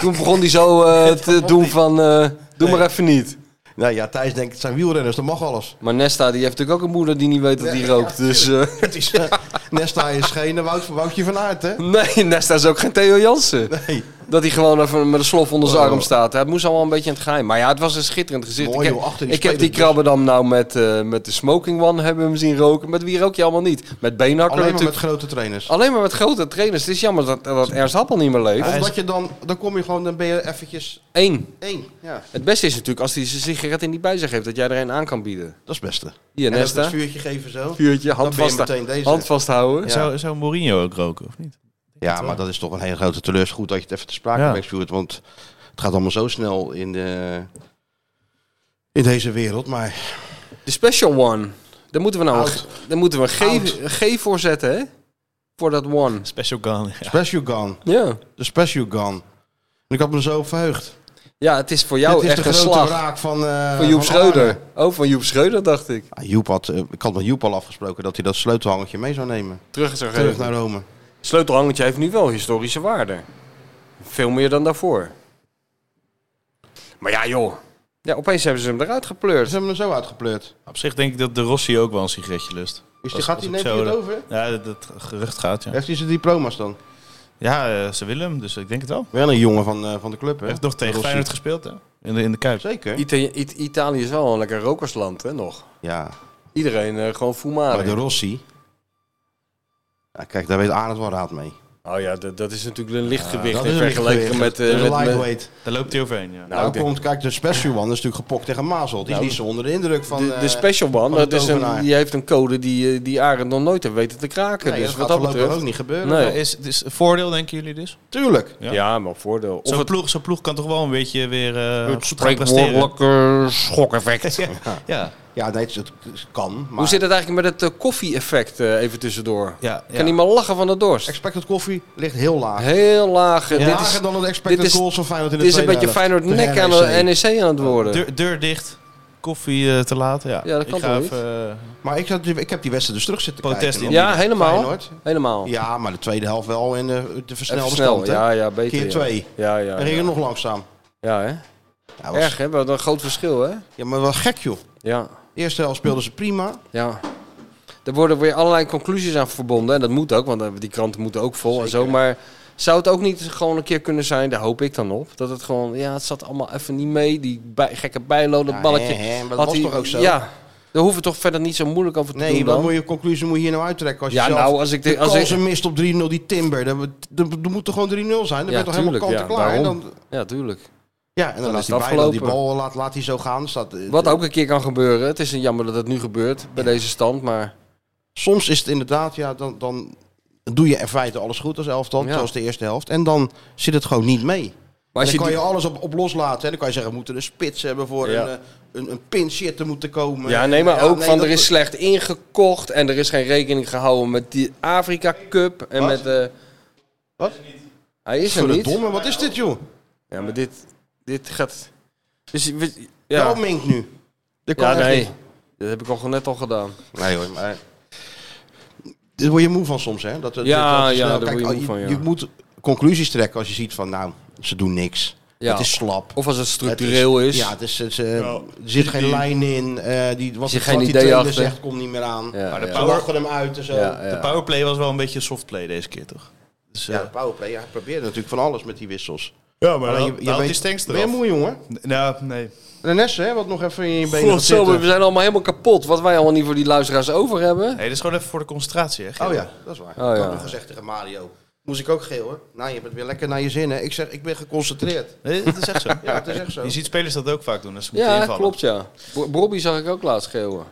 Speaker 6: Toen begon hij zo eh, te doen van... eh, doe maar even niet.
Speaker 5: Nou ja, Thijs denkt, het zijn wielrenners, dat mag alles.
Speaker 6: Maar Nesta die heeft natuurlijk ook een moeder die niet weet dat hij rookt. Dus... eh,
Speaker 5: Het is, eh, Nesta is geen eh, Wout, Woutje van Aert, hè?
Speaker 6: Nee, Nesta is ook geen Theo Jansen.
Speaker 5: Nee.
Speaker 6: Dat hij gewoon even met een slof onder zijn
Speaker 5: Oh.
Speaker 6: arm staat. Het moest allemaal een beetje in het geheim. Maar ja, het was een schitterend gezicht.
Speaker 5: Mooi,
Speaker 6: ik heb
Speaker 5: joh, achter die
Speaker 6: ik heb die
Speaker 5: spelersbus.
Speaker 6: krabben dan nou met, eh, met de Smoking One hebben we hem zien roken. Met wie rook je allemaal niet? Met Beenhakker
Speaker 5: Alleen maar
Speaker 6: natuurlijk.
Speaker 5: met grote trainers.
Speaker 6: Alleen maar met grote trainers. Het is jammer dat, dat Ernst Happel niet meer leeft.
Speaker 5: Omdat je dan, dan kom je gewoon, dan ben je eventjes
Speaker 6: Eén.
Speaker 5: één. Ja,
Speaker 6: Het beste is natuurlijk als hij zijn sigaret in die bij zich heeft. Dat jij er een aan kan bieden.
Speaker 5: dat is het beste.
Speaker 6: Hier,
Speaker 5: En ook
Speaker 6: Nesta.
Speaker 5: het vuurtje geven zo.
Speaker 6: Vuurtje,
Speaker 5: Dan
Speaker 6: hand,
Speaker 5: ben je
Speaker 6: vast,
Speaker 5: meteen deze.
Speaker 6: hand vasthouden.
Speaker 8: Zou, zou Mourinho ook roken, of niet?
Speaker 5: Ja, maar dat is toch een hele grote teleurstelling. Goed dat je het even te sprake
Speaker 8: Ja.
Speaker 5: brengt, Stuart. Want het gaat allemaal zo snel in, de, in deze wereld. Maar
Speaker 6: De Special One. Daar moeten we nou een,
Speaker 5: Oud.
Speaker 6: daar moeten we een G, een G voor zetten, hè? Voor dat One.
Speaker 8: Special Gun. Ja.
Speaker 5: Special Gun.
Speaker 6: Ja.
Speaker 5: De Special Gun. En ik had me zo op verheugd.
Speaker 6: Ja, het is voor jou
Speaker 5: Dit is
Speaker 6: echt
Speaker 5: de
Speaker 6: een
Speaker 5: grote
Speaker 6: slag.
Speaker 5: raak van, eh,
Speaker 6: Van Joep
Speaker 5: van Arne.
Speaker 6: Schreuder. Oh, van Joep Schreuder dacht ik.
Speaker 5: Ja, Joep had, eh, ik had met Joep al afgesproken dat hij dat sleutelhangertje mee zou nemen.
Speaker 6: Terug is er
Speaker 5: Terug
Speaker 6: geen-
Speaker 5: naar Rome.
Speaker 6: Sleutelhangertje heeft nu wel historische waarde. Veel meer dan daarvoor. Maar ja, joh. Ja, opeens hebben ze hem eruit
Speaker 5: Ze
Speaker 6: gepleurd.
Speaker 5: hebben hem zo uitgepleurd.
Speaker 8: Op zich denk ik dat de Rossi ook wel een sigaretje lust.
Speaker 5: Is die,
Speaker 8: Als-
Speaker 5: gaat
Speaker 8: als
Speaker 5: hij
Speaker 8: ik
Speaker 5: neemt
Speaker 8: zo
Speaker 5: hij het
Speaker 8: de-
Speaker 5: over?
Speaker 8: Ja, dat, dat gerucht gaat, ja.
Speaker 5: Heeft hij zijn diploma's dan?
Speaker 8: Ja, eh, ze willen hem, dus ik denk het wel.
Speaker 5: Wel een jongen van, eh, van de club, hè?
Speaker 8: Hij heeft nog tegen
Speaker 5: Rossi.
Speaker 8: Feyenoord gespeeld, hè? In de, in de Kuip.
Speaker 5: Zeker.
Speaker 6: Ita- It- Italië is wel een lekker rokersland, hè, nog.
Speaker 5: Ja,
Speaker 6: Iedereen eh, gewoon
Speaker 5: maar de
Speaker 6: fumare.
Speaker 5: Rossi... Ja, kijk, daar weet Arend wel raad mee.
Speaker 6: Oh ja, dat dat is natuurlijk een lichtgewicht
Speaker 5: Dat
Speaker 6: in
Speaker 5: is een
Speaker 6: vergelijking
Speaker 5: lichtgewicht.
Speaker 6: met... eh,
Speaker 5: Dat is een
Speaker 6: met- met-
Speaker 5: lightweight.
Speaker 8: Daar loopt hij overheen, ja.
Speaker 6: Nou,
Speaker 5: Nou,
Speaker 6: ik denk-
Speaker 5: komt, kijk, de special one is natuurlijk gepokt tegen Mazel. Die
Speaker 6: Nou,
Speaker 5: is niet zo onder de indruk van...
Speaker 6: de,
Speaker 5: eh,
Speaker 6: de special one,
Speaker 5: van de
Speaker 6: dat is een,
Speaker 5: tovenaar.
Speaker 6: die heeft een code die, eh, die Arend nog nooit heeft weten te kraken.
Speaker 5: nee,
Speaker 6: dus
Speaker 5: dat
Speaker 6: wat
Speaker 5: gaat
Speaker 6: dat
Speaker 5: voorlopig
Speaker 6: betreft...
Speaker 5: ook niet gebeuren.
Speaker 6: Nee.
Speaker 8: Eh, Is, het is een voordeel, denken jullie dus?
Speaker 5: Tuurlijk.
Speaker 8: Ja.
Speaker 6: Ja, maar voordeel. Of
Speaker 8: Zo'n
Speaker 6: het,
Speaker 8: ploeg, zo'n ploeg kan toch wel een beetje weer eh,
Speaker 9: Het
Speaker 8: goed gaan presteren?
Speaker 9: spreekwoordelijke schokeffect.
Speaker 8: Ja,
Speaker 5: Ja, nee, het, het kan, maar...
Speaker 6: hoe zit het eigenlijk met het eh, koffie-effect eh, even tussendoor?
Speaker 8: ja, ja.
Speaker 6: Kan iemand lachen van de dorst?
Speaker 5: Expected koffie ligt heel laag.
Speaker 6: Heel laag. eh, Dit
Speaker 5: Lager
Speaker 6: is,
Speaker 5: dan het expected
Speaker 6: dit is-
Speaker 5: goals van Feyenoord in
Speaker 6: dit
Speaker 5: de
Speaker 6: is een
Speaker 5: tweede
Speaker 6: beetje
Speaker 5: helft.
Speaker 6: Feyenoord nek
Speaker 5: Tegen E
Speaker 6: aan
Speaker 5: NEC.
Speaker 6: de E NEC aan het worden.
Speaker 8: Deur, deur dicht, koffie eh, te laat, ja.
Speaker 6: Ja, dat kan
Speaker 8: ik ga
Speaker 6: toch
Speaker 8: even, eh,
Speaker 5: Maar ik, zat, ik heb die wedstrijd dus terug zitten
Speaker 8: Protest
Speaker 5: kijken.
Speaker 8: in.
Speaker 6: Ja, helemaal.
Speaker 5: Feyenoord.
Speaker 6: Helemaal.
Speaker 5: Ja, maar de tweede helft wel in de, de
Speaker 6: Even
Speaker 5: versnelde
Speaker 6: snel.
Speaker 5: stand. hè?
Speaker 6: Ja, ja, beter.
Speaker 5: Keer
Speaker 6: ja.
Speaker 5: twee.
Speaker 6: Ja, ja.
Speaker 5: En ging
Speaker 6: ja.
Speaker 5: het nog langzaam.
Speaker 6: Ja, hè?
Speaker 5: Ja, was-
Speaker 6: Erg, hè? Wat een groot verschil, hè?
Speaker 5: ja, maar wel gek joh.
Speaker 6: Ja,
Speaker 5: Eerste helft speelden ze prima.
Speaker 6: ja. Er worden weer allerlei conclusies aan verbonden. En dat moet ook, want eh, die kranten moeten ook vol en zo. Maar Zou het ook niet gewoon een keer kunnen zijn, daar hoop ik dan op, dat het gewoon, ja, het zat allemaal even niet mee, die bij, gekke bijlo, dat
Speaker 5: Ja,
Speaker 6: balletje.
Speaker 5: hè, hè, maar dat
Speaker 6: had
Speaker 5: was
Speaker 6: hij-
Speaker 5: toch ook zo?
Speaker 6: Ja, daar hoeven we toch verder niet zo moeilijk over te doen
Speaker 5: Nee,
Speaker 6: dan.
Speaker 5: wat moet je conclusie moet je hier nou uittrekken? Als je
Speaker 6: Ja,
Speaker 5: zelf
Speaker 6: nou, als ik
Speaker 5: de
Speaker 6: denk- als ik-
Speaker 5: kansen mist op 3-0 die Timber. Dan, dan, dan moet er gewoon 3-0 zijn. Dan ben je toch helemaal kant en klaar.
Speaker 6: daarom.
Speaker 5: En dan,
Speaker 6: Ja, tuurlijk.
Speaker 5: ja, en dan,
Speaker 6: is
Speaker 5: laat
Speaker 6: het
Speaker 5: die Bijlo die
Speaker 6: afgelopen.
Speaker 5: bal laat, laat hij zo gaan. Staat, eh,
Speaker 6: Wat ook een keer kan gebeuren. Het is een jammer dat het nu gebeurt bij deze stand, maar
Speaker 5: Soms is het inderdaad, ja, dan, dan doe je in feite alles goed als elftal.
Speaker 6: Ja.
Speaker 5: Zoals de eerste helft. En dan zit het gewoon niet mee.
Speaker 6: maar als
Speaker 5: dan
Speaker 6: je
Speaker 5: kan
Speaker 6: die-
Speaker 5: je alles op, op loslaten. Hè. Dan kan je zeggen, we moeten een spits hebben voor
Speaker 6: Ja.
Speaker 5: een, eh, een, een pinch te moeten komen.
Speaker 6: Ja, nee, maar
Speaker 5: Ja,
Speaker 6: ook
Speaker 5: nee,
Speaker 6: van
Speaker 5: dat-
Speaker 6: er is slecht ingekocht en er is geen rekening gehouden met die Afrika Cup en
Speaker 5: Wat?
Speaker 6: met de.
Speaker 5: Wat?
Speaker 6: Hij is er niet.
Speaker 5: Verdomme, wat is dit, joh?
Speaker 6: Ja, maar dit, dit gaat. Dus, je- we-
Speaker 5: Ja.
Speaker 6: ja,
Speaker 5: nu. Dat kan
Speaker 6: ja
Speaker 5: echt
Speaker 6: nee.
Speaker 5: niet.
Speaker 6: Dat heb ik al net al gedaan.
Speaker 5: Nee hoor, maar... Daar word je moe van soms, hè? Dat,
Speaker 6: Ja,
Speaker 5: je
Speaker 6: ja,
Speaker 5: snel- oh,
Speaker 6: daar word je moe van, ja.
Speaker 5: Je moet conclusies trekken als je ziet van, nou, ze doen niks.
Speaker 6: Ja.
Speaker 5: Het is slap.
Speaker 6: Of als het
Speaker 5: Het
Speaker 6: structureel is.
Speaker 5: Ja, het is, het is, eh, er zit geen lijn in. eh die, wat
Speaker 6: zit
Speaker 5: wat
Speaker 6: geen
Speaker 5: die
Speaker 6: idee
Speaker 5: trainer
Speaker 6: achter.
Speaker 5: zegt, komt niet meer aan.
Speaker 6: Ja,
Speaker 5: maar
Speaker 6: Maar de
Speaker 5: de
Speaker 6: ja.
Speaker 5: Ze lachen hem uit en zo. Ja,
Speaker 6: ja, ja.
Speaker 8: De powerplay was wel een beetje softplay deze keer, toch? Dus, eh,
Speaker 5: de powerplay. Ja, hij probeerde natuurlijk van alles met die wissels.
Speaker 8: ja, maar
Speaker 5: Alleen
Speaker 8: dan- dan had die stanks
Speaker 5: ben je
Speaker 8: eraf.
Speaker 5: moe, jongen?
Speaker 8: Nou, nee.
Speaker 5: Renesse, hè, wat nog even in je benen gaat
Speaker 6: Godzomer,
Speaker 5: zitten.
Speaker 6: we zijn allemaal helemaal kapot. Wat wij allemaal niet voor die luisteraars over hebben.
Speaker 8: Nee, dit is gewoon even voor de concentratie, hè? Gerrit?
Speaker 5: Oh ja, dat is waar.
Speaker 6: Oh
Speaker 5: ik
Speaker 6: ja.
Speaker 5: had nog gezegd tegen Mario. Moest ik ook geel, hoor. Nou, je bent weer lekker naar je zin, hè. Ik zeg, ik ben geconcentreerd.
Speaker 8: Nee, dat is echt zo.
Speaker 5: Ja, het is echt zo.
Speaker 8: Je ziet spelers dat ook vaak doen, als ze moeten
Speaker 6: Ja,
Speaker 8: invallen.
Speaker 6: klopt ja. Bo- Bobby zag ik ook laatst schreeuwen.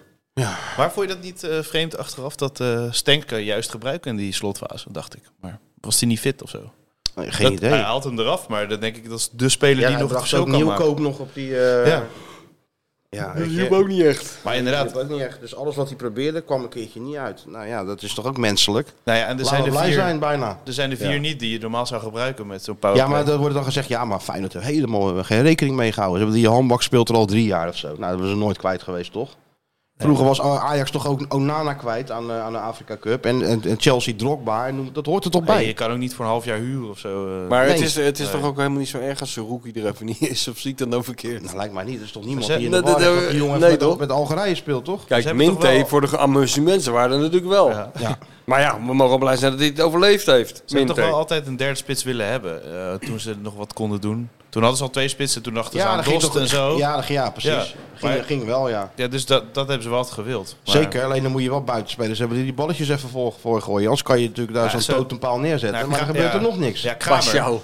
Speaker 8: Maar vond je dat niet eh, vreemd achteraf dat eh Stenk kan je juist gebruiken in die slotfase, dacht ik. Maar was hij niet fit of zo?
Speaker 5: Geen
Speaker 8: Dat- Hij haalt hem eraf, maar dan denk ik dat is de speler
Speaker 5: Ja,
Speaker 8: die
Speaker 5: hij
Speaker 8: nog het
Speaker 5: bracht
Speaker 8: verschil
Speaker 5: ook
Speaker 8: kan maken.
Speaker 5: nieuwkoop nog op die... eh,
Speaker 8: Ja.
Speaker 5: Ja, weet je.
Speaker 8: eh,
Speaker 6: niet echt.
Speaker 8: Maar
Speaker 5: Ja,
Speaker 8: inderdaad,
Speaker 5: dat was niet echt. Dus alles wat hij probeerde kwam een keertje niet uit. Nou ja, dat is toch ook menselijk.
Speaker 8: nou ja, en er
Speaker 5: Laten
Speaker 8: zijn
Speaker 5: we
Speaker 8: er
Speaker 5: blij
Speaker 8: vier,
Speaker 5: zijn bijna.
Speaker 8: er zijn er vier niet die je normaal zou gebruiken met zo'n powerplay.
Speaker 5: Ja, maar er wordt dan gezegd, ja, maar Feyenoord heeft helemaal geen rekening mee gehouden. Ze hebben die handbak speelt er al drie jaar of zo. Nou, dat was ze nooit kwijt geweest, toch? Vroeger was Ajax toch ook Onana kwijt aan, eh, aan de Afrika Cup. En, en, en Chelsea Drogba. En noem- dat hoort er toch
Speaker 8: Nee,
Speaker 5: bij.
Speaker 8: je kan ook niet voor een half jaar huren of zo. eh.
Speaker 6: Maar het
Speaker 5: Nee.
Speaker 6: is, het is toch ook helemaal niet zo erg als Suruki er even niet is. Of zie ik dat nou verkeerd?
Speaker 5: Nou, lijkt mij niet. Er is toch niemand
Speaker 8: Ze-
Speaker 5: die in de
Speaker 6: dat-
Speaker 5: war is
Speaker 6: dat-
Speaker 5: dat die jongen
Speaker 6: nee,
Speaker 5: met,
Speaker 6: toch?
Speaker 5: met Algerije speelt, toch?
Speaker 8: Ze
Speaker 6: Kijk,
Speaker 8: hebben
Speaker 6: Minte
Speaker 8: toch wel-
Speaker 6: voor de amusementen waren er natuurlijk wel.
Speaker 8: Ja.
Speaker 6: Maar ja, we mogen wel blij zijn dat hij het overleefd heeft.
Speaker 8: Ze hebben
Speaker 6: Minte.
Speaker 8: toch wel altijd een derde spits willen hebben. eh, toen ze nog wat konden doen. Toen hadden ze al twee spitsen. Toen dachten ze aan
Speaker 5: ging
Speaker 8: Dost en zo. Ja.
Speaker 5: Ja, dat ging- ja precies.
Speaker 8: Ja,
Speaker 5: Ging,
Speaker 8: maar-
Speaker 5: ging wel, ja.
Speaker 8: dus dat, dat hebben ze wel altijd gewild. Maar-
Speaker 5: Zeker, alleen dan moet je wel buitenspelers hebben die die balletjes even voor, voor gooien. Anders kan je natuurlijk daar
Speaker 8: Ja,
Speaker 5: zo'n
Speaker 8: zo-
Speaker 5: totempaal neerzetten,
Speaker 8: Nou,
Speaker 5: maar
Speaker 8: Kra-
Speaker 5: dan gebeurt
Speaker 8: ja.
Speaker 5: er nog niks.
Speaker 8: Ja,
Speaker 6: Pas
Speaker 8: Kramer,
Speaker 6: jou.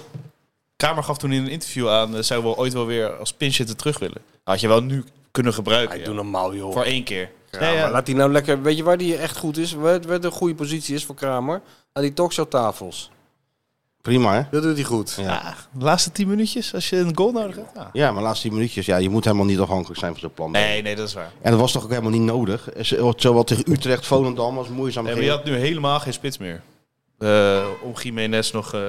Speaker 8: Kramer gaf toen in een interview aan... eh, zou wel ooit wel weer als pinchitter terug willen. Had je wel nu kunnen gebruiken.
Speaker 6: Hij
Speaker 8: ja.
Speaker 6: doet normaal, joh.
Speaker 8: Voor één keer. Ja,
Speaker 6: Ja,
Speaker 8: ja.
Speaker 6: maar laat hij nou lekker... Weet je waar die echt goed is? Wat wat een goede positie is voor Kramer? Aan die talkshowtafels.
Speaker 5: Prima, hè?
Speaker 6: Dat doet hij goed.
Speaker 8: Ja, Ah, de laatste tien minuutjes als je een goal nodig hebt. Ah. Ja.
Speaker 5: Ja, maar laatste 10 minuutjes, ja, je moet helemaal niet afhankelijk zijn van zo'n plan.
Speaker 8: Nee, nee, dat is waar.
Speaker 5: En dat was toch ook helemaal niet nodig. Zo- Zowel tegen Utrecht, Volendam als moeizaam.
Speaker 8: Nee, maar
Speaker 5: ging.
Speaker 8: je had nu helemaal geen spits meer. Eh, om Jiménez nog eh,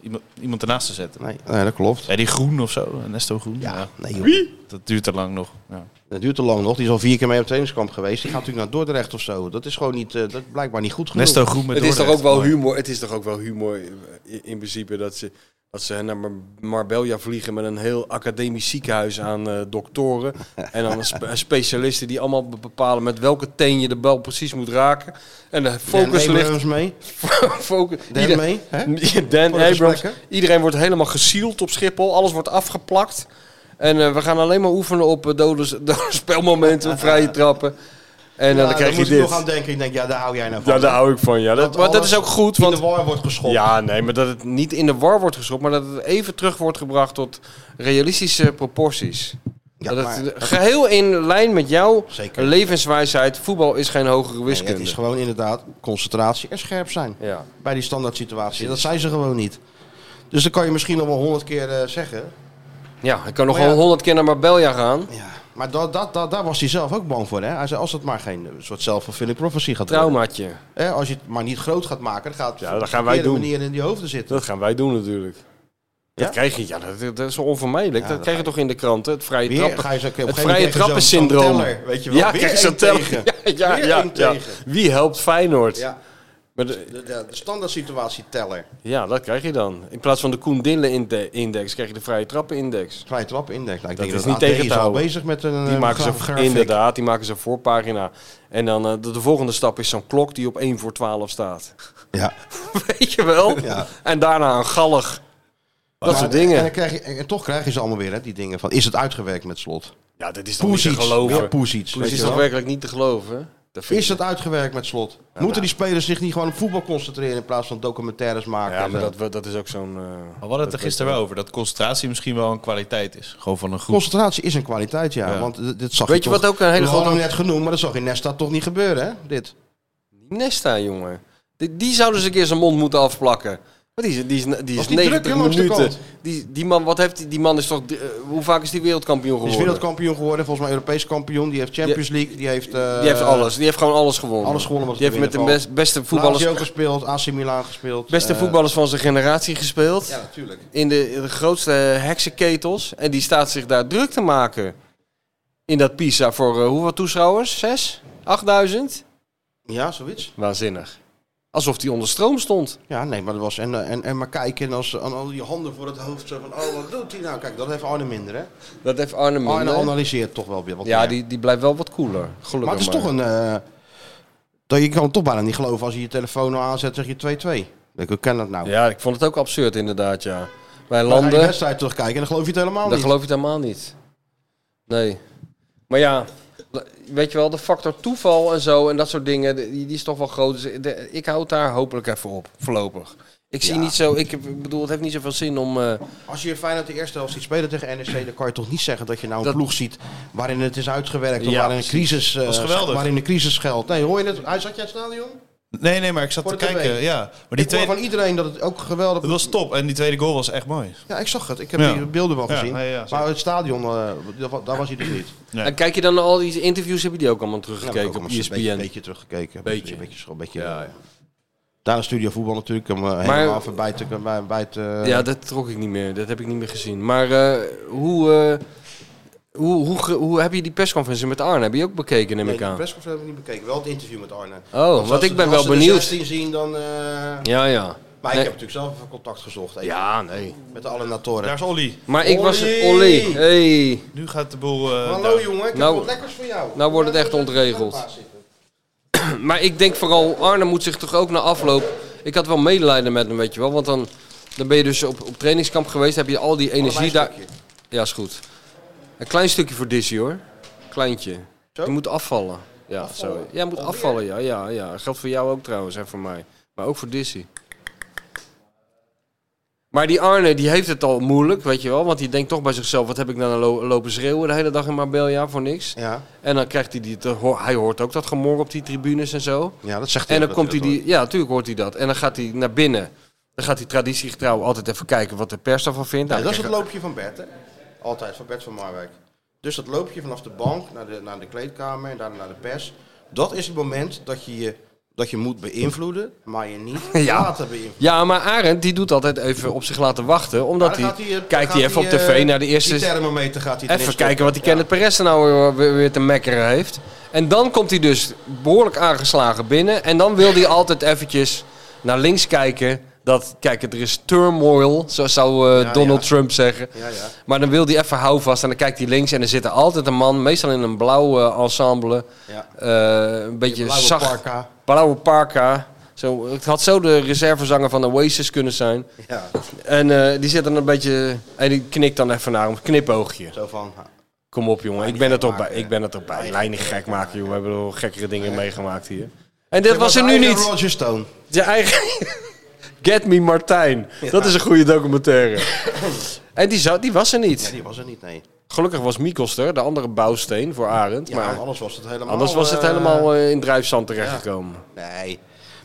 Speaker 8: iemand, iemand ernaast te zetten.
Speaker 5: nee, nee, dat klopt.
Speaker 8: Ja, die Groen of zo. Nesto Groen. Ja.
Speaker 5: Nee, joh.
Speaker 8: Dat duurt te lang nog. Ja.
Speaker 5: Dat duurt te lang nog. Die is al vier keer mee op trainingskamp geweest. Die gaat natuurlijk naar Dordrecht of zo. Dat is gewoon niet, eh, dat is blijkbaar niet goed genoeg.
Speaker 8: Nesto Groen met
Speaker 6: Het is, toch
Speaker 8: Dordrecht.
Speaker 6: ook wel
Speaker 8: Mooi.
Speaker 6: humor, het is toch ook wel humor in, in principe dat ze, dat ze naar Mar- Marbella vliegen met een heel academisch ziekenhuis aan eh, doktoren. en dan spe- specialisten die allemaal be- bepalen met welke teen je de bal precies moet raken. En de focus
Speaker 5: Dan
Speaker 6: ligt...
Speaker 5: Abrams mee.
Speaker 6: Focus,
Speaker 5: Dan
Speaker 6: ieder-
Speaker 5: mee. Hè?
Speaker 6: Ja, Dan
Speaker 5: Voor de
Speaker 6: Abrams.
Speaker 5: gesprekken.
Speaker 6: Iedereen wordt helemaal gesield op Schiphol. Alles wordt afgeplakt. En eh, we gaan alleen maar oefenen op eh, dode, dode spelmomenten, op vrije trappen. En eh,
Speaker 5: Ja,
Speaker 6: dan krijg je
Speaker 5: moet ik nog aan
Speaker 6: dit.
Speaker 5: denken. Ik denk, ja, daar hou jij nou van.
Speaker 6: Ja, daar hou ik van. Ja. Dat, maar dat
Speaker 5: alles
Speaker 6: is ook goed.
Speaker 5: In
Speaker 6: Want
Speaker 5: de war wordt geschopt.
Speaker 6: ja, nee, maar dat het niet in de war wordt geschopt, maar dat het even terug wordt gebracht tot realistische proporties.
Speaker 5: Ja,
Speaker 6: dat
Speaker 5: maar-
Speaker 6: het geheel in lijn met jouw
Speaker 5: Zeker.
Speaker 6: levenswijsheid. Voetbal is geen hogere
Speaker 5: Nee,
Speaker 6: wiskunde.
Speaker 5: het is gewoon inderdaad concentratie en scherp zijn.
Speaker 6: ja.
Speaker 5: bij die standaard situatie. Dat zijn ze gewoon niet. Dus dan kan je misschien nog wel honderd keer eh, zeggen.
Speaker 6: ja, ik kan nog
Speaker 5: Maar
Speaker 6: wel
Speaker 5: ja.
Speaker 6: honderd keer naar Marbella gaan.
Speaker 5: Ja. Maar dat, dat, dat, daar was hij zelf ook bang voor. Hè? Hij zei, als het maar geen eh, soort self-fulfilling prophecy gaat worden.
Speaker 6: Traumaatje.
Speaker 5: Hè? Als je het maar niet groot gaat maken, dan gaat het
Speaker 6: Ja,
Speaker 5: op
Speaker 6: dat
Speaker 5: de
Speaker 6: gaan wij
Speaker 5: verkeerde
Speaker 6: doen.
Speaker 5: manier in die hoofden zitten.
Speaker 6: Dat gaan wij doen natuurlijk.
Speaker 5: Ja?
Speaker 6: Dat krijg je, ja, dat, dat is onvermijdelijk. dat, krijg je toch in de kranten, het vrije
Speaker 5: Weer
Speaker 6: trappen.
Speaker 5: ga je zo, op een
Speaker 6: Het
Speaker 5: gegeven moment
Speaker 6: vrije
Speaker 5: krijg je zo'n- zo'n
Speaker 6: trappensyndroom.
Speaker 5: teller, Weet je wel?
Speaker 6: ja,
Speaker 5: Weer
Speaker 6: kijk, zo
Speaker 5: één
Speaker 6: tellen.
Speaker 5: tegen.
Speaker 6: Ja, ja,
Speaker 5: Weer
Speaker 6: ja,
Speaker 5: één
Speaker 6: ja.
Speaker 5: tegen.
Speaker 6: Wie helpt Feyenoord?
Speaker 5: Ja.
Speaker 6: Maar de-
Speaker 5: De, de, de standaard situatie teller.
Speaker 6: ja, dat krijg je dan. In plaats van de Koen Dille inde- index krijg je de vrije trappen index.
Speaker 5: Vrije trap index. Nou, ik
Speaker 6: Dat
Speaker 5: denk
Speaker 6: is
Speaker 5: dat
Speaker 6: niet
Speaker 5: de AD
Speaker 6: tegen
Speaker 5: is
Speaker 6: te
Speaker 5: al
Speaker 6: houden.
Speaker 5: bezig met een
Speaker 6: Die
Speaker 5: eh,
Speaker 6: maken ze
Speaker 5: gra- grafiek.
Speaker 6: inderdaad, die maken ze voorpagina. En dan eh, de, de volgende stap is zo'n klok die op 1 voor 12 staat.
Speaker 5: Ja.
Speaker 6: Weet je wel?
Speaker 5: Ja.
Speaker 6: En daarna een gallig. Dat
Speaker 5: Maar-
Speaker 6: soort
Speaker 5: En,
Speaker 6: dingen.
Speaker 5: dan krijg je, en toch krijg je ze allemaal weer, hè, die dingen van... Is het uitgewerkt met slot?
Speaker 6: Ja, dit is toch niet te
Speaker 5: Poesies.
Speaker 6: geloven.
Speaker 5: Weer poesies.
Speaker 6: Het
Speaker 5: weet
Speaker 6: is
Speaker 5: je
Speaker 6: toch
Speaker 5: wel.
Speaker 6: werkelijk niet te geloven? hè? Dat vind
Speaker 5: Is
Speaker 6: ik-
Speaker 5: het uitgewerkt met slot?
Speaker 6: nou.
Speaker 5: Moeten die spelers zich niet gewoon op voetbal concentreren... in plaats van documentaires maken?
Speaker 6: Ja,
Speaker 5: en
Speaker 6: maar
Speaker 5: zo?
Speaker 6: dat, we- dat is ook zo'n... eh,
Speaker 8: we hadden het er gisteren wel over. Dat concentratie misschien wel een kwaliteit is. Gewoon van een groep.
Speaker 5: Concentratie is een kwaliteit, ja.
Speaker 8: Ja.
Speaker 5: Want d- dit zag
Speaker 6: Weet je
Speaker 5: toch-
Speaker 6: wat ook een hele
Speaker 5: We hadden
Speaker 6: grote-
Speaker 5: hem net genoemd, maar dat zag in Nesta toch niet gebeuren, hè? Dit.
Speaker 6: Nesta, jongen. Die, die zouden ze een keer zijn mond moeten afplakken. Maar die is, die is, die is
Speaker 5: niet
Speaker 6: 90
Speaker 5: druk, hè, langs de
Speaker 6: minuten.
Speaker 5: kant?
Speaker 6: Die, die, man, wat heeft die, die man is toch... eh, hoe vaak is die wereldkampioen
Speaker 5: Die
Speaker 6: geworden?
Speaker 5: is wereldkampioen geworden, volgens mij Europees kampioen. Die heeft Champions League, die heeft... eh,
Speaker 6: Die heeft alles. Die heeft gewoon alles gewonnen.
Speaker 5: alles Nou, gewonnen wat
Speaker 6: Die
Speaker 5: er
Speaker 6: heeft met de
Speaker 5: binnenvalt.
Speaker 6: best- beste voetballers,
Speaker 5: Lazio gespeeld, AC Milan gespeeld.
Speaker 6: beste
Speaker 5: eh,
Speaker 6: voetballers van zijn generatie gespeeld.
Speaker 5: Ja, natuurlijk.
Speaker 6: In de, in de grootste heksenketels. En die staat zich daar druk te maken. In dat Pisa voor eh, hoeveel toeschouwers? Zes? Achtduizend?
Speaker 5: Ja, zoiets.
Speaker 6: Waanzinnig. Alsof die onder stroom stond.
Speaker 5: Ja, nee, maar dat was... En, eh, en, en maar kijken als, aan al die handen voor het hoofd. Zo van, oh, wat doet hij nou? Kijk, dat heeft Arne minder, hè?
Speaker 6: Dat heeft Arne
Speaker 5: Arne
Speaker 6: minder.
Speaker 5: analyseert toch wel weer wat
Speaker 6: ja,
Speaker 5: meer.
Speaker 6: die, die blijft wel wat cooler. Gelukkig
Speaker 5: Maar het is toch een... eh, dat je kan het toch bijna niet geloven als je je telefoon nou aanzet zeg je 2-2. Ik hoe kan dat nou.
Speaker 6: Ja, ik vond het ook absurd inderdaad, ja. Bij
Speaker 5: Dan ga je de
Speaker 6: landen,
Speaker 5: wedstrijd terugkijken en dan geloof je het helemaal
Speaker 6: dan
Speaker 5: niet.
Speaker 6: geloof je het helemaal niet. Nee. Maar ja, weet je wel, de factor toeval en zo en dat soort dingen, die, die is toch wel groot. Dus de- ik houd daar hopelijk even op, voorlopig. Ik zie niet zo, ik heb- ik bedoel, het heeft niet zoveel zin om... eh,
Speaker 5: Als je Feyenoord de eerste helft ziet spelen tegen NEC, dan kan je toch niet zeggen dat je nou een
Speaker 6: Dat-
Speaker 5: ploeg ziet waarin het is uitgewerkt of
Speaker 6: Ja,
Speaker 5: waarin een
Speaker 6: precies.
Speaker 5: crisis, eh,
Speaker 8: Dat is geweldig.
Speaker 5: waarin de crisis geldt. Nee, hoor je het? Hij zat jij het stadion?
Speaker 8: Nee, nee, maar ik zat
Speaker 5: Voor
Speaker 8: te
Speaker 5: de tv.
Speaker 8: kijken. Ja. Maar die
Speaker 5: Ik hoor
Speaker 8: tweede...
Speaker 5: van iedereen dat het ook geweldig
Speaker 8: Dat was top. En die tweede goal was echt mooi.
Speaker 5: Ja, ik zag het. Ik heb
Speaker 8: Ja.
Speaker 5: die beelden wel
Speaker 8: Ja,
Speaker 5: gezien.
Speaker 8: nee, ja,
Speaker 5: maar
Speaker 8: zeker.
Speaker 5: het stadion, eh, daar wa- daar was hij dus niet.
Speaker 8: Ja.
Speaker 6: En kijk je dan naar al die interviews, heb je die ook allemaal
Speaker 5: Ja,
Speaker 6: teruggekeken
Speaker 5: ik heb
Speaker 6: op E
Speaker 5: ook
Speaker 6: ESPN?
Speaker 5: Een beetje, beetje teruggekeken.
Speaker 6: Beetje.
Speaker 5: Een beetje. Een beetje ja, ja. Daarna studio voetbal natuurlijk, om eh,
Speaker 6: Maar-
Speaker 5: helemaal voorbij te kunnen. Bij eh, te,
Speaker 6: Ja, dat trok ik niet meer. Dat heb ik niet meer gezien. Maar eh, hoe, eh, hoe, hoe, ge- hoe heb je die persconferentie met Arne? Heb je ook bekeken, neem
Speaker 5: Nee,
Speaker 6: ik
Speaker 5: de
Speaker 6: aan?
Speaker 5: persconferentie heb ik niet bekeken. Wel het interview met Arne.
Speaker 6: Oh,
Speaker 5: Als
Speaker 6: want
Speaker 5: ze-
Speaker 6: ik ben
Speaker 5: als
Speaker 6: wel
Speaker 5: ze de
Speaker 6: benieuwd.
Speaker 5: 16 zien, dan... eh,
Speaker 6: Ja, ja.
Speaker 5: Maar
Speaker 6: Nee.
Speaker 5: ik heb natuurlijk zelf even contact gezocht. even
Speaker 6: Ja, nee.
Speaker 5: Met de Alenatoren.
Speaker 8: Daar is Olly.
Speaker 6: Maar ik was...
Speaker 5: Olly!
Speaker 6: Olly, hey.
Speaker 8: Nu gaat de boel... eh,
Speaker 5: Hallo
Speaker 8: down.
Speaker 5: jongen, ik
Speaker 6: Nou-
Speaker 5: heb wat lekkers voor jou.
Speaker 6: nou wordt het echt
Speaker 5: Laten we even
Speaker 6: ontregeld.
Speaker 5: op de zitten.
Speaker 6: Maar ik denk vooral, Arne moet zich toch ook na afloop... Ik had wel medelijden met hem, weet je wel. Want dan, dan ben je dus op, op trainingskamp geweest. Heb je al die energie
Speaker 5: Allebei
Speaker 6: daar...
Speaker 5: stukje.
Speaker 6: Ja, is goed. Een klein stukje voor Dizzy, hoor. Kleintje.
Speaker 5: Zo?
Speaker 6: Je moet afvallen. Ja, zo. Jij moet
Speaker 5: Alweer?
Speaker 6: afvallen, ja, ja, ja. Geldt voor jou ook trouwens en voor mij. Maar ook voor Dizzy. Maar die Arne, die heeft het al moeilijk, weet je wel. Want die denkt toch bij zichzelf, wat heb ik nou lo- lopen schreeuwen de hele dag in Marbella voor niks.
Speaker 5: Ja,
Speaker 6: En dan krijgt hij die, te hoor- hij hoort ook dat gemor op die tribunes en zo.
Speaker 5: ja, dat zegt hij.
Speaker 6: En dan
Speaker 5: ook
Speaker 6: komt hij
Speaker 5: natuurlijk,
Speaker 6: die, ja, natuurlijk hoort hij dat. En dan gaat hij naar binnen. Dan gaat hij traditiegetrouw altijd even kijken wat de pers daarvan vindt.
Speaker 5: hoor.
Speaker 6: Nou,
Speaker 5: Ja, dat is
Speaker 6: dan
Speaker 5: het loopje van Bert, hè? Altijd, van Bert van Marwijk. Dus dat loopje vanaf de bank naar de, naar de kleedkamer en daarna naar de pers. Dat is het moment dat je je, dat je moet beïnvloeden, maar je niet
Speaker 6: Ja.
Speaker 5: laten beïnvloeden.
Speaker 6: Ja, maar Arend die doet altijd even op zich laten wachten. Omdat
Speaker 5: Maar dan gaat
Speaker 6: hij,
Speaker 5: hij, eh,
Speaker 6: kijkt
Speaker 5: gaat
Speaker 6: hij even
Speaker 5: hij,
Speaker 6: op
Speaker 5: eh,
Speaker 6: tv naar de
Speaker 5: Die
Speaker 6: eerste...
Speaker 5: thermometer gaat hij erin
Speaker 6: Even
Speaker 5: stoppen.
Speaker 6: kijken wat die
Speaker 5: Ja.
Speaker 6: Kenneth Perez er nou weer- weer, weer te mekkeren heeft. En dan komt hij dus behoorlijk aangeslagen binnen. En dan wil hij altijd eventjes naar links kijken. Dat, kijk, er is turmoil, zo zou eh,
Speaker 5: Ja,
Speaker 6: Donald
Speaker 5: ja.
Speaker 6: Trump zeggen.
Speaker 5: Ja, ja.
Speaker 6: Maar dan wil hij even houvast en dan kijkt hij links. En er zit er altijd een man, meestal in een blauw eh, ensemble.
Speaker 5: Ja.
Speaker 6: Eh, een beetje
Speaker 5: blauwe
Speaker 6: zacht.
Speaker 5: parka.
Speaker 6: Blauwe parka. Zo, het had zo de reservezanger van Oasis kunnen zijn.
Speaker 5: Ja,
Speaker 6: En eh, die zit dan een beetje... En die knikt dan even naar hem. Knipoogje.
Speaker 5: zo van. ha,
Speaker 6: Kom op, jongen. Ik ben er toch bij.
Speaker 5: maken,
Speaker 6: Ik ben er toch bij. Lijn niet gek maken, jongen. We hebben wel gekkere dingen meegemaakt hier. En dit was er nu
Speaker 5: eigen
Speaker 6: niet.
Speaker 5: Roger Stone.
Speaker 6: Je eigen... Get Me Martijn. Dat is een goede documentaire. en die, zou, die was er
Speaker 5: Ja,
Speaker 6: niet.
Speaker 5: die was er niet, nee.
Speaker 6: Gelukkig was Mikos er, de andere bouwsteen voor Arend.
Speaker 5: Ja,
Speaker 6: maar
Speaker 5: anders was het helemaal...
Speaker 6: anders was het
Speaker 5: eh,
Speaker 6: helemaal eh, in drijfzand terechtgekomen.
Speaker 5: Nee.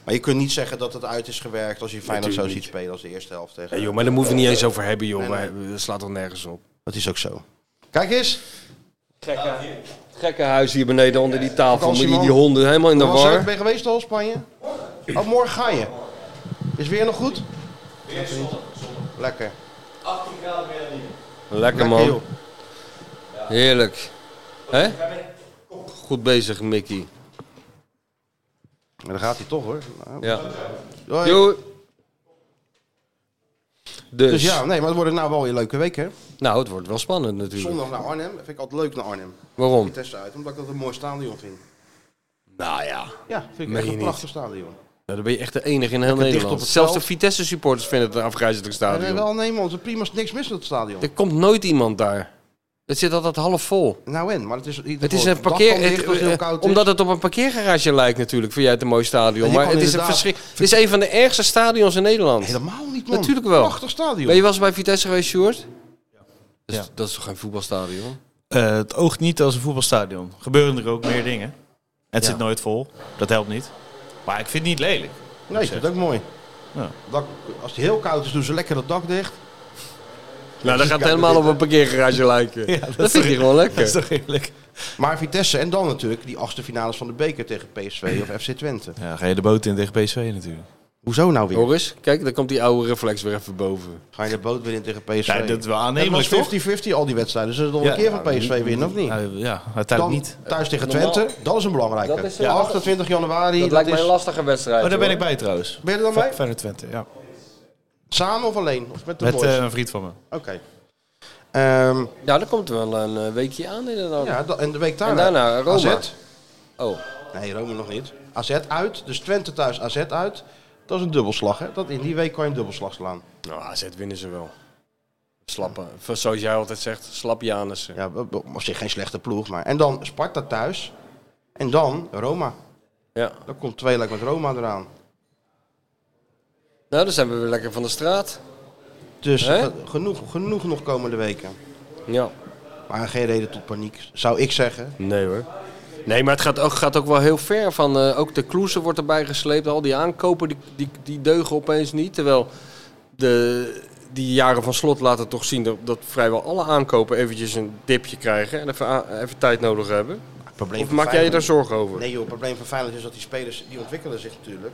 Speaker 5: Maar je kunt niet zeggen dat het uit is gewerkt als je Feyenoord zo
Speaker 6: Natuurlijk
Speaker 5: ziet
Speaker 6: niet.
Speaker 5: spelen als de eerste helft tegen.
Speaker 6: Ja, joh, maar daar moeten we niet eens over hebben, joh.
Speaker 5: Nee,
Speaker 6: Wij-
Speaker 5: nee.
Speaker 6: Dat slaat toch nergens op.
Speaker 5: Dat is ook zo. Kijk eens.
Speaker 6: Gekke, gekke huis hier beneden onder die tafel. Met
Speaker 5: Vakantieman.
Speaker 6: die, die honden helemaal in de
Speaker 5: Hoe was het?
Speaker 6: war.
Speaker 5: Ben je geweest al Spanje? Oh, morgen ga je. Is weer nog goed? Lekker.
Speaker 6: Lekker
Speaker 5: Lekker joh.
Speaker 6: man. Heerlijk. Hè? Goed bezig, Mickey.
Speaker 5: En daar gaat hij toch hoor. Nou,
Speaker 10: Ja.
Speaker 5: hoi.
Speaker 10: Doei. Dus,
Speaker 5: Dus ja, nee, maar het worden nou wel weer leuke weken. hè.
Speaker 6: Nou, het wordt wel spannend natuurlijk.
Speaker 5: Zondag naar Arnhem. Vind ik altijd leuk naar Arnhem.
Speaker 6: Waarom?
Speaker 5: Vitesse uit, omdat ik dat een mooi stadion vind.
Speaker 6: Nou ja,
Speaker 5: Ja, vind ik
Speaker 6: Meen
Speaker 5: echt
Speaker 6: je
Speaker 5: een
Speaker 6: niet.
Speaker 5: prachtig stadion.
Speaker 6: nou, dan ben je echt de enige in heel
Speaker 5: Lekker dicht op
Speaker 6: Nederland.
Speaker 5: het
Speaker 6: Zelfs de
Speaker 5: veld.
Speaker 6: Vitesse supporters vinden het een afgrijzelijk
Speaker 5: En eh,
Speaker 6: stadion.
Speaker 5: wel, nee man, er prima is niks mis met het stadion.
Speaker 6: Er komt nooit iemand daar. Het zit altijd half vol.
Speaker 5: Nou en, maar het is...
Speaker 6: Het is een parkeer... het- eh, omdat
Speaker 5: Omdat
Speaker 6: het op een parkeergarage lijkt natuurlijk. Vind jij het een mooi stadion.
Speaker 5: Ja, je
Speaker 6: Maar
Speaker 5: kan
Speaker 6: het is, een
Speaker 5: inderdaad-
Speaker 6: verschrik... het is een van de ergste stadions in Nederland.
Speaker 5: Helemaal niet man.
Speaker 6: Natuurlijk wel.
Speaker 5: Prachtig stadion.
Speaker 6: Ben je wel eens bij Vitesse geweest, Sjoerd? Dat, is,
Speaker 8: Ja.
Speaker 6: dat is toch geen voetbalstadion?
Speaker 8: Eh, het oogt niet als een voetbalstadion. Gebeuren er ook meer dingen. Het
Speaker 6: Ja.
Speaker 8: zit nooit vol. Dat helpt niet. Maar ik vind het niet lelijk.
Speaker 5: Nee, ik vind het ook mooi.
Speaker 8: Ja.
Speaker 5: Dak- als het heel koud is, doen ze lekker het dak dicht.
Speaker 6: Nou, dat gaat
Speaker 5: Kijk,
Speaker 6: helemaal
Speaker 5: dit-
Speaker 6: op een parkeergarage lijken. dat, vind ik gewoon
Speaker 8: Dat is
Speaker 6: lekker.
Speaker 8: toch eerlijk?
Speaker 5: Maar Vitesse en dan natuurlijk die achtste finales van de beker tegen PSV of FC Twente.
Speaker 8: Ja, ga je de boot in tegen PSV natuurlijk.
Speaker 5: Hoezo nou weer?
Speaker 6: Joris, kijk, daar komt die oude reflex weer even boven.
Speaker 5: Ga je de boot winnen tegen PSV?
Speaker 8: Ja, dat is wel
Speaker 5: het was
Speaker 8: aannemelijk, toch?
Speaker 5: 50-50 al die wedstrijden. Zullen ze nog
Speaker 8: Ja.
Speaker 5: een keer van
Speaker 6: Nou,
Speaker 5: PSV winnen of niet?
Speaker 8: Ja, ja,
Speaker 5: Dan
Speaker 8: uiteindelijk niet.
Speaker 5: thuis tegen Twente, dat is een belangrijke.
Speaker 6: Dat is een-
Speaker 5: ja. 28 januari, dat, is...
Speaker 6: lastige wedstrijd.
Speaker 8: Oh, daar ben ik bij trouwens.
Speaker 5: Ben je er dan bij?
Speaker 8: Feyenoord Twente, ja.
Speaker 5: Samen of alleen? Of met de
Speaker 8: eh, Met
Speaker 5: boys?
Speaker 8: eh, een vriend van me.
Speaker 5: Oké. Ehm,
Speaker 6: Ja, daar komt wel een eh, weekje aan inderdaad.
Speaker 5: ja, da- en de week
Speaker 6: en
Speaker 5: daarna.
Speaker 6: daarna Roma.
Speaker 5: AZ.
Speaker 6: Oh,
Speaker 5: Nee, Rome nog niet. AZ uit, dus Twente thuis, AZ uit. Dat is een dubbelslag, hè? Dat, in die week kan je een dubbelslag slaan.
Speaker 6: nou AZ winnen ze wel. Slappen. Zoals jij altijd zegt, slap Janussen.
Speaker 5: Ja, w- w- op zich geen slechte ploeg, maar... En dan Sparta thuis. En dan Roma.
Speaker 6: Ja.
Speaker 5: Dan komt tweelijk met Roma eraan.
Speaker 6: Nou, dan zijn we weer lekker van de straat.
Speaker 5: Dus
Speaker 6: Hè?
Speaker 5: eh, genoeg, genoeg nog komende weken.
Speaker 6: Ja.
Speaker 5: Maar geen reden tot paniek, zou ik zeggen.
Speaker 6: Nee hoor. Nee, maar het gaat ook, gaat ook wel heel ver. Van, eh, ook de Kloeze wordt erbij gesleept. Al die aankopen die, die, die deugen opeens niet. Terwijl de, die jaren van slot laten toch zien dat, dat vrijwel alle aankopen eventjes een dipje krijgen. En even, a- even tijd nodig hebben.
Speaker 5: Het probleem
Speaker 6: Of
Speaker 5: van
Speaker 6: maak jij je daar
Speaker 5: Feyenoord-
Speaker 6: zorgen over?
Speaker 5: Nee joh, het probleem van Feyenoord is dat die spelers, die ontwikkelen zich natuurlijk.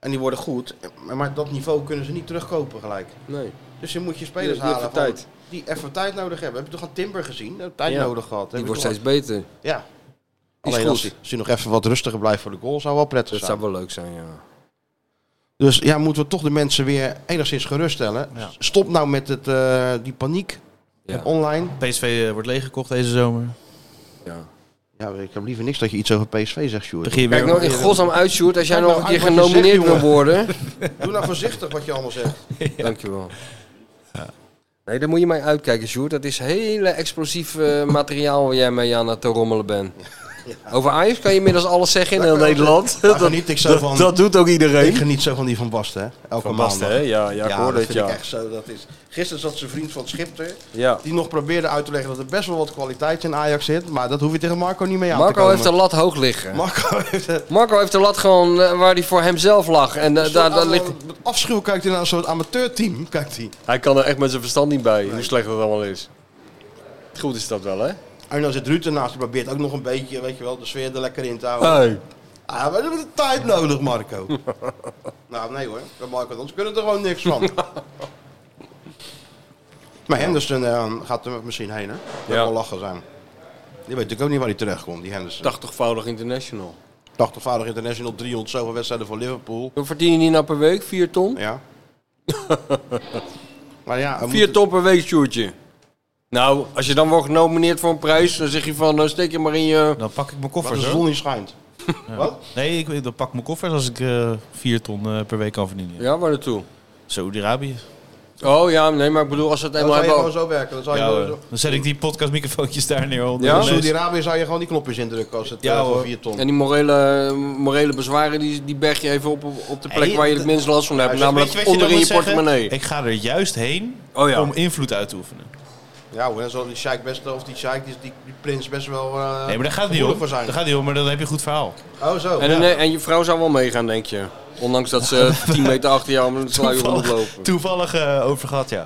Speaker 5: En die worden goed, maar- maar dat niveau kunnen ze niet terugkopen gelijk.
Speaker 6: Nee.
Speaker 5: Dus je moet je spelers
Speaker 6: Die- die
Speaker 5: halen
Speaker 6: even
Speaker 5: van-
Speaker 6: tijd.
Speaker 5: die even tijd nodig hebben. Heb je toch aan Timber gezien? Dat tijd
Speaker 6: Ja.
Speaker 5: nodig gehad.
Speaker 6: Die
Speaker 5: Heb je
Speaker 6: wordt
Speaker 5: toch
Speaker 6: steeds beter.
Speaker 5: wat- Ja.
Speaker 6: Is
Speaker 5: Alleen
Speaker 6: goed.
Speaker 5: als hij, als hij nog even wat rustiger blijft voor de goal, zou wel prettig
Speaker 6: Dat
Speaker 5: zijn.
Speaker 6: zou wel leuk zijn, ja.
Speaker 5: Dus ja, moeten we toch de mensen weer enigszins geruststellen.
Speaker 8: Ja.
Speaker 5: Stop nou met het, eh, die paniek
Speaker 6: Ja.
Speaker 5: online.
Speaker 8: PSV eh, wordt leeggekocht deze zomer.
Speaker 6: ja.
Speaker 5: Ja, ik heb liever niks dat je iets over PSV zegt, Sjoerd.
Speaker 8: Begin je weer
Speaker 6: Kijk nou in
Speaker 8: weer-
Speaker 6: godsnaam uit, Sjoerd. Als jij
Speaker 5: Kijk
Speaker 6: nog
Speaker 5: nou
Speaker 6: een keer
Speaker 5: uit wat je
Speaker 6: genomineerd
Speaker 5: zegt,
Speaker 6: wil worden.
Speaker 5: Doe nou voorzichtig wat je allemaal zegt.
Speaker 6: Dankjewel. Nee, daar moet je mee uitkijken, Sjoerd. Dat is hele explosief eh, materiaal waar jij mee aan het rommelen bent. Over Ajax kan je inmiddels alles zeggen in heel Nederland.
Speaker 5: Daar geniet ik zo van.
Speaker 6: doet ook iedereen.
Speaker 5: Ik geniet zo van die Van Basten, hè? Elke
Speaker 6: Van Basten, hè?
Speaker 5: maandag.
Speaker 6: Ja, ja, ik
Speaker 5: Ja,
Speaker 6: hoor
Speaker 5: dat
Speaker 6: dit,
Speaker 5: vind
Speaker 6: ja.
Speaker 5: ik echt zo. Dat is... Gisteren zat zijn vriend van het Schipter,
Speaker 6: ja.
Speaker 5: die nog probeerde uit te leggen dat er best wel wat kwaliteit in Ajax zit. Maar dat hoef je tegen Marco niet mee aan te
Speaker 6: Marco
Speaker 5: komen.
Speaker 6: heeft de lat hoog liggen.
Speaker 5: Marco heeft een
Speaker 6: Marco heeft de lat gewoon eh, waar hij voor hemzelf lag. En eh,
Speaker 5: dus
Speaker 6: daar, daar ligt...
Speaker 5: Met afschuw kijkt hij naar een soort amateurteam. Kijkt hij.
Speaker 6: Hij kan er echt met zijn verstand niet bij, hoe slecht dat allemaal is. Goed is dat wel, hè?
Speaker 5: En dan zit Ruud ernaast. Die probeert ook nog een beetje, weet je wel, de sfeer er lekker in te houden.
Speaker 8: Oh.
Speaker 6: Hey.
Speaker 5: Ah, we hebben de tijd nodig, Marco. nou, nee hoor. Dat Marco, anders kunnen we er gewoon niks van. maar Henderson eh, gaat er misschien heen, hè? Dat
Speaker 6: Ja.
Speaker 5: zal wel lachen zijn. Die weet natuurlijk ook niet waar hij terechtkomt, die Henderson.
Speaker 6: 80-voudig international.
Speaker 5: 80-voudig international, 300 zoveel wedstrijden voor Liverpool.
Speaker 6: Dan verdien je niet nou per week 4 ton?
Speaker 5: Ja. maar ja, we
Speaker 6: 4 ton per week, Sjoerdje. Nou, als je dan wordt genomineerd voor een prijs, dan zeg je van, nou, steek je maar in je...
Speaker 8: Dan pak ik mijn
Speaker 5: moeten-
Speaker 8: koffers.
Speaker 5: als de
Speaker 8: hoor.
Speaker 5: zon niet schijnt. Wat?
Speaker 8: Nee, ik, dan pak ik mijn koffers als ik eh 4 ton eh, per week kan verdienen.
Speaker 6: Ja, waar naartoe?
Speaker 8: Saudi-Arabië.
Speaker 6: Oh ja, nee, maar ik bedoel, als het
Speaker 5: Dan
Speaker 6: eenmaal
Speaker 5: zou je gewoon
Speaker 6: hebben...
Speaker 5: zo werken. Dan zou je
Speaker 8: Ja,
Speaker 5: door-
Speaker 8: hoor. dan zet ik die podcastmicrofoontjes daar neer. onder
Speaker 6: Ja?
Speaker 8: de les.
Speaker 5: Saudi-Arabië zou je gewoon die knopjes indrukken als het
Speaker 8: Ja,
Speaker 5: eh, voor
Speaker 8: hoor.
Speaker 5: 4 ton.
Speaker 6: En die morele, morele bezwaren, die, die berg je even op, op op de plek
Speaker 8: Hey,
Speaker 6: waar je het minst last van hebt.
Speaker 5: Weet je-
Speaker 8: Weet
Speaker 6: namelijk
Speaker 8: je wat je dan
Speaker 6: onderin je
Speaker 8: moet zeggen?
Speaker 6: portemonnee.
Speaker 8: Ik ga er juist heen
Speaker 6: Oh ja.
Speaker 8: om invloed uit te oefenen.
Speaker 5: Ah, Ja hoor, dan zal die Sheikh best wel, of die Sheikh, die, die, die prins best wel eh
Speaker 8: Nee, maar daar gaat het niet
Speaker 5: gevoelig
Speaker 8: om.
Speaker 5: voor zijn.
Speaker 8: Daar gaat het niet om, maar dan heb je een goed verhaal.
Speaker 5: Oh zo.
Speaker 6: En,
Speaker 5: ja.
Speaker 6: dan- en je vrouw zou wel meegaan, denk je. Ondanks dat ze 10 meter achter jou om een sluier rondlopen.
Speaker 8: Toevallig, toevallig eh, over gehad, ja.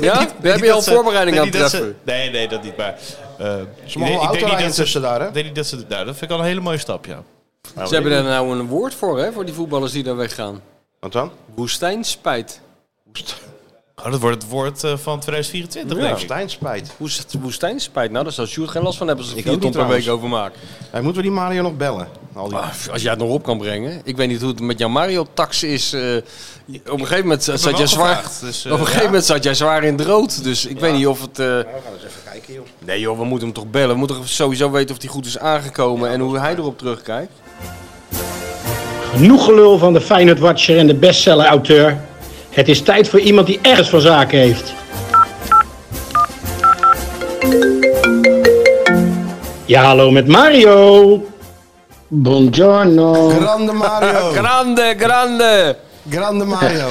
Speaker 8: ja,
Speaker 6: Daar heb je al voorbereiding aan
Speaker 8: dat
Speaker 6: treffen.
Speaker 8: ze- Nee, nee, dat niet. Maar eh,
Speaker 5: Ze mogen wel auto
Speaker 8: ik denk niet
Speaker 5: rijden
Speaker 8: dat ze...
Speaker 5: tussen daar hè?
Speaker 8: Ik denk niet dat ze... Nou, dat vind ik al een hele mooie stap, ja.
Speaker 6: Ze hebben daar nou een woord voor, hè? Voor die voetballers die daar weggaan.
Speaker 5: Wat dan?
Speaker 6: Woestijnspijt.
Speaker 8: Oh, dat wordt het woord eh, van 2024, denk ik.
Speaker 5: Stijn spijt.
Speaker 6: Woest- Woestijnspijt. Nou, daar zal Sjoerd geen last van hebben als ze
Speaker 5: Ik
Speaker 6: er 4
Speaker 5: ook
Speaker 6: ton
Speaker 5: niet
Speaker 6: per week
Speaker 5: trouwens.
Speaker 6: over maken.
Speaker 5: Hey, moeten we die Mario nog bellen? Al die...
Speaker 6: Ah, als jij het nog op kan brengen. Ik weet niet hoe het met jouw Mario-tax is. eh, je- op een gegeven moment zat jij zwaar...
Speaker 8: Dus,
Speaker 6: op een gegeven moment zat jij zwaar in het rood. Dus ik weet niet of het... eh,
Speaker 5: Nou, we gaan eens even kijken, joh.
Speaker 6: Nee joh, we moeten hem toch bellen. We moeten sowieso weten of hij goed is aangekomen en hoe hij erop terugkijkt.
Speaker 10: Genoeg gelul van de Feyenoord Watcher en de bestseller-auteur. Het is tijd voor iemand die ergens van zaken heeft. Ja, hallo met Mario. Buongiorno.
Speaker 5: Grande
Speaker 6: Oh.
Speaker 5: Mario.
Speaker 6: Grande, grande!
Speaker 5: Grande Mario.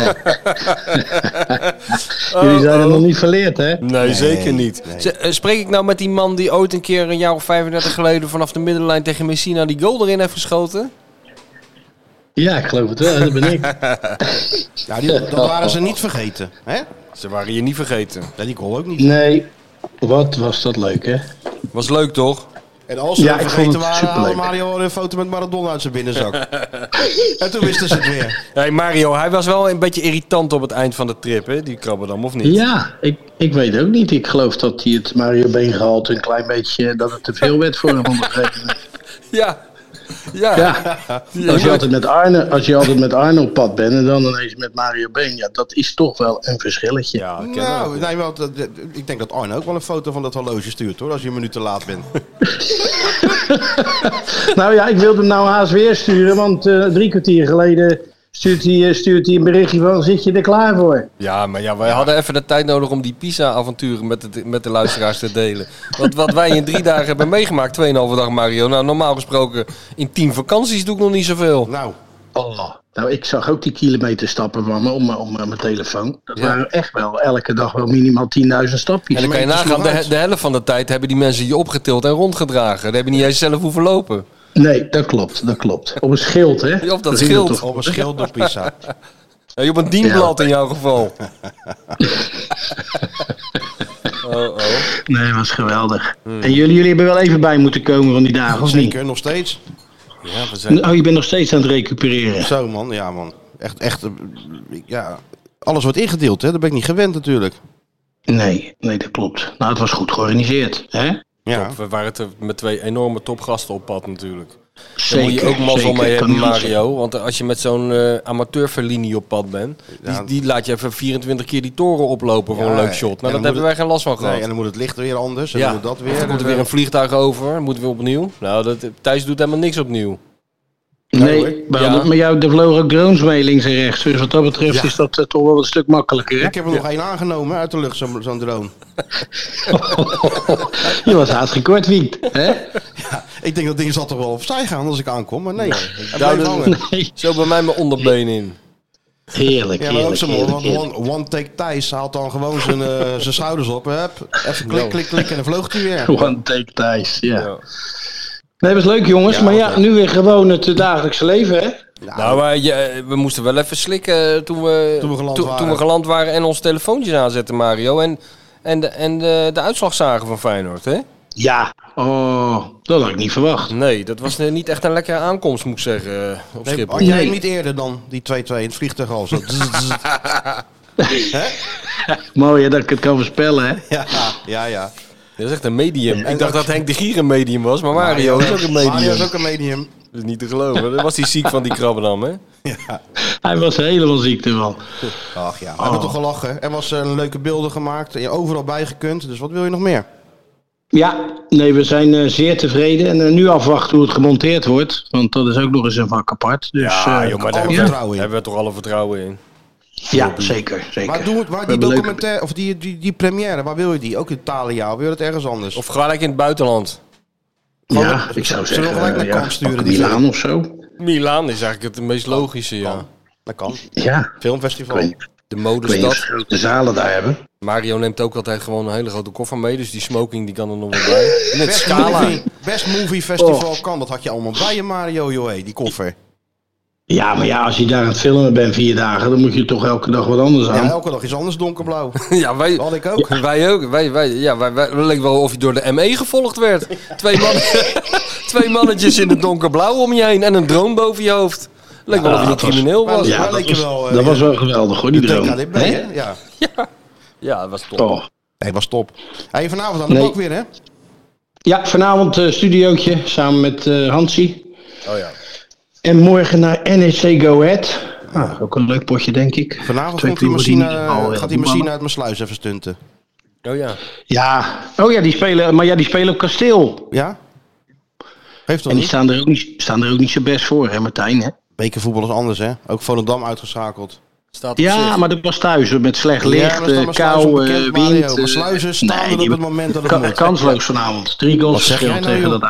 Speaker 10: Jullie zijn er nog niet geleerd, hè?
Speaker 6: Nee, zeker niet. Z- eh, Spreek ik nou met die man die ooit een keer een jaar of 35 geleden vanaf de middenlijn tegen Messina die goal erin heeft geschoten?
Speaker 10: Ja, ik geloof het wel. Dat ben ik.
Speaker 5: Ja, die, dat waren ze niet vergeten. Hè?
Speaker 6: Ze waren je niet vergeten.
Speaker 5: Ja, die goal ook niet.
Speaker 10: Nee, wat was dat leuk, hè?
Speaker 6: Was leuk toch?
Speaker 5: En als ze
Speaker 10: Ja,
Speaker 5: hem
Speaker 10: ik
Speaker 5: vergeten
Speaker 10: vond het
Speaker 5: waren, haalde
Speaker 10: superleuk.
Speaker 5: Mario al een foto met Maradona uit zijn binnenzak. en toen wisten ze het weer.
Speaker 6: Hé Mario, hij was wel een beetje irritant op het eind van de trip, hè? Die krabberdam, of niet?
Speaker 10: Ja, ik, ik weet ook niet. Ik geloof dat hij het Mario Been gehaald een klein beetje... eh, dat het te veel werd voor hem. op een gegeven moment.
Speaker 6: Ja. Ja.
Speaker 10: Ja, als je altijd met Arne, als je altijd met Arne op pad bent en dan ineens met Mario Been, ja, dat is toch wel een verschilletje.
Speaker 6: Ja, ik ken hem.
Speaker 5: Nou, nee, want, eh, ik denk dat Arne ook wel een foto van dat horloge stuurt hoor, als je een minuut te laat bent.
Speaker 10: Nou ja, ik wilde hem nou haast weer sturen, want eh, drie kwartier geleden stuurt hij, eh, stuurt hij een berichtje van, zit je er klaar voor?
Speaker 6: Ja, maar ja, wij hadden even de tijd nodig om die Pisa-avonturen met, het- met de luisteraars te delen. Want wat wij in drie dagen hebben meegemaakt, 2,5 dag Mario. Nou, normaal gesproken, in tien vakanties doe ik nog niet zoveel.
Speaker 5: Nou,
Speaker 10: Oh. Nou, ik zag ook die kilometerstappen van me om, mijn- om, eh, mijn telefoon. Dat
Speaker 6: Ja.
Speaker 10: waren echt wel elke dag wel minimaal 10.000 stapjes.
Speaker 6: En dan kan je nagaan, de, de helft van de tijd hebben die mensen je opgetild en rondgedragen. Daar hebben niet eens zelf hoeven lopen.
Speaker 10: Nee, dat klopt, dat klopt. Op een schild, hè?
Speaker 6: Ja, op dat
Speaker 10: Dan zie je
Speaker 6: schild.
Speaker 10: toch.
Speaker 5: op een schild door Pisa.
Speaker 6: Hey, op een dienblad in jouw geval. oh, oh.
Speaker 10: Nee, was geweldig.
Speaker 6: Hmm.
Speaker 10: En jullie, jullie hebben wel even bij moeten komen van die dagen, of niet?
Speaker 5: Zeker, nog steeds.
Speaker 6: Ja, we zijn...
Speaker 10: Oh, je bent nog steeds aan het recupereren.
Speaker 5: Zo man, ja man. Echt, echt, eh, ja. Alles wordt ingedeeld, hè? dat ben ik niet gewend natuurlijk.
Speaker 10: Nee, nee, dat klopt. Nou, het was goed georganiseerd, hè?
Speaker 5: Ja.
Speaker 6: We waren het met twee enorme topgasten op pad natuurlijk. Daar
Speaker 10: Zeker.
Speaker 6: moet je ook mazzel
Speaker 10: zeker,
Speaker 6: mee
Speaker 10: kan
Speaker 6: hebben,
Speaker 10: niet anders.
Speaker 6: Mario. Want als je met zo'n eh amateur Fellini op pad bent,
Speaker 5: Ja.
Speaker 6: die, die laat je even 24 keer die toren oplopen voor
Speaker 5: Ja,
Speaker 6: een leuk
Speaker 5: en
Speaker 6: shot.
Speaker 5: dan
Speaker 6: Nou, daar
Speaker 5: moet
Speaker 6: hebben
Speaker 5: het-
Speaker 6: wij geen last van gehad.
Speaker 5: Nee, en dan moet het licht weer anders. En
Speaker 6: ja,
Speaker 5: dan moet dat
Speaker 6: Of
Speaker 5: weer. eh,
Speaker 6: er komt er weer een vliegtuig over, moeten we opnieuw. Nou, dat, Thijs doet helemaal niks opnieuw.
Speaker 10: Nee, maar,
Speaker 6: Ja.
Speaker 10: maar jou, er vlogen ook drones mee links en rechts. Dus wat dat betreft is dat eh, toch wel een stuk makkelijker, hè?
Speaker 5: eh, Ik heb er nog één aangenomen uit de lucht, zo'n zo'n drone.
Speaker 10: je was haast gekortwiekt, hè?
Speaker 5: Ik denk dat ding zal toch wel opzij gaan als ik aankom, maar nee. Hij
Speaker 6: Nou,
Speaker 5: blijft
Speaker 6: dat-
Speaker 5: hangen.
Speaker 10: Nee.
Speaker 6: Zo bij mij mijn onderbeen in.
Speaker 10: Heerlijk,
Speaker 5: Ja, maar ook
Speaker 10: heerlijk,
Speaker 5: zo mooi,
Speaker 10: heerlijk,
Speaker 5: want
Speaker 10: heerlijk.
Speaker 5: one, one take Thijs haalt dan gewoon zijn, eh, zijn schouders op. Hup, even klik, klik, klik en dan vloog hij weer.
Speaker 10: One take Thijs, ja.
Speaker 6: Ja.
Speaker 10: Nee, was leuk jongens, maar ja, nu weer gewoon het eh, dagelijkse leven, hè?
Speaker 6: Nou, maar je- we moesten wel even slikken eh, toen we,
Speaker 5: Toen we geland
Speaker 6: toen- toen
Speaker 5: waren.
Speaker 6: we geland waren en onze telefoontjes aanzetten, Mario. En, en, de, en de, de uitslag zagen van Feyenoord, hè?
Speaker 10: Ja, oh, dat had ik niet verwacht.
Speaker 6: Nee, dat was eh, niet echt een lekkere aankomst, moet ik zeggen, eh, op
Speaker 5: Nee,
Speaker 6: Schiphol.
Speaker 5: had jij hem
Speaker 10: Nee.
Speaker 5: niet eerder dan die 2-2 in het vliegtuig al? Zo.
Speaker 10: Mooi hè, dat ik het kan voorspellen, hè?
Speaker 5: ja, ja, ja.
Speaker 6: Dat is echt een medium. Ik dacht dat Henk de Gier een medium was, maar Mario is ook een
Speaker 5: Mario
Speaker 6: medium.
Speaker 5: is ook een medium.
Speaker 6: Dat is niet te geloven. Dat was die ziek van die krabbendam, hè?
Speaker 10: Hij was helemaal ziek ervan.
Speaker 5: Ach ja, we hebben
Speaker 10: Oh.
Speaker 5: toch gelachen. Er was eh, leuke beelden gemaakt. en Je overal bijgekund. Dus wat wil je nog meer?
Speaker 10: Ja, nee, we zijn eh, zeer tevreden. En eh, nu afwachten hoe het gemonteerd wordt. Want dat is ook nog eens een vak apart. Dus, ja,
Speaker 5: daar alle
Speaker 6: hebben,
Speaker 5: hebben we-
Speaker 6: we,
Speaker 5: vertrouwen in.
Speaker 6: hebben we toch alle vertrouwen in.
Speaker 10: ja zeker, zeker.
Speaker 5: Maar, doe het, maar
Speaker 10: We
Speaker 5: die
Speaker 10: hebben leuke-
Speaker 5: documentaire, of die, die, die première, waar wil je die? Ook in Italië, of wil je dat ergens anders?
Speaker 6: Of gelijk in het buitenland.
Speaker 10: Ja, ik zou
Speaker 5: Zullen we
Speaker 10: zeggen,
Speaker 5: gelijk naar
Speaker 10: eh, ja,
Speaker 5: Kamp sturen,
Speaker 10: pak
Speaker 5: die
Speaker 10: Milaan of zo.
Speaker 6: Milaan is eigenlijk het meest logische,
Speaker 5: Oh.
Speaker 6: ja.
Speaker 5: dat kan.
Speaker 10: Ja, ik
Speaker 5: Filmfestival.
Speaker 10: weet, ik
Speaker 6: De
Speaker 10: weet niet of
Speaker 6: modestad.
Speaker 10: ze grote zalen daar hebben.
Speaker 6: Mario neemt ook altijd gewoon een hele grote koffer mee, dus die smoking die kan er nog wel bij. En het
Speaker 5: Best
Speaker 6: Scala.
Speaker 5: movie, best movie Festival
Speaker 10: Oh.
Speaker 5: kan. Dat had je allemaal bij je, Mario, joh, hé, die koffer.
Speaker 10: Ja, maar ja, als je daar aan het filmen bent vier dagen, dan moet je toch elke dag wat anders aan.
Speaker 5: Ja, elke dag is anders donkerblauw.
Speaker 6: Ja, wij,
Speaker 5: Dat had ik ook.
Speaker 6: Wij ook. Wij, wij, ja, wij, wij, het leek wel of je door de ME gevolgd werd. Twee, man, twee mannetjes in het donkerblauw om je heen en een drone boven je hoofd. Leek wel of je een
Speaker 10: dat was-
Speaker 6: crimineel was.
Speaker 5: Ja, leek
Speaker 10: ja, dat,
Speaker 5: je
Speaker 10: was,
Speaker 5: wel, eh,
Speaker 10: dat
Speaker 5: ja.
Speaker 10: was wel geweldig hoor, die drone.
Speaker 5: DKDB,
Speaker 10: Hè?
Speaker 5: hè? Ja.
Speaker 6: Ja, dat was top.
Speaker 10: Oh.
Speaker 5: Nee, was top. Hey, vanavond aan de
Speaker 10: Nee.
Speaker 5: bak weer, hè?
Speaker 10: Ja, vanavond eh studiootje samen met eh Hansie.
Speaker 9: Oh ja.
Speaker 10: En morgen naar NEC Go Ahead. Ah, ook een leuk potje, denk ik.
Speaker 5: Vanavond
Speaker 10: Twee
Speaker 5: komt die
Speaker 10: ploegen
Speaker 5: machine,
Speaker 10: niet-
Speaker 5: eh,
Speaker 10: Oh,
Speaker 5: gaat
Speaker 10: ja,
Speaker 5: die
Speaker 10: die
Speaker 5: machine
Speaker 10: mannen.
Speaker 5: uit mijn sluis even stunten.
Speaker 6: Oh ja.
Speaker 10: Ja, oh ja, die spelen, maar ja, die spelen op kasteel.
Speaker 5: Ja? Heeft toch
Speaker 10: En die
Speaker 5: niet?
Speaker 10: staan er ook niet, staan er ook niet zo best voor, hè Martijn? Hè?
Speaker 5: Bekervoetbal is anders, hè? Ook Volendam uitgeschakeld.
Speaker 6: Staat op
Speaker 10: Ja,
Speaker 6: zich.
Speaker 10: maar dat was thuis hoor, met slecht
Speaker 5: Ja,
Speaker 10: licht,
Speaker 5: maar is dan
Speaker 10: eh,
Speaker 5: maar sluizen
Speaker 10: kou, eh,
Speaker 5: onbekend,
Speaker 10: wind.
Speaker 5: Mario. Maar
Speaker 10: eh,
Speaker 5: sluizen staan er op
Speaker 10: die-
Speaker 5: het moment dat het
Speaker 10: ka-
Speaker 5: moet.
Speaker 10: Kansloos vanavond. Drie goals
Speaker 5: Wat zeg
Speaker 10: verschil
Speaker 5: jij nou,
Speaker 10: tegen
Speaker 5: joh?
Speaker 10: dat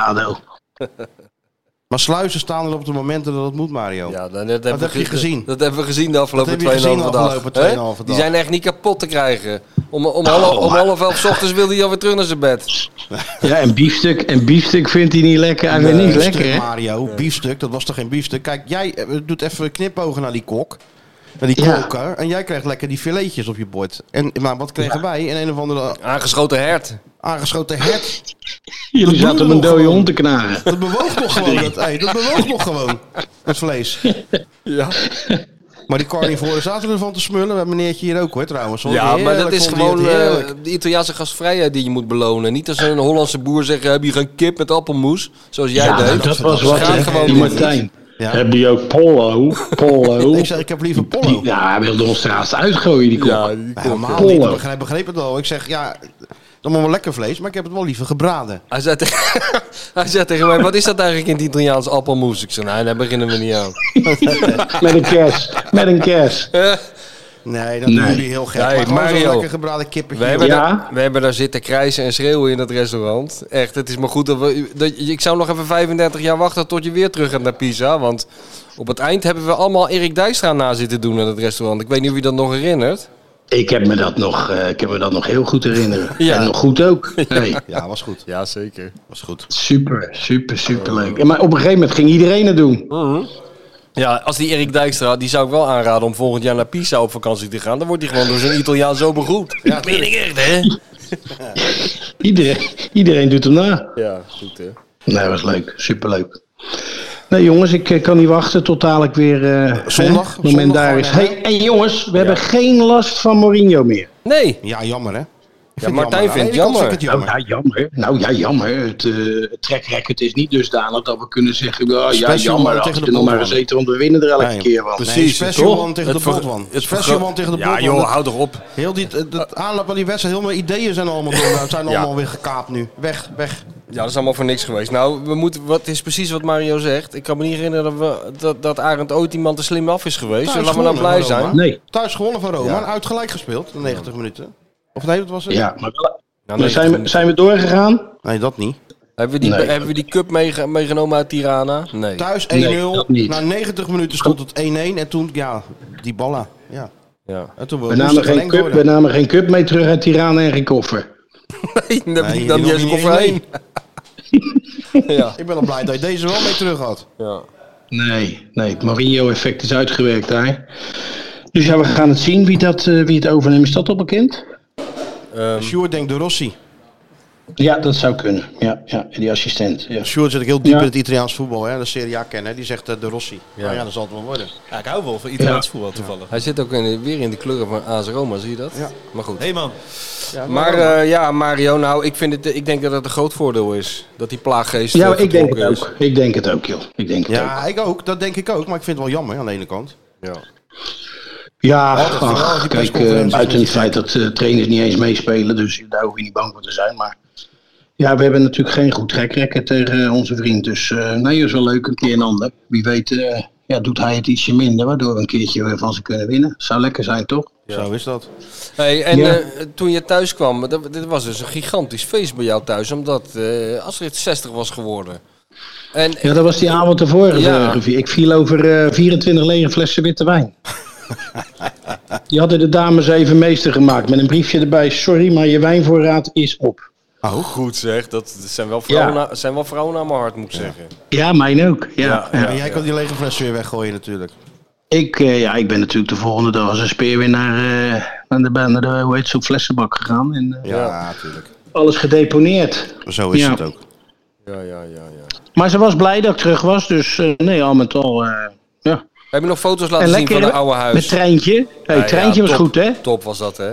Speaker 10: ADO.
Speaker 5: Maar sluizen staan er op de momenten dat het moet, Mario.
Speaker 6: Ja, dan, dat, hebben
Speaker 5: heb
Speaker 6: we
Speaker 5: je gezien?
Speaker 6: Dat hebben we gezien de
Speaker 5: Dat
Speaker 6: afgelopen
Speaker 5: heb je gezien
Speaker 6: 2,5
Speaker 5: de
Speaker 6: dag.
Speaker 5: afgelopen
Speaker 6: Hè?
Speaker 5: 2,5
Speaker 6: Die
Speaker 5: dag.
Speaker 6: zijn echt niet kapot te krijgen. Om, om,
Speaker 10: Nou,
Speaker 6: half, om half elf 's ochtends wilde hij alweer terug naar zijn bed.
Speaker 10: Ja, en biefstuk, en biefstuk vindt hij niet lekker. Hij vindt niet
Speaker 5: Biefstuk,
Speaker 10: lekker, hè?
Speaker 5: Eh, Mario, biefstuk, dat was toch geen biefstuk? Kijk, jij eh, doet even knipogen naar die kok. Naar die
Speaker 10: Ja.
Speaker 5: koker. En jij kreeg lekker die filetjes op je bord. En, maar wat kregen wij? In een of andere
Speaker 6: Aangeschoten hert.
Speaker 5: aangeschoten hert.
Speaker 10: Jullie
Speaker 5: Dat
Speaker 10: zaten
Speaker 5: doen
Speaker 10: om
Speaker 5: we
Speaker 10: een
Speaker 5: nog
Speaker 10: dode
Speaker 5: gewoon.
Speaker 10: hond te knagen.
Speaker 5: Dat bewoog nog gewoon. Dat, hey, dat bewoog nog gewoon. Het vlees.
Speaker 6: Ja,
Speaker 5: Maar die carnivoren zaten ervan te smullen. Met meneertje hier ook hoor trouwens. hoor.
Speaker 6: ja maar
Speaker 5: Heerlijk,
Speaker 6: dat is
Speaker 5: vond hij het
Speaker 6: gewoon
Speaker 5: heerlijk.
Speaker 6: eh, de Italiaanse gastvrijheid die je moet belonen. Niet als een Hollandse boer zegt, heb je geen kip met appelmoes? Zoals jij
Speaker 10: Ja,
Speaker 6: deed.
Speaker 10: dat was wat,
Speaker 6: Gaat
Speaker 10: hè?
Speaker 6: gewoon
Speaker 10: Die
Speaker 6: niet.
Speaker 10: Martijn.
Speaker 5: Ja.
Speaker 10: Heb je ook Polo?
Speaker 6: eh,
Speaker 10: Polo?
Speaker 5: Ik zei, ik heb liever pollo.
Speaker 10: Die, ja, hij wilde ons trouwens uitgooien, die kop.
Speaker 6: Ja, die
Speaker 5: Ja,
Speaker 6: kop.
Speaker 5: Helemaal
Speaker 10: Pollo.
Speaker 5: niet. Ik begrijp, begreep het al. Ik zeg, ja, dan moet wel lekker vlees. Maar ik heb het wel liever gebraden.
Speaker 6: Hij zei, tegen, hij zei tegen mij, wat is dat eigenlijk in het Italiaans appelmoes? Ik zei, nee, daar beginnen we niet aan.
Speaker 10: Met een kers. Met een kers.
Speaker 5: Nee, dat doen
Speaker 10: Nee.
Speaker 5: jullie heel gek.
Speaker 6: Nee,
Speaker 5: maar gewoon zo'n
Speaker 6: Mario.
Speaker 5: lekker gebraden kippetje.
Speaker 6: We hebben,
Speaker 10: Ja.
Speaker 6: daar, we hebben daar zitten krijsen en schreeuwen in dat restaurant. Echt, het is maar goed dat we... Dat, ik zou nog even 35 jaar wachten tot je weer terug gaat naar Pisa. Want op het eind hebben we allemaal Erik Dijkstra na zitten doen in dat restaurant. Ik weet niet of je dat nog herinnert.
Speaker 10: Ik heb me dat nog, eh, ik heb me dat nog heel goed herinneren.
Speaker 6: Ja.
Speaker 10: En nog goed ook. Nee.
Speaker 5: Ja, was goed.
Speaker 6: Ja, zeker.
Speaker 5: Was goed.
Speaker 10: Super, super, super leuk. En maar op een gegeven moment ging iedereen het doen.
Speaker 6: Ja, als die Erik Dijkstra, die zou ik wel aanraden om volgend jaar naar Pisa op vakantie te gaan. Dan wordt hij gewoon door zijn Italiaan zo begroet. Ja,
Speaker 7: Dat meen ik echt, hè?
Speaker 10: Iedereen, iedereen doet hem na.
Speaker 6: goed hè.
Speaker 10: Nee, was leuk. Super leuk. Nee jongens, ik eh, kan niet wachten tot dadelijk weer eh,
Speaker 5: Zondag,
Speaker 10: hè, het moment
Speaker 5: zondag
Speaker 10: daar
Speaker 5: gewoon,
Speaker 10: is.
Speaker 5: hè?
Speaker 10: Hey, en jongens, we hebben geen last van Mourinho meer.
Speaker 6: Nee,
Speaker 5: Ja, jammer hè. Ik vind
Speaker 6: Martijn
Speaker 5: jammer. Aan
Speaker 6: vindt
Speaker 5: de ene kant
Speaker 6: jammer.
Speaker 5: vind ik het jammer.
Speaker 10: Nou ja, jammer. Nou ja, jammer. Het eh, het track record is niet dusdanig dat we kunnen zeggen, ah, ja
Speaker 5: Special
Speaker 10: jammer,
Speaker 5: man
Speaker 10: had
Speaker 5: tegen
Speaker 10: je
Speaker 5: de
Speaker 10: er nog maar
Speaker 5: Bondman.
Speaker 10: gezeten, want we winnen er elke
Speaker 5: Nee,
Speaker 10: keer wel.
Speaker 5: Precies, special
Speaker 6: toch?
Speaker 5: one tegen de
Speaker 6: Het vergro-
Speaker 5: Botwan.
Speaker 6: het
Speaker 5: Special
Speaker 6: vergro-
Speaker 5: one tegen de
Speaker 6: Ja
Speaker 5: Botwan.
Speaker 6: joh, hou toch op.
Speaker 5: Heel die, het, het aanloop aan die wedstrijd, heel mijn ideeën zijn allemaal door. Het zijn
Speaker 6: Ja.
Speaker 5: allemaal weer gekaapt nu. Weg, weg.
Speaker 6: Ja, dat is allemaal voor niks geweest. Nou, we moeten, wat is precies wat Mario zegt. Ik kan me niet herinneren dat, we, dat, dat Arend ooit iemand te slim af is geweest.
Speaker 5: Thuis
Speaker 6: Dus laat me nou
Speaker 5: gewonnen
Speaker 6: blij
Speaker 5: van Roma.
Speaker 6: zijn.
Speaker 10: Nee,
Speaker 5: Thuis gewonnen van Roma,
Speaker 6: Ja.
Speaker 5: en uitgelijk gespeeld, 90 minuten. Of nee, dat was het?
Speaker 10: ja, maar wel-
Speaker 6: Ja,
Speaker 10: maar
Speaker 6: nee,
Speaker 10: zijn, we,
Speaker 6: dat-
Speaker 10: zijn we doorgegaan?
Speaker 5: Nee, dat niet.
Speaker 6: Hebben we die,
Speaker 10: Nee.
Speaker 6: hebben we die cup meege- meegenomen uit Tirana? Nee.
Speaker 5: Thuis 1-0,
Speaker 10: dat niet.
Speaker 5: na 90 minuten stond het 1-1 en toen, ja, die balla. Ja.
Speaker 6: Ja.
Speaker 5: En toen
Speaker 10: We
Speaker 5: moest
Speaker 10: namen,
Speaker 5: er
Speaker 10: geen
Speaker 5: verlengd
Speaker 10: cup, we
Speaker 5: worden.
Speaker 10: namen geen cup mee terug uit Tirana en geen koffer.
Speaker 6: Nee, dan
Speaker 5: Nee,
Speaker 6: heb
Speaker 5: die
Speaker 6: ik dan niet
Speaker 5: nog
Speaker 6: eens een
Speaker 5: niet
Speaker 6: koffer heen.
Speaker 5: één.
Speaker 6: ja.
Speaker 5: Ik ben al blij dat je deze wel mee terug had.
Speaker 6: ja.
Speaker 10: Nee, nee, het Mourinho-effect is uitgewerkt daar. Dus ja, we gaan het zien wie, dat, eh, wie het overneemt. Is dat al bekend?
Speaker 6: Ehm,
Speaker 5: Sjoerd denkt de Rossi.
Speaker 10: Ja, dat zou kunnen. Ja, ja en die assistent. Ja.
Speaker 5: Sjoerd zit ik heel diep
Speaker 10: Ja.
Speaker 5: in het Italiaans voetbal, hè. de Serie A kennen. hè. Die zegt eh, de Rossi. Ja. ja, dat zal het wel worden.
Speaker 8: Ja, ik hou wel van Italiaans voetbal toevallig.
Speaker 6: hij zit ook in, de- weer in de kleuren van AS Roma, zie je dat?
Speaker 5: Ja.
Speaker 6: Maar goed.
Speaker 8: Hé hey man,
Speaker 6: Maar eh, ja, Mario, nou, ik, vind het, ik denk dat het een groot voordeel is. Dat die plaaggeest
Speaker 10: Ja,
Speaker 6: eh,
Speaker 10: maar ik denk het
Speaker 6: vertrokken is.
Speaker 10: ook. Ik denk het ook, joh. Ik denk het ook.
Speaker 5: Ja, ik ook. Dat denk ik ook. Maar ik vind het wel jammer aan de ene kant.
Speaker 6: Oh,
Speaker 10: Ja,
Speaker 5: Altijd
Speaker 10: ach,
Speaker 5: vooral die
Speaker 10: kijk, eh,
Speaker 5: persconferenties
Speaker 10: buiten
Speaker 5: moet
Speaker 10: het
Speaker 5: je
Speaker 10: feit dat eh, trainers niet eens meespelen, dus daar hoef je niet bang voor te zijn. Maar ja, we hebben natuurlijk geen goed trekrekker tegen eh, onze vriend. Dus eh, nee, is wel leuk een keer een ander. Wie weet eh, ja, doet hij het ietsje minder, waardoor we een keertje weer van ze kunnen winnen. Zou lekker zijn, toch?
Speaker 5: Zo is dat.
Speaker 6: Hey, en
Speaker 10: Ja.
Speaker 6: eh, toen je thuis kwam, dat, dit was dus een gigantisch feest bij jou thuis, omdat eh Astrid 60 was geworden. En
Speaker 10: Ja, dat was die avond ervoor.
Speaker 6: Ja.
Speaker 10: eh, gevierd. ik viel over eh, 24 lege flessen witte wijn. Die hadden de dames even meester gemaakt met een briefje erbij. Sorry, maar je wijnvoorraad is op.
Speaker 6: oh, goed zeg, dat zijn wel
Speaker 10: vrouwen
Speaker 6: vrouwen, zijn wel vrouwen aan mijn hart, moet ik zeggen.
Speaker 10: Ja, mijn ook. ja. ja.
Speaker 5: en jij kan die lege fles weer weggooien natuurlijk.
Speaker 10: Ik, eh, ja, ik ben natuurlijk de volgende dag als een speer weer naar, eh, naar de, naar de hoe heet zo'n flessenbak gegaan. En eh,
Speaker 5: Ja, natuurlijk.
Speaker 10: alles gedeponeerd.
Speaker 5: Zo is
Speaker 10: Ja.
Speaker 5: het ook.
Speaker 6: Ja, ja, ja, ja.
Speaker 10: Maar ze was blij dat ik terug was, dus eh, nee, al met al. eh, ja.
Speaker 6: Heb je nog foto's
Speaker 10: En
Speaker 6: laten zien
Speaker 10: lekker
Speaker 6: van
Speaker 10: hè?
Speaker 6: het oude huis?
Speaker 10: Met treintje. Hey,
Speaker 6: Nou Ja, ja,
Speaker 10: treintje was
Speaker 6: top.
Speaker 10: goed, hè?
Speaker 6: Top was dat, hè?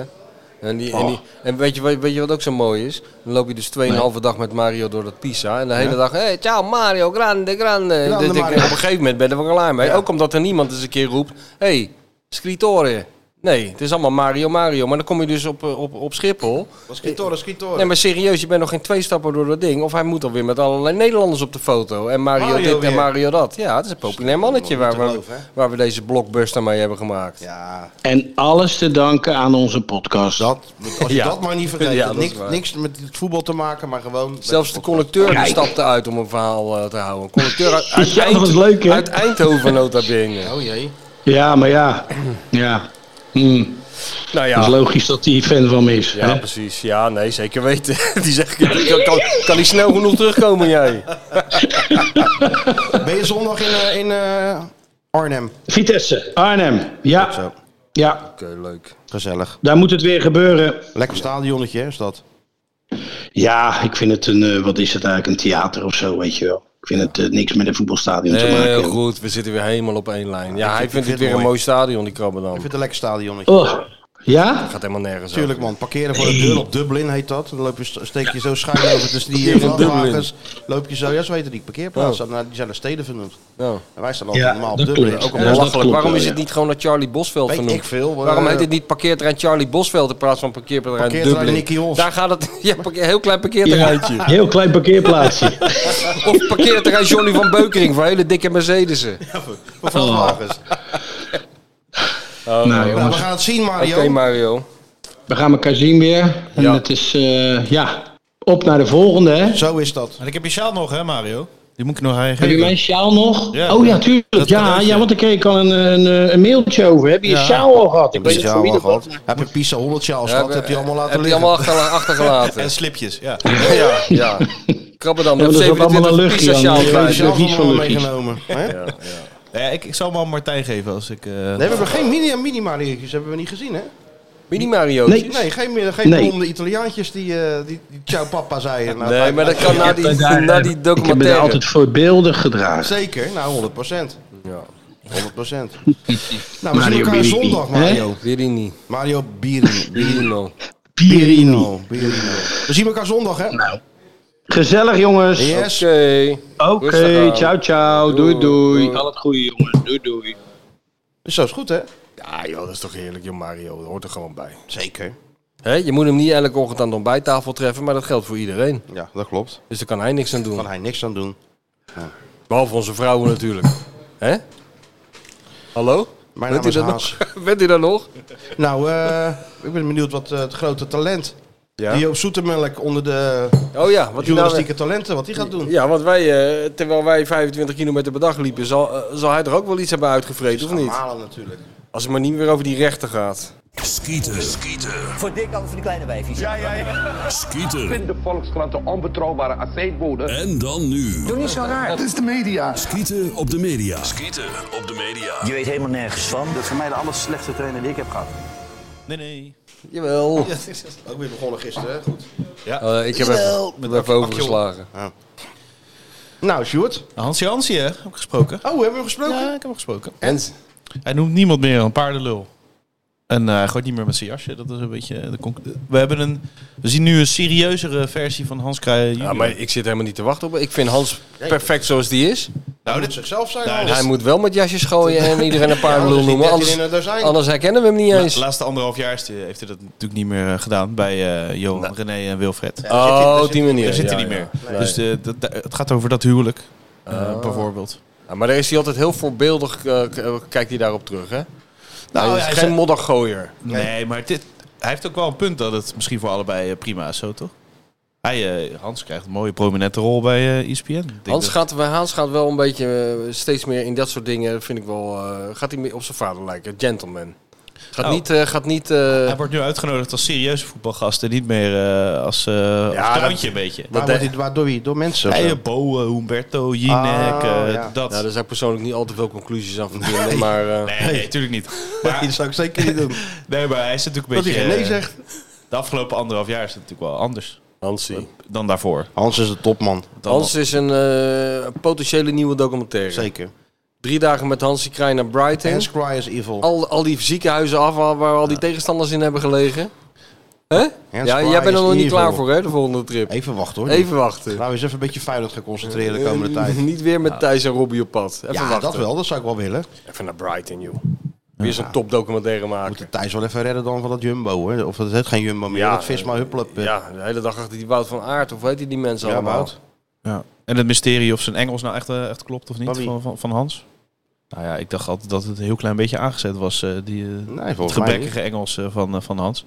Speaker 6: En, die, en, die, en weet, je, weet, weet je wat ook zo mooi is? Dan loop je dus 2,5 dag met Mario door dat Pisa. En de hele dag, hey, ciao Mario, grande, grande. En dit- ik- eh,
Speaker 5: Mario.
Speaker 6: Op een gegeven moment ben ik er wel klaar mee. Ook omdat er niemand eens een keer roept, hey, Scrittore. Nee, het is allemaal Mario, Mario. Maar dan kom je dus op, eh, op, op Schiphol.
Speaker 5: Schietoren, schietoren.
Speaker 6: Nee, maar serieus, je bent nog geen twee stappen door dat ding. Of hij moet alweer met allerlei Nederlanders op de foto. En Mario,
Speaker 5: Mario
Speaker 6: dit
Speaker 5: weer.
Speaker 6: en Mario dat. Ja, het is een populair mannetje
Speaker 5: Niet te
Speaker 6: waar we,
Speaker 5: geloven, hè?
Speaker 6: waar we deze blockbuster mee hebben gemaakt.
Speaker 5: Ja,
Speaker 10: En alles te danken aan onze podcast.
Speaker 5: dat, als je
Speaker 6: Ja.
Speaker 5: dat maar niet vergeet.
Speaker 6: Ja,
Speaker 5: dat
Speaker 6: dat is
Speaker 5: niks,
Speaker 6: waar.
Speaker 5: niks met het voetbal te maken, maar gewoon...
Speaker 6: Zelfs de conducteur die stapte uit om een verhaal eh, te houden. Een Conducteur uit, uit,
Speaker 10: Ja, dat was leuk, hè?
Speaker 6: uit Eindhoven nota bene.
Speaker 5: Oh jee.
Speaker 10: Ja, maar ja. Ja. Hm.
Speaker 6: Nou
Speaker 10: Dat is
Speaker 6: ja,
Speaker 10: logisch dat hij fan van me is.
Speaker 6: ja,
Speaker 10: hè?
Speaker 6: precies. Ja, nee, zeker weten. Die zegt, kan, kan, kan hij snel genoeg terugkomen jij?
Speaker 5: Ben je zondag in, eh, in eh, Arnhem?
Speaker 10: Vitesse, Arnhem. Ja.
Speaker 5: Zo,
Speaker 10: ja,
Speaker 6: Oké, leuk.
Speaker 5: gezellig.
Speaker 10: daar moet het weer gebeuren.
Speaker 5: Lekker stadionnetje hè, is dat.
Speaker 10: Ja, ik vind het een, eh, wat is het eigenlijk, een theater of zo, weet je wel. Ik vind het eh, niks met een voetbalstadion te maken.
Speaker 6: Heel Eh, goed, we zitten weer helemaal op één lijn. Ja,
Speaker 5: vind-
Speaker 6: hij vindt
Speaker 5: ik
Speaker 6: het
Speaker 5: vind het
Speaker 6: weer een
Speaker 5: mooi.
Speaker 6: mooi stadion, die Krabbendam.
Speaker 5: Ik vind het een lekker stadionnetje.
Speaker 10: Oh, ja?
Speaker 6: Gaat helemaal nergens over.
Speaker 5: Tuurlijk man, parkeren voor de deur op Dublin heet dat. Dan loop je, st- steek je zo schuin over tussen die eh,
Speaker 6: Parkeer in Dublin.
Speaker 5: vrachtwagens. Loop je zo, ja ze weten die parkeerplaatsen. Nou, die zijn naar steden vernoemd.
Speaker 6: Nou.
Speaker 5: En wij staan altijd
Speaker 10: Ja,
Speaker 5: normaal op
Speaker 10: dat
Speaker 5: Dublin.
Speaker 10: klopt.
Speaker 5: Ook op
Speaker 10: Ja,
Speaker 5: de lach-
Speaker 10: dat
Speaker 6: Belachelijk.
Speaker 10: klopt
Speaker 6: Waarom
Speaker 10: wel,
Speaker 6: is
Speaker 10: ja.
Speaker 6: het niet gewoon naar Charlie Bosveld
Speaker 5: Weet
Speaker 6: vernoemd?
Speaker 5: ik veel, maar,
Speaker 6: Waarom
Speaker 5: eh,
Speaker 6: heet het niet parkeerterrein Charlie Bosveld in plaats van parkeerterrein
Speaker 5: Parkeerterrein
Speaker 6: Dublin?
Speaker 5: Nicky Hofs.
Speaker 6: Daar gaat het. Ja, parkeer, heel klein
Speaker 10: Ja,
Speaker 6: parkeerterreintje.
Speaker 10: heel klein parkeerplaatsje. Nou,
Speaker 6: Of parkeerterrein Johnny van Beukering voor hele dikke Mercedes'en.
Speaker 5: voor vrachtwagens.
Speaker 10: nou
Speaker 5: Nou, we
Speaker 10: jongens,
Speaker 5: gaan het zien
Speaker 6: Oké
Speaker 5: Mario.
Speaker 6: Mario.
Speaker 10: we gaan elkaar zien weer. En
Speaker 6: Ja.
Speaker 10: het is, eh, ja, op naar de volgende hè.
Speaker 5: Zo is dat.
Speaker 8: En ik heb je sjaal nog, hè, Mario? Die moet ik nog aan je
Speaker 10: Heb je
Speaker 8: geven.
Speaker 10: mijn sjaal nog?
Speaker 8: Ja.
Speaker 10: oh ja, tuurlijk.
Speaker 8: Dat
Speaker 10: Ja,
Speaker 8: cadeautje.
Speaker 10: ja, want ik kreeg al een, een, eh, een mailtje over. Heb je je sjaal al gehad? Ik weet niet voor wie dat was.
Speaker 5: Heb je Pisa 100 sjaals gehad? Heb je allemaal laten
Speaker 6: heb je
Speaker 5: liggen?
Speaker 6: allemaal achterla- achtergelaten.
Speaker 8: En slipjes, ja.
Speaker 6: ja, ja. Krabbendam,
Speaker 10: Ja,
Speaker 6: je
Speaker 10: maar
Speaker 6: hebt
Speaker 10: er zat allemaal
Speaker 6: 27
Speaker 10: een luchtje aan.
Speaker 6: pizza
Speaker 10: Die
Speaker 5: Heb
Speaker 6: sjaal
Speaker 5: je
Speaker 10: luchtje.
Speaker 5: zelf
Speaker 10: Vies van
Speaker 5: allemaal
Speaker 10: Lucchies.
Speaker 5: meegenomen? hè?
Speaker 8: ja ik, ik zal hem aan Martijn geven als ik... eh,
Speaker 5: Nee, we hebben geen mini mini Mario's hebben we niet gezien, hè?
Speaker 6: Mini Mario.
Speaker 10: Nee.
Speaker 5: Nee, geen, geen
Speaker 10: Nee.
Speaker 5: blonde Italiaantjes die, eh, die, die ciao papa zeiden. Nou,
Speaker 6: Nee,
Speaker 5: vijf-
Speaker 6: maar dat kan na die, na die
Speaker 10: Ik heb me daar altijd
Speaker 6: documentaire.
Speaker 10: voorbeeldig gedragen.
Speaker 5: Zeker, nou 100 procent.
Speaker 6: Ja,
Speaker 5: 100 Nou, we zien
Speaker 10: Mario
Speaker 5: elkaar
Speaker 10: Birini,
Speaker 5: zondag,
Speaker 10: hè?
Speaker 5: Mario.
Speaker 6: Virini.
Speaker 5: Mario Birini. Birini.
Speaker 6: Pirino.
Speaker 10: Pirino.
Speaker 5: Birino. Birino. We zien elkaar zondag, hè?
Speaker 10: Gezellig jongens.
Speaker 5: Yes.
Speaker 6: Oké.
Speaker 10: Oké,
Speaker 6: Rustig aan.
Speaker 10: ciao ciao. Doei
Speaker 6: Doei,
Speaker 10: doei.
Speaker 6: doei.
Speaker 10: Al het goede jongens. Doei doei.
Speaker 5: Zo is goed, hè?
Speaker 6: Ja joh, dat is toch heerlijk joh Mario, dat hoort er gewoon bij.
Speaker 5: Zeker.
Speaker 6: Hè, je moet hem niet elke ochtend aan de ontbijttafel treffen, maar dat geldt voor iedereen.
Speaker 5: Ja, dat klopt.
Speaker 6: Dus daar kan hij niks aan doen.
Speaker 5: Kan hij niks aan doen.
Speaker 6: Behalve onze vrouwen natuurlijk. Hè? Hallo?
Speaker 5: Mijn naam
Speaker 6: Bent u,
Speaker 5: is
Speaker 6: dat
Speaker 5: Haas.
Speaker 6: nog? Bent u daar nog?
Speaker 5: Nou, eh, ik ben benieuwd wat eh, het grote talent.
Speaker 6: Ja.
Speaker 5: Die Joop Zoetemelk onder de
Speaker 6: Oh ja, wat u nou...
Speaker 5: journalistieke talenten, wat die gaat doen.
Speaker 6: Ja, want wij, eh, terwijl wij 25 kilometer per dag liepen, zal, eh, zal hij er ook wel iets hebben uitgevreten, of niet?
Speaker 5: Malen natuurlijk.
Speaker 6: Als het maar niet meer over die rechter gaat.
Speaker 7: Skieten. Skieten.
Speaker 11: Voor dik altijd voor die kleine wijfjes. Ja, ja, ja.
Speaker 7: Skieten.
Speaker 12: de Volkskrant de onbetrouwbare aceetbode.
Speaker 7: En dan nu.
Speaker 11: Niet zo raar.
Speaker 7: Skieten op de media. Skieten op de media.
Speaker 11: Je weet helemaal nergens van.
Speaker 12: Dat is voor mij de aller slechtste trainer die ik heb gehad.
Speaker 8: Nee, nee.
Speaker 6: Jawel.
Speaker 5: Ook weer begonnen gisteren, hè? Goed.
Speaker 6: Eh, ik heb even, ik heb even overgeslagen.
Speaker 5: Nou, Sjoerd.
Speaker 8: Hansie Hansie, hè? Heb ik gesproken?
Speaker 5: Oh, hebben we gesproken?
Speaker 8: Ja, ik heb hem gesproken.
Speaker 6: En?
Speaker 8: Hij noemt niemand meer een paardenlul. En eh, hij gooit niet meer met zijn jasje. Dat is een beetje de conc- We, hebben een, we zien nu een serieuzere versie van Hans Kraaien
Speaker 6: Ja, maar ik zit helemaal niet te wachten op. Ik vind Hans perfect zoals die is.
Speaker 5: Nou, dit zichzelf zijn.
Speaker 8: Nou,
Speaker 5: alles.
Speaker 6: Hij moet wel met jasjes gooien en iedereen een paar
Speaker 5: Ja,
Speaker 6: lul
Speaker 5: anders is
Speaker 6: noemen.
Speaker 5: die
Speaker 6: Anders,
Speaker 5: 13 in een dozijn.
Speaker 6: anders herkennen we hem niet
Speaker 8: De
Speaker 6: eens.
Speaker 8: laatste anderhalf jaar is die- heeft hij dat natuurlijk niet meer eh, gedaan bij eh, Johan,
Speaker 6: Nou.
Speaker 8: René en Wilfred.
Speaker 6: Oh, op die manier.
Speaker 8: Daar zit
Speaker 6: ja,
Speaker 8: hij niet
Speaker 6: ja.
Speaker 8: meer. Dus de, de- de- het gaat over dat huwelijk, eh, bijvoorbeeld.
Speaker 6: Ja, maar daar is hij altijd heel voorbeeldig, eh, k- eh, kijkt hij daarop terug, hè?
Speaker 8: Nou,
Speaker 6: hij is
Speaker 8: hij
Speaker 6: geen
Speaker 8: zei-
Speaker 6: moddergooier.
Speaker 8: Nee, maar dit, hij heeft ook wel een punt dat het misschien voor allebei eh, prima is, zo toch? Hij, eh, Hans krijgt een mooie prominente rol bij eh ESPN. Ik denk
Speaker 6: Hans
Speaker 8: dat-
Speaker 6: gaat, Hans gaat wel een beetje eh, steeds meer in dat soort dingen, vind ik wel... eh, gaat hij meer op zijn vader lijken, gentleman. Gaat
Speaker 8: Oh.
Speaker 6: niet... eh, gaat niet eh,
Speaker 8: Hij wordt nu uitgenodigd als serieuze voetbalgast en niet meer eh, als, eh als
Speaker 6: dat-
Speaker 8: krantje een beetje.
Speaker 5: Waar
Speaker 6: dat-
Speaker 5: wordt dit- waardoor wie? Door mensen. of zo?
Speaker 8: Hij, eh, Bo, eh, Humberto, Jinek,
Speaker 5: Ah,
Speaker 8: eh,
Speaker 5: ja.
Speaker 8: dat.
Speaker 6: nou, daar zou ik persoonlijk niet al te veel conclusies aan verbinden, maar... eh,
Speaker 8: Nee, nee, natuurlijk niet. Maar,
Speaker 5: dat zou ik zeker niet doen.
Speaker 8: nee, maar hij is natuurlijk een
Speaker 5: Dat hij
Speaker 8: beetje...
Speaker 5: geen nee
Speaker 8: eh,
Speaker 5: zegt.
Speaker 8: De afgelopen anderhalf jaar is het natuurlijk wel anders
Speaker 6: Hansie.
Speaker 8: dan daarvoor.
Speaker 5: Hans is de topman.
Speaker 8: Dan
Speaker 6: Hans is een eh, potentiële nieuwe documentaire.
Speaker 5: Zeker.
Speaker 6: Drie dagen met Hansie Krijn naar Brighton. Oh,
Speaker 5: Hans Cry is evil.
Speaker 6: al, al die ziekenhuizen af waar, waar al die tegenstanders in hebben gelegen. Hè?
Speaker 5: Ja,
Speaker 6: Ja,
Speaker 5: Spa
Speaker 6: jij bent
Speaker 5: is
Speaker 6: er nog niet
Speaker 5: hier
Speaker 6: klaar
Speaker 5: voor.
Speaker 6: voor, hè, de volgende trip.
Speaker 5: Even wachten hoor.
Speaker 6: Even wachten.
Speaker 5: Laten we eens even een beetje Feyenoord gaan concentreren de komende
Speaker 6: Eh,
Speaker 5: tijd.
Speaker 6: Niet weer met Thijs en Robbie op pad. Even
Speaker 5: ja,
Speaker 6: wachten.
Speaker 5: dat wel. Dat zou ik wel willen.
Speaker 6: Even naar Brighton, joh. Weer zo'n topdocumentaire maken.
Speaker 5: Thijs wel even redden dan van dat Jumbo. Hè. Of dat is geen Jumbo meer.
Speaker 6: Ja, eh,
Speaker 5: dat Visma eh. Huppelep.
Speaker 6: Ja, de hele dag achter die Wout van Aert. Of weet je die mensen
Speaker 5: Ja,
Speaker 6: allemaal?
Speaker 5: Wout.
Speaker 8: Ja. En het mysterie of zijn Engels nou echt, eh, echt klopt of niet
Speaker 5: Van wie?
Speaker 8: van, van, van Hans? Nou ja, ik dacht altijd dat het een heel klein beetje aangezet was, eh, die, eh, het
Speaker 5: volgens mij
Speaker 8: gebrekkige Engels eh, van, eh, van Hans.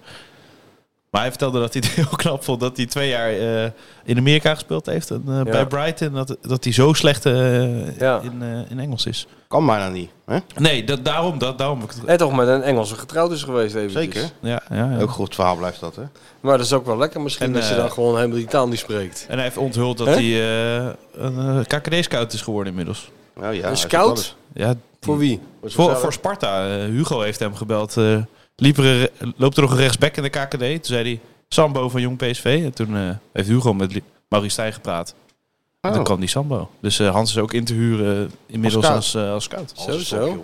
Speaker 8: Maar hij vertelde dat hij het heel knap vond dat hij twee jaar eh, in Amerika gespeeld heeft. En, eh, Bij Brighton, dat, dat hij zo slecht eh, in, eh, in Engels is.
Speaker 5: Kan bijna niet. Hè?
Speaker 8: Nee, dat, daarom. Dat, daarom
Speaker 6: En toch met een Engelse getrouwd is geweest eventjes.
Speaker 5: Zeker.
Speaker 8: Ja, ja, ja.
Speaker 5: Ook goed verhaal blijft dat. Hè?
Speaker 6: Maar dat is ook wel lekker misschien
Speaker 8: En,
Speaker 6: dat je
Speaker 8: eh,
Speaker 6: dan gewoon helemaal die taal niet spreekt.
Speaker 8: En hij heeft onthuld dat
Speaker 6: Hè?
Speaker 8: hij eh, een KKD-scout is geworden inmiddels.
Speaker 5: Oh ja,
Speaker 6: Een scout?
Speaker 8: Ja, die-
Speaker 6: Voor wie?
Speaker 8: Voor, voor Sparta. Eh, Hugo heeft hem gebeld. eh, liep er, loopt er nog een rechtsback in de KKD? Toen zei hij Sambo van Jong PSV. En toen eh, heeft Hugo met Li- Maurice Stijn gepraat. En dan
Speaker 5: Oh.
Speaker 8: kwam die Sambo. Dus eh, Hans is ook in te huren eh, inmiddels als,
Speaker 5: scout.
Speaker 8: eh, als scout.
Speaker 6: Zo, zo.
Speaker 5: Joh. Hij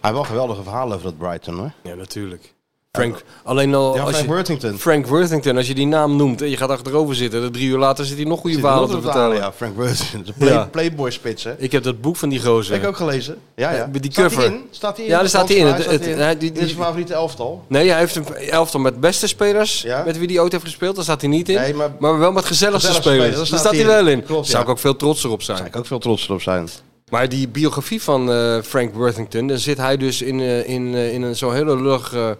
Speaker 5: heeft wel geweldige verhalen over dat Brighton. Hoor.
Speaker 6: Ja, natuurlijk. Frank, alleen al
Speaker 5: Ja,
Speaker 6: als
Speaker 5: Frank
Speaker 6: je,
Speaker 5: Worthington.
Speaker 6: Frank Worthington, als je die naam noemt en je gaat achterover zitten, dan drie uur later zit hij nog goede
Speaker 5: Zit er
Speaker 6: verhalen
Speaker 5: nog
Speaker 6: te
Speaker 5: te vertalen,
Speaker 6: vertellen.
Speaker 5: Ja, Frank Worthington. De play,
Speaker 6: Ja.
Speaker 5: Playboy spits. Hè?
Speaker 6: Ik heb dat boek van die gozer.
Speaker 5: Heb ik ook gelezen. Ja, ja.
Speaker 6: Eh, Die
Speaker 5: Staat
Speaker 6: cover.
Speaker 5: hij in? Staat hij in?
Speaker 6: Ja, daar staat hij in.
Speaker 5: Volgens
Speaker 6: Het,
Speaker 5: mij
Speaker 6: het-
Speaker 5: staat hij
Speaker 6: hij-
Speaker 5: in.
Speaker 6: die,
Speaker 5: Dit is
Speaker 6: die,
Speaker 5: mijn favoriete elftal.
Speaker 6: nee, hij heeft een elftal met beste spelers
Speaker 5: Ja.
Speaker 6: met wie hij ooit heeft gespeeld. Daar staat hij niet in.
Speaker 5: Nee, maar-
Speaker 6: maar, wel met gezelligste
Speaker 5: Gezellig spelen, daar
Speaker 6: spelers. Daar
Speaker 5: staat
Speaker 6: staat hij
Speaker 5: hij in.
Speaker 6: wel in.
Speaker 5: Klopt,
Speaker 6: Zou
Speaker 5: ja.
Speaker 6: ik ook veel trotser op zijn.
Speaker 5: Daar kan ik ook veel trots op zijn.
Speaker 6: Maar die biografie van eh, Frank Worthington, dan zit hij dus in, eh, in, eh, in een zo'n hele lullige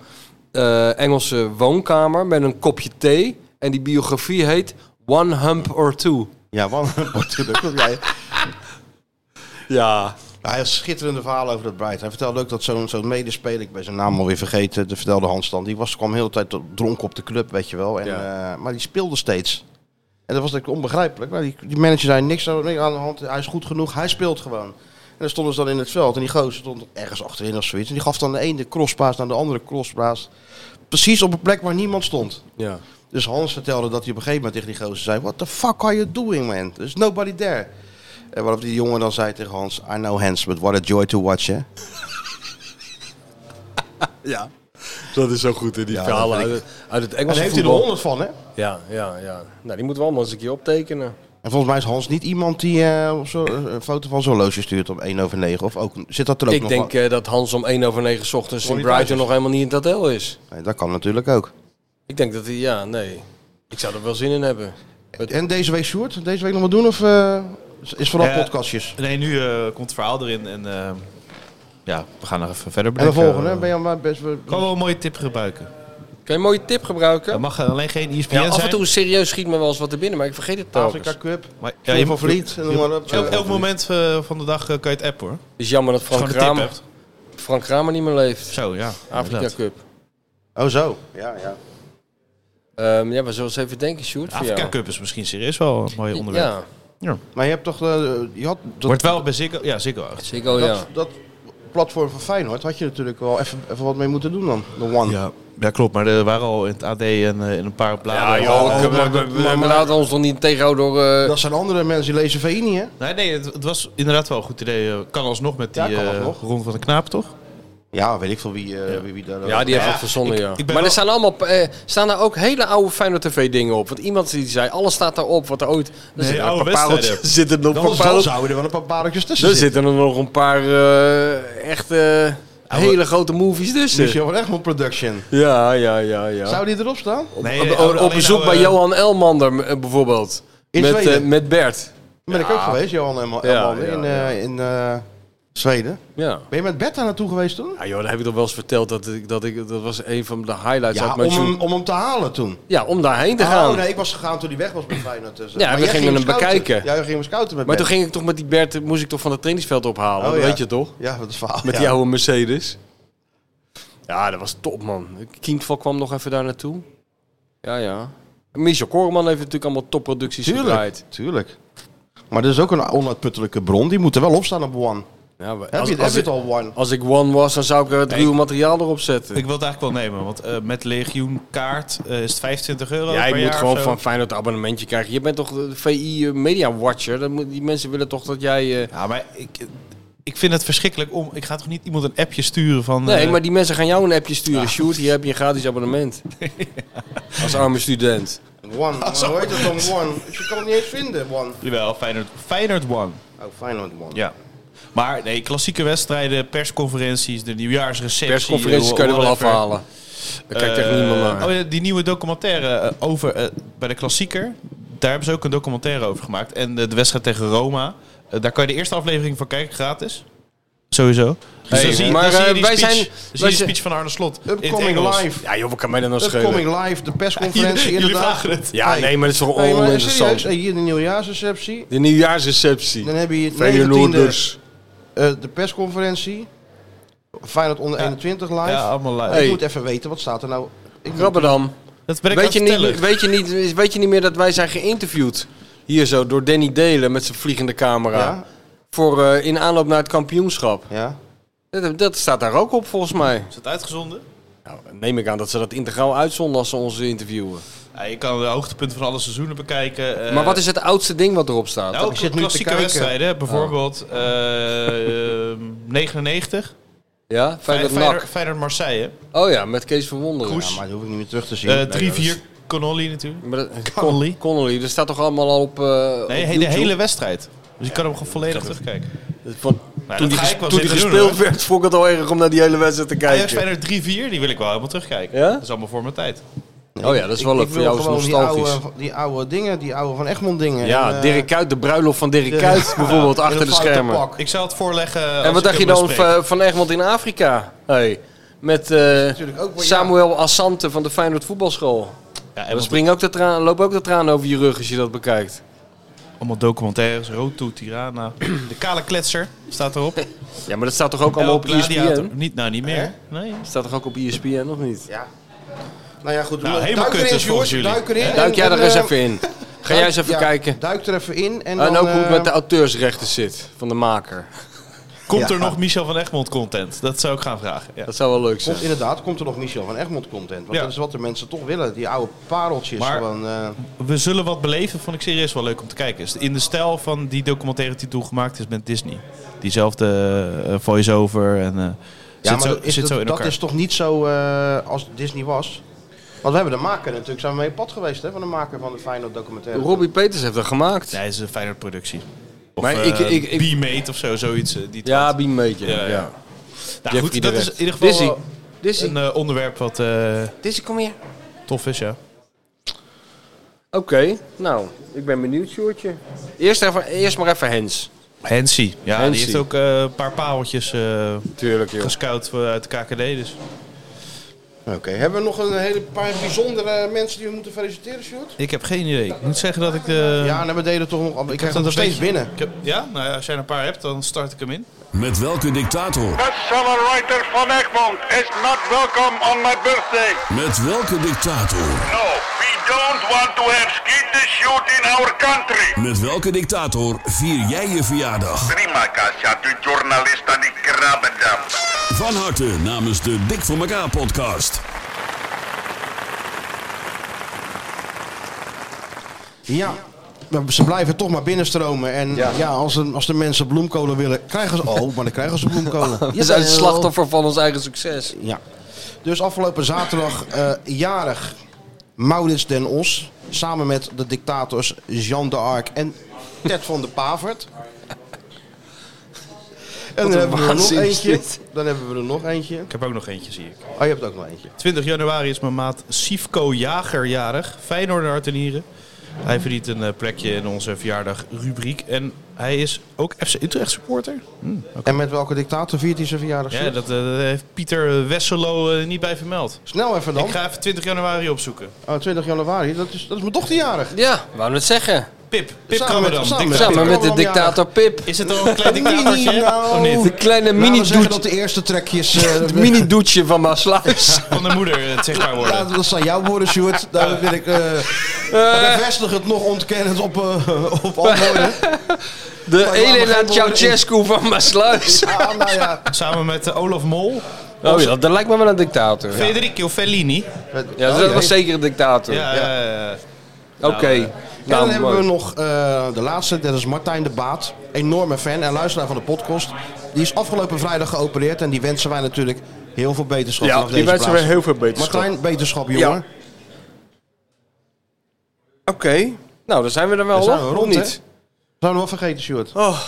Speaker 6: eh, Engelse woonkamer met een kopje thee. En die biografie heet One Hump or Two.
Speaker 5: Ja, man. natuurlijk. Want Jij,
Speaker 6: Ja.
Speaker 5: Hij heeft schitterende verhalen over dat Bright. Hij vertelde ook dat zo'n zo'n medespeler, ik ben zijn naam alweer vergeten, de vertelde Hans dan, die was, kwam heel de tijd tot- dronken op de club, weet je wel. En, eh, maar die speelde steeds. En dat was natuurlijk onbegrijpelijk. Maar die, die manager zei niks aan niks aan de hand, hij is goed genoeg, hij speelt gewoon. En dan stonden ze dan in het veld en die gozer stond ergens achterin of zoiets. En die gaf dan de ene crosspaas naar de andere crosspaas. Precies op een plek waar niemand stond.
Speaker 6: Ja.
Speaker 5: Dus Hans vertelde dat hij op een gegeven moment tegen die gozer zei... What the fuck are you doing, man? There's nobody there. En waarop die jongen dan zei tegen Hans... I know Hans, but what a joy to watch, hè?
Speaker 6: Ja. Dat is zo goed in die
Speaker 5: Ja,
Speaker 6: verhalen
Speaker 5: dat
Speaker 6: uit,
Speaker 5: vind
Speaker 6: het- uit het
Speaker 5: En daar
Speaker 6: Engelse
Speaker 5: heeft hij er
Speaker 6: voetbal.
Speaker 5: honderd van, hè?
Speaker 6: Ja, ja, ja. Nou, die moeten we allemaal eens een keer optekenen.
Speaker 5: En volgens mij is Hans niet iemand die eh, op zo, een foto van zo'n loge stuurt om 1 over 9. Of ook, zit dat er ook
Speaker 6: Ik
Speaker 5: nog
Speaker 6: denk eh, dat Hans om 1 over 9 's ochtends in
Speaker 5: Ronnie
Speaker 6: Brighton
Speaker 5: Thijs.
Speaker 6: nog helemaal niet in het hotel is.
Speaker 5: van? Nee, dat kan natuurlijk ook.
Speaker 6: Ik denk dat hij, ja, nee. Ik zou er wel zin in hebben.
Speaker 5: En deze week, Sjoerd? Deze week nog wat doen? Of eh, is vooral
Speaker 8: Eh,
Speaker 5: podcastjes?
Speaker 8: Nee, nu eh, komt het verhaal erin. En eh, ja, we gaan nog even verder
Speaker 5: En de
Speaker 8: bedenken.
Speaker 5: volgende, hè? ben je al maar best...
Speaker 8: eh, Kan wel een mooie tip gebruiken.
Speaker 6: Kan je een mooie tip gebruiken?
Speaker 8: Er mag eh, alleen geen E ESPN
Speaker 6: Ja, af en
Speaker 8: zijn.
Speaker 6: toe serieus schiet me wel eens wat er binnen, maar ik vergeet het telkens.
Speaker 5: Afrika Cup.
Speaker 8: Maar,
Speaker 5: Ja,
Speaker 8: je-
Speaker 5: je Vliet. en noem maar op.
Speaker 8: Elk, elk moment eh, van de dag eh, kan je het app hoor.
Speaker 6: Het is jammer dat
Speaker 8: Als je
Speaker 6: Frank
Speaker 8: gewoon een tip
Speaker 6: Kramer,
Speaker 8: hebt.
Speaker 6: Frank Kramer niet meer leeft.
Speaker 8: Zo, ja.
Speaker 6: Afrika
Speaker 8: inderdaad.
Speaker 6: Cup.
Speaker 5: Oh, zo. Ja, ja.
Speaker 6: Ehm, ja, we zullen eens even denken, Sjoerd. voor
Speaker 8: Afrika
Speaker 6: jou.
Speaker 8: Cup is misschien serieus wel een mooi onderwerp.
Speaker 6: Ja,
Speaker 5: Maar je hebt toch... eh, je had, dat-
Speaker 8: Wordt wel bij Ziggo, ja, Ziggo achter.
Speaker 6: Ziggo,
Speaker 5: dat,
Speaker 6: ja.
Speaker 5: dat platform van Feyenoord had je natuurlijk wel even, even wat mee moeten doen dan. De One.
Speaker 8: Ja, ja, klopt. Maar er waren al in het AD en eh, in een paar
Speaker 6: Ja,
Speaker 8: bladen.
Speaker 6: joh,
Speaker 5: oh,
Speaker 6: ik-
Speaker 5: maar-
Speaker 6: we- we-
Speaker 5: maar-
Speaker 6: we laten ons nog niet tegenhouden door... eh,
Speaker 5: Dat zijn andere mensen die lezen VI niet, hè?
Speaker 8: Nee, nee het, het was inderdaad wel een goed idee. Eh, Kan alsnog met die
Speaker 5: Ja, kan
Speaker 8: eh,
Speaker 5: alsnog.
Speaker 8: Ron van de Knaap, toch?
Speaker 5: Ja, weet ik veel wie, eh, wie, wie daar...
Speaker 6: Ja, die heeft
Speaker 8: Ja,
Speaker 6: het verzonnen,
Speaker 8: ik-
Speaker 6: ja.
Speaker 8: ik ben
Speaker 6: maar er
Speaker 8: wel-
Speaker 6: staan allemaal, eh, staan er ook hele oude Feyenoord TV dingen op. Want iemand die zei, alles staat daarop wat er ooit... Er zitten er
Speaker 8: oude
Speaker 6: een paar
Speaker 8: wedstrijden.
Speaker 6: pareltjes- zitten er nog
Speaker 5: Dan
Speaker 6: een paar...
Speaker 5: dan zouden er wel een paar pareltjes tussen
Speaker 6: Er
Speaker 5: zitten.
Speaker 6: zitten er nog een paar eh, echt eh, hele grote movies tussen.
Speaker 5: Michel van Egmond Production.
Speaker 6: Ja, ja, ja, ja.
Speaker 5: Zou die erop staan?
Speaker 8: Nee,
Speaker 6: Op-
Speaker 8: eh,
Speaker 6: op, op
Speaker 8: alleen
Speaker 6: bezoek
Speaker 8: nou,
Speaker 6: bij
Speaker 8: eh,
Speaker 6: Johan Elmander eh, bijvoorbeeld.
Speaker 5: In
Speaker 6: met,
Speaker 5: Zweden.
Speaker 6: eh, met Bert.
Speaker 5: Ben ik ook geweest, Johan en
Speaker 6: Ja,
Speaker 5: ja,
Speaker 6: ja,
Speaker 5: in,
Speaker 6: ja.
Speaker 5: eh, in eh, Zweden.
Speaker 6: Ja.
Speaker 5: Ben je met Bert daar naartoe geweest toen?
Speaker 6: Ja joh, dat heb ik toch wel eens verteld. Dat, ik, dat, ik, dat was een van de highlights
Speaker 5: Ja,
Speaker 6: uit
Speaker 5: om
Speaker 6: mijn
Speaker 5: hem,
Speaker 6: zoen.
Speaker 5: om hem te halen toen.
Speaker 6: Ja, om daarheen te gaan.
Speaker 5: Oh nee, ik was gegaan toen hij weg was bij Feyenoord. Dus, eh,
Speaker 6: Ja,
Speaker 5: maar
Speaker 6: we
Speaker 5: jij
Speaker 6: gingen
Speaker 5: ging
Speaker 6: hem
Speaker 5: scouten.
Speaker 6: bekijken.
Speaker 5: Ja, we gingen hem scouten met
Speaker 6: Maar toen
Speaker 5: Bert.
Speaker 6: ging ik toch met die Bert, moest ik toch van het trainingsveld ophalen.
Speaker 5: Oh,
Speaker 6: dat
Speaker 5: ja.
Speaker 6: weet je toch?
Speaker 5: Ja, wat een verhaal.
Speaker 6: Met
Speaker 5: ja.
Speaker 6: die oude Mercedes. Ja, dat was top, man. Kindval kwam nog even daar naartoe. Ja, ja. Michel Koreman heeft natuurlijk allemaal topproducties
Speaker 5: Tuurlijk,
Speaker 6: gedraaid.
Speaker 5: tuurlijk. Maar er is ook een onuitputtelijke bron. Die moet er wel op staan op One.
Speaker 6: Ja, we-
Speaker 5: Heb
Speaker 6: als,
Speaker 5: je het,
Speaker 6: als,
Speaker 5: heb je
Speaker 6: ik,
Speaker 5: het al One?
Speaker 6: als ik one was, dan zou ik er het ruwe materiaal erop zetten.
Speaker 8: Ik wil het eigenlijk wel nemen, want eh, met legioen kaart eh, is het 25 euro
Speaker 6: ja,
Speaker 8: per
Speaker 6: je moet
Speaker 8: jaar of
Speaker 6: gewoon
Speaker 8: zo.
Speaker 6: van Feyenoord een abonnementje krijgen. Je bent toch de VI Media Watcher? Dat moet, die mensen willen toch dat jij... eh,
Speaker 8: Ja, maar ik, ik vind het verschrikkelijk om... Ik ga toch niet iemand een appje sturen van...
Speaker 6: Nee,
Speaker 8: eh,
Speaker 6: maar die mensen gaan jou een appje sturen. Sjoerd, hier heb je een gratis abonnement. Als arme student.
Speaker 5: One, maar hoe heet het dan? One. Je kan het niet eens vinden, One.
Speaker 8: Jawel, Feyenoord, Feyenoord won.
Speaker 5: Oh, Feyenoord won.
Speaker 8: Ja. Maar nee, klassieke wedstrijden, persconferenties, de nieuwjaarsreceptie.
Speaker 6: Persconferenties kan je er wel
Speaker 8: whatever.
Speaker 6: afhalen. Daar kijkt echt
Speaker 8: Eh,
Speaker 6: niemand naar.
Speaker 8: Oh ja, die nieuwe documentaire eh, over eh, bij de klassieker. Daar hebben ze ook een documentaire over gemaakt. En eh, de wedstrijd tegen Roma. eh, daar kan je de eerste aflevering van kijken, gratis. Sowieso. Dus
Speaker 6: Hey,
Speaker 8: dan zie,
Speaker 6: maar,
Speaker 8: maar dan zie je
Speaker 6: eh,
Speaker 8: die
Speaker 6: wij
Speaker 8: speech,
Speaker 6: zijn-
Speaker 8: dan zie je
Speaker 6: wij
Speaker 8: die
Speaker 6: zijn-
Speaker 8: speech van Arne Slot. in het
Speaker 5: Upcoming
Speaker 8: Engels.
Speaker 5: live.
Speaker 6: Ja joh, wat kan mij dan nou schelen?
Speaker 5: Upcoming live, de persconferentie
Speaker 8: Jullie
Speaker 5: inderdaad.
Speaker 8: vragen het.
Speaker 6: Ja, nee, maar dat is toch
Speaker 5: Nee, maar
Speaker 6: oninteressant.
Speaker 5: serieus, hey, hier de nieuwjaarsreceptie.
Speaker 6: De nieuwjaarsreceptie. dus.
Speaker 5: Dan heb je hier het
Speaker 6: Feyenoorders.
Speaker 5: eh, de persconferentie. Feyenoord onder 21 live.
Speaker 8: Ja, allemaal live.
Speaker 5: Ik
Speaker 6: Hey.
Speaker 5: moet even weten, wat staat er nou? Ik moet-
Speaker 6: Krabberdam.
Speaker 8: Dat ben ik
Speaker 6: Weet je,
Speaker 8: aan het vertellen.
Speaker 6: niet, weet, je niet, weet je niet meer dat wij zijn geïnterviewd? Hier zo, door Danny Delen met zijn vliegende camera.
Speaker 5: Ja.
Speaker 6: Voor, eh, in aanloop naar het kampioenschap.
Speaker 5: Ja.
Speaker 6: Dat, dat staat daar ook op volgens mij.
Speaker 8: Is het uitgezonden?
Speaker 6: Nou, neem ik aan dat ze dat integraal uitzonden als ze ons interviewen.
Speaker 8: Ja, je kan de hoogtepunten van alle seizoenen bekijken. eh,
Speaker 6: maar wat is het oudste ding wat erop staat?
Speaker 8: Nou,
Speaker 5: Ik zit nu te
Speaker 8: klassieke
Speaker 5: kijken.
Speaker 6: eh,
Speaker 8: wedstrijden. hè.
Speaker 6: Oh.
Speaker 8: Bijvoorbeeld eh, ehm, 99.
Speaker 6: ja, Feyenoord
Speaker 8: Feyenoord-
Speaker 6: NAC.
Speaker 8: Feyenoord Marseille.
Speaker 6: Oh ja, met Kees van Wonderen.
Speaker 8: Kroes.
Speaker 5: Ja, maar dat hoef ik niet meer terug te zien.
Speaker 8: Eh,
Speaker 5: Nee,
Speaker 8: 3-4 Connolly natuurlijk.
Speaker 6: Maar dat-
Speaker 8: Connolly.
Speaker 6: Connolly, dat staat toch allemaal al op, eh,
Speaker 8: Nee,
Speaker 6: op
Speaker 8: he- de
Speaker 6: YouTube?
Speaker 8: hele wedstrijd. Dus je kan hem gewoon volledig terugkijken.
Speaker 6: Van,
Speaker 8: dat
Speaker 6: Nou, toen die,
Speaker 8: ga
Speaker 6: ges-
Speaker 8: ik wel
Speaker 6: toen die
Speaker 8: zitten doen,
Speaker 6: gespeeld
Speaker 8: hoor.
Speaker 6: werd, vond ik het al erg om naar die hele wedstrijd te
Speaker 8: Ajax
Speaker 6: kijken.
Speaker 8: Feyenoord 3-4, die wil ik wel helemaal terugkijken.
Speaker 6: Ja?
Speaker 8: Dat is allemaal voor mijn tijd.
Speaker 6: Oh ja, dat is wel
Speaker 5: ik
Speaker 6: leuk. Voor
Speaker 5: wil
Speaker 6: jou is het
Speaker 5: gewoon die
Speaker 6: nostalgisch.
Speaker 5: oude, die oude dingen, die oude van Egmond dingen.
Speaker 6: ja,
Speaker 5: En, eh,
Speaker 6: Dirk Kuyt, de bruiloft van Dirk
Speaker 5: de-
Speaker 6: Kuyt bijvoorbeeld,
Speaker 5: in
Speaker 6: achter
Speaker 5: het
Speaker 6: de schermen.
Speaker 5: foute pak.
Speaker 8: Ik zal het voorleggen.
Speaker 6: En wat dacht je dan van, van Egmond in Afrika? Hey, met eh,
Speaker 5: natuurlijk ook wel-
Speaker 6: Samuel Assante van de Feyenoord voetbalschool.
Speaker 8: Ja,
Speaker 6: Dan springen ook de traan, lopen ook de tranen over je rug als je dat bekijkt.
Speaker 8: Allemaal documentaires. Roto, Tirana. De kale kletser staat erop.
Speaker 6: Ja, maar dat staat toch ook allemaal
Speaker 8: El
Speaker 6: op
Speaker 5: E
Speaker 6: E ESPN?
Speaker 8: Gladiator. Niet, nou, niet meer. Nee.
Speaker 6: Staat toch ook op E ESPN, nog niet?
Speaker 5: Ja. Nou ja, goed.
Speaker 8: Nou,
Speaker 5: we-
Speaker 8: helemaal
Speaker 5: duik
Speaker 8: kut
Speaker 5: erin,
Speaker 8: dus volgens
Speaker 5: George,
Speaker 8: jullie.
Speaker 5: Duik erin.
Speaker 6: Duik jij
Speaker 5: en-
Speaker 6: er
Speaker 5: en,
Speaker 6: eens
Speaker 5: eh,
Speaker 6: even in. Ga jij eens even
Speaker 5: ja,
Speaker 6: kijken.
Speaker 5: Duik er even in. En,
Speaker 6: En
Speaker 5: dan,
Speaker 6: ook hoe het
Speaker 5: eh,
Speaker 6: met de auteursrechten zit, van de maker.
Speaker 8: Komt
Speaker 5: Ja.
Speaker 8: er nog Michel van Egmond content? Dat zou ik gaan vragen. Ja.
Speaker 6: Dat zou wel leuk zijn.
Speaker 5: Komt, inderdaad, komt er nog Michel van Egmond content. Want
Speaker 8: Ja.
Speaker 5: dat is wat de mensen toch willen. Die oude pareltjes.
Speaker 8: Maar-
Speaker 5: gewoon, eh,
Speaker 8: We zullen wat beleven, vond ik serieus wel leuk om te kijken. Is In de stijl van die documentaire die toen gemaakt is met Disney. Diezelfde eh, voice-over en eh,
Speaker 5: ja,
Speaker 8: zit,
Speaker 5: maar
Speaker 8: zo,
Speaker 5: dat is,
Speaker 8: zit
Speaker 5: dat,
Speaker 8: zo in
Speaker 5: dat
Speaker 8: elkaar.
Speaker 5: is toch niet zo eh, als Disney was? Want we hebben de maker natuurlijk, zijn we mee op pad geweest hè, van de maker van de Feyenoord documentaire.
Speaker 6: Robbie Peters heeft dat gemaakt.
Speaker 8: Nee, het is een fijne productie. Of
Speaker 6: Maar
Speaker 8: eh,
Speaker 6: ik- ik- ik-
Speaker 8: B-Mate of zo, zoiets. eh, die het
Speaker 6: Ja,
Speaker 8: had.
Speaker 6: Beam beetje.
Speaker 8: Ja,
Speaker 6: Ja,
Speaker 8: ja.
Speaker 6: ja.
Speaker 8: nou, goed,
Speaker 6: Jeffrey
Speaker 8: dat
Speaker 6: de
Speaker 8: is
Speaker 6: Red.
Speaker 8: in ieder geval
Speaker 6: Disney.
Speaker 8: wel
Speaker 6: Disney,
Speaker 8: een eh, onderwerp wat eh,
Speaker 6: Disney, kom hier.
Speaker 8: tof is, ja.
Speaker 6: Oké, nou, ik ben benieuwd, Sjoerdje. Eerst, even, eerst maar even Hens.
Speaker 8: Hensie. Ja,
Speaker 6: Hensie.
Speaker 8: die heeft ook eh, een paar pareltjes eh
Speaker 6: Tuurlijk, joh.
Speaker 8: gescout voor- uit de KKD. Dus.
Speaker 5: Oké, hebben we nog een hele paar bijzondere mensen die we moeten feliciteren, Sjoerd?
Speaker 8: Ik heb geen idee. Ik moet zeggen dat ik de...
Speaker 5: ja, nee, we deden toch nog. Ik krijg het
Speaker 8: dat
Speaker 5: nog
Speaker 8: een
Speaker 5: steeds
Speaker 8: beetje-
Speaker 5: binnen.
Speaker 8: ik heb- ja, nou ja, als jij er een paar hebt, dan start ik hem in.
Speaker 13: Met welke dictator?
Speaker 14: That celebrator van Egmond is not welcome on my birthday.
Speaker 13: Met welke dictator?
Speaker 14: No, we don't want to have skeet the shoot in our country.
Speaker 13: Met welke dictator vier jij je verjaardag?
Speaker 14: Prima, Kasia, de journalist aan die krabbendam.
Speaker 13: Van harte namens de Dik voor elkaar podcast.
Speaker 5: Ja. maar Ze blijven toch maar binnenstromen. En ja, als, een- als de mensen bloemkolen willen, krijgen ze. Oh, maar dan krijgen ze bloemkolen.
Speaker 6: We zijn slachtoffer van ons eigen succes.
Speaker 5: Ja. Dus afgelopen zaterdag eh, jarig Maurits den Os. Samen met de dictators Jean de Arc en Ted van de Pavert. En dan
Speaker 6: een
Speaker 5: hebben we er nog
Speaker 6: waanzin is
Speaker 5: eentje.
Speaker 6: dit.
Speaker 5: Dan hebben we er nog eentje.
Speaker 8: Ik heb ook nog eentje, zie ik.
Speaker 5: Oh, je hebt ook nog eentje.
Speaker 8: 20 januari is mijn maat Sifko Jager jarig. Feyenoord hart en nieren. Hij verdient een eh, plekje in onze verjaardagrubriek. En hij is ook FC Utrecht supporter.
Speaker 5: En met welke dictator viert hij zijn verjaardag?
Speaker 8: Ja,
Speaker 5: Sjoerd?
Speaker 8: dat eh, dat heeft Pieter Wesselo eh, niet bij vermeld.
Speaker 5: Snel even dan.
Speaker 8: Ik ga even 20 januari opzoeken.
Speaker 5: Oh, 20 januari, dat is, dat is mijn dochterjarig.
Speaker 6: Ja, wou het zeggen.
Speaker 8: Pip, Pip
Speaker 5: Samen met-
Speaker 8: Krabberdam.
Speaker 5: samen
Speaker 8: Dictator.
Speaker 6: Samen met de
Speaker 5: Krabberdam,
Speaker 6: dictator Pip.
Speaker 8: Is het al een klein dictatortje? Of
Speaker 6: De
Speaker 8: niet?
Speaker 6: kleine
Speaker 5: Laten we zeggen
Speaker 6: mini-doetje
Speaker 5: dat de eerste trekjes... eh,
Speaker 6: mini doetje van Maasluis.
Speaker 8: Van de moeder eh, het zichtbaar
Speaker 5: Ja,
Speaker 8: worden.
Speaker 5: dat zijn jouw woorden, Sjoerd. Daar wil ik eh bevestig het nog ontkennend op, eh op antwoorden.
Speaker 6: De
Speaker 5: laat me
Speaker 6: Elena
Speaker 5: geen woorden
Speaker 6: Ceausescu van Maasluis.
Speaker 5: Ah, nou ja.
Speaker 8: Samen met eh, Olaf Mol.
Speaker 6: Oh ja, dat lijkt me wel een dictator. Ja,
Speaker 5: Oh,
Speaker 8: Federico Fellini.
Speaker 6: dat was zeker een dictator.
Speaker 8: Ja, eh,
Speaker 6: Oké,
Speaker 5: En dan
Speaker 6: Nou,
Speaker 5: hebben
Speaker 6: mooi.
Speaker 5: we nog eh, de laatste, dat is Martijn de Baat. Enorme fan en luisteraar van de podcast. Die is afgelopen vrijdag geopereerd en die wensen wij natuurlijk heel veel beterschap.
Speaker 15: Ja,
Speaker 5: vanaf
Speaker 15: die
Speaker 5: deze
Speaker 15: wensen
Speaker 5: plaats.
Speaker 15: wij heel veel beterschap.
Speaker 5: Martijn, beterschap jongen.
Speaker 6: Oké. Nou, dan zijn we er wel,
Speaker 5: Daar zijn we
Speaker 6: hoor.
Speaker 5: rond,
Speaker 6: Of
Speaker 5: hè?
Speaker 6: niet?
Speaker 5: Zijn we nog wel vergeten, Stuart?
Speaker 6: Oh,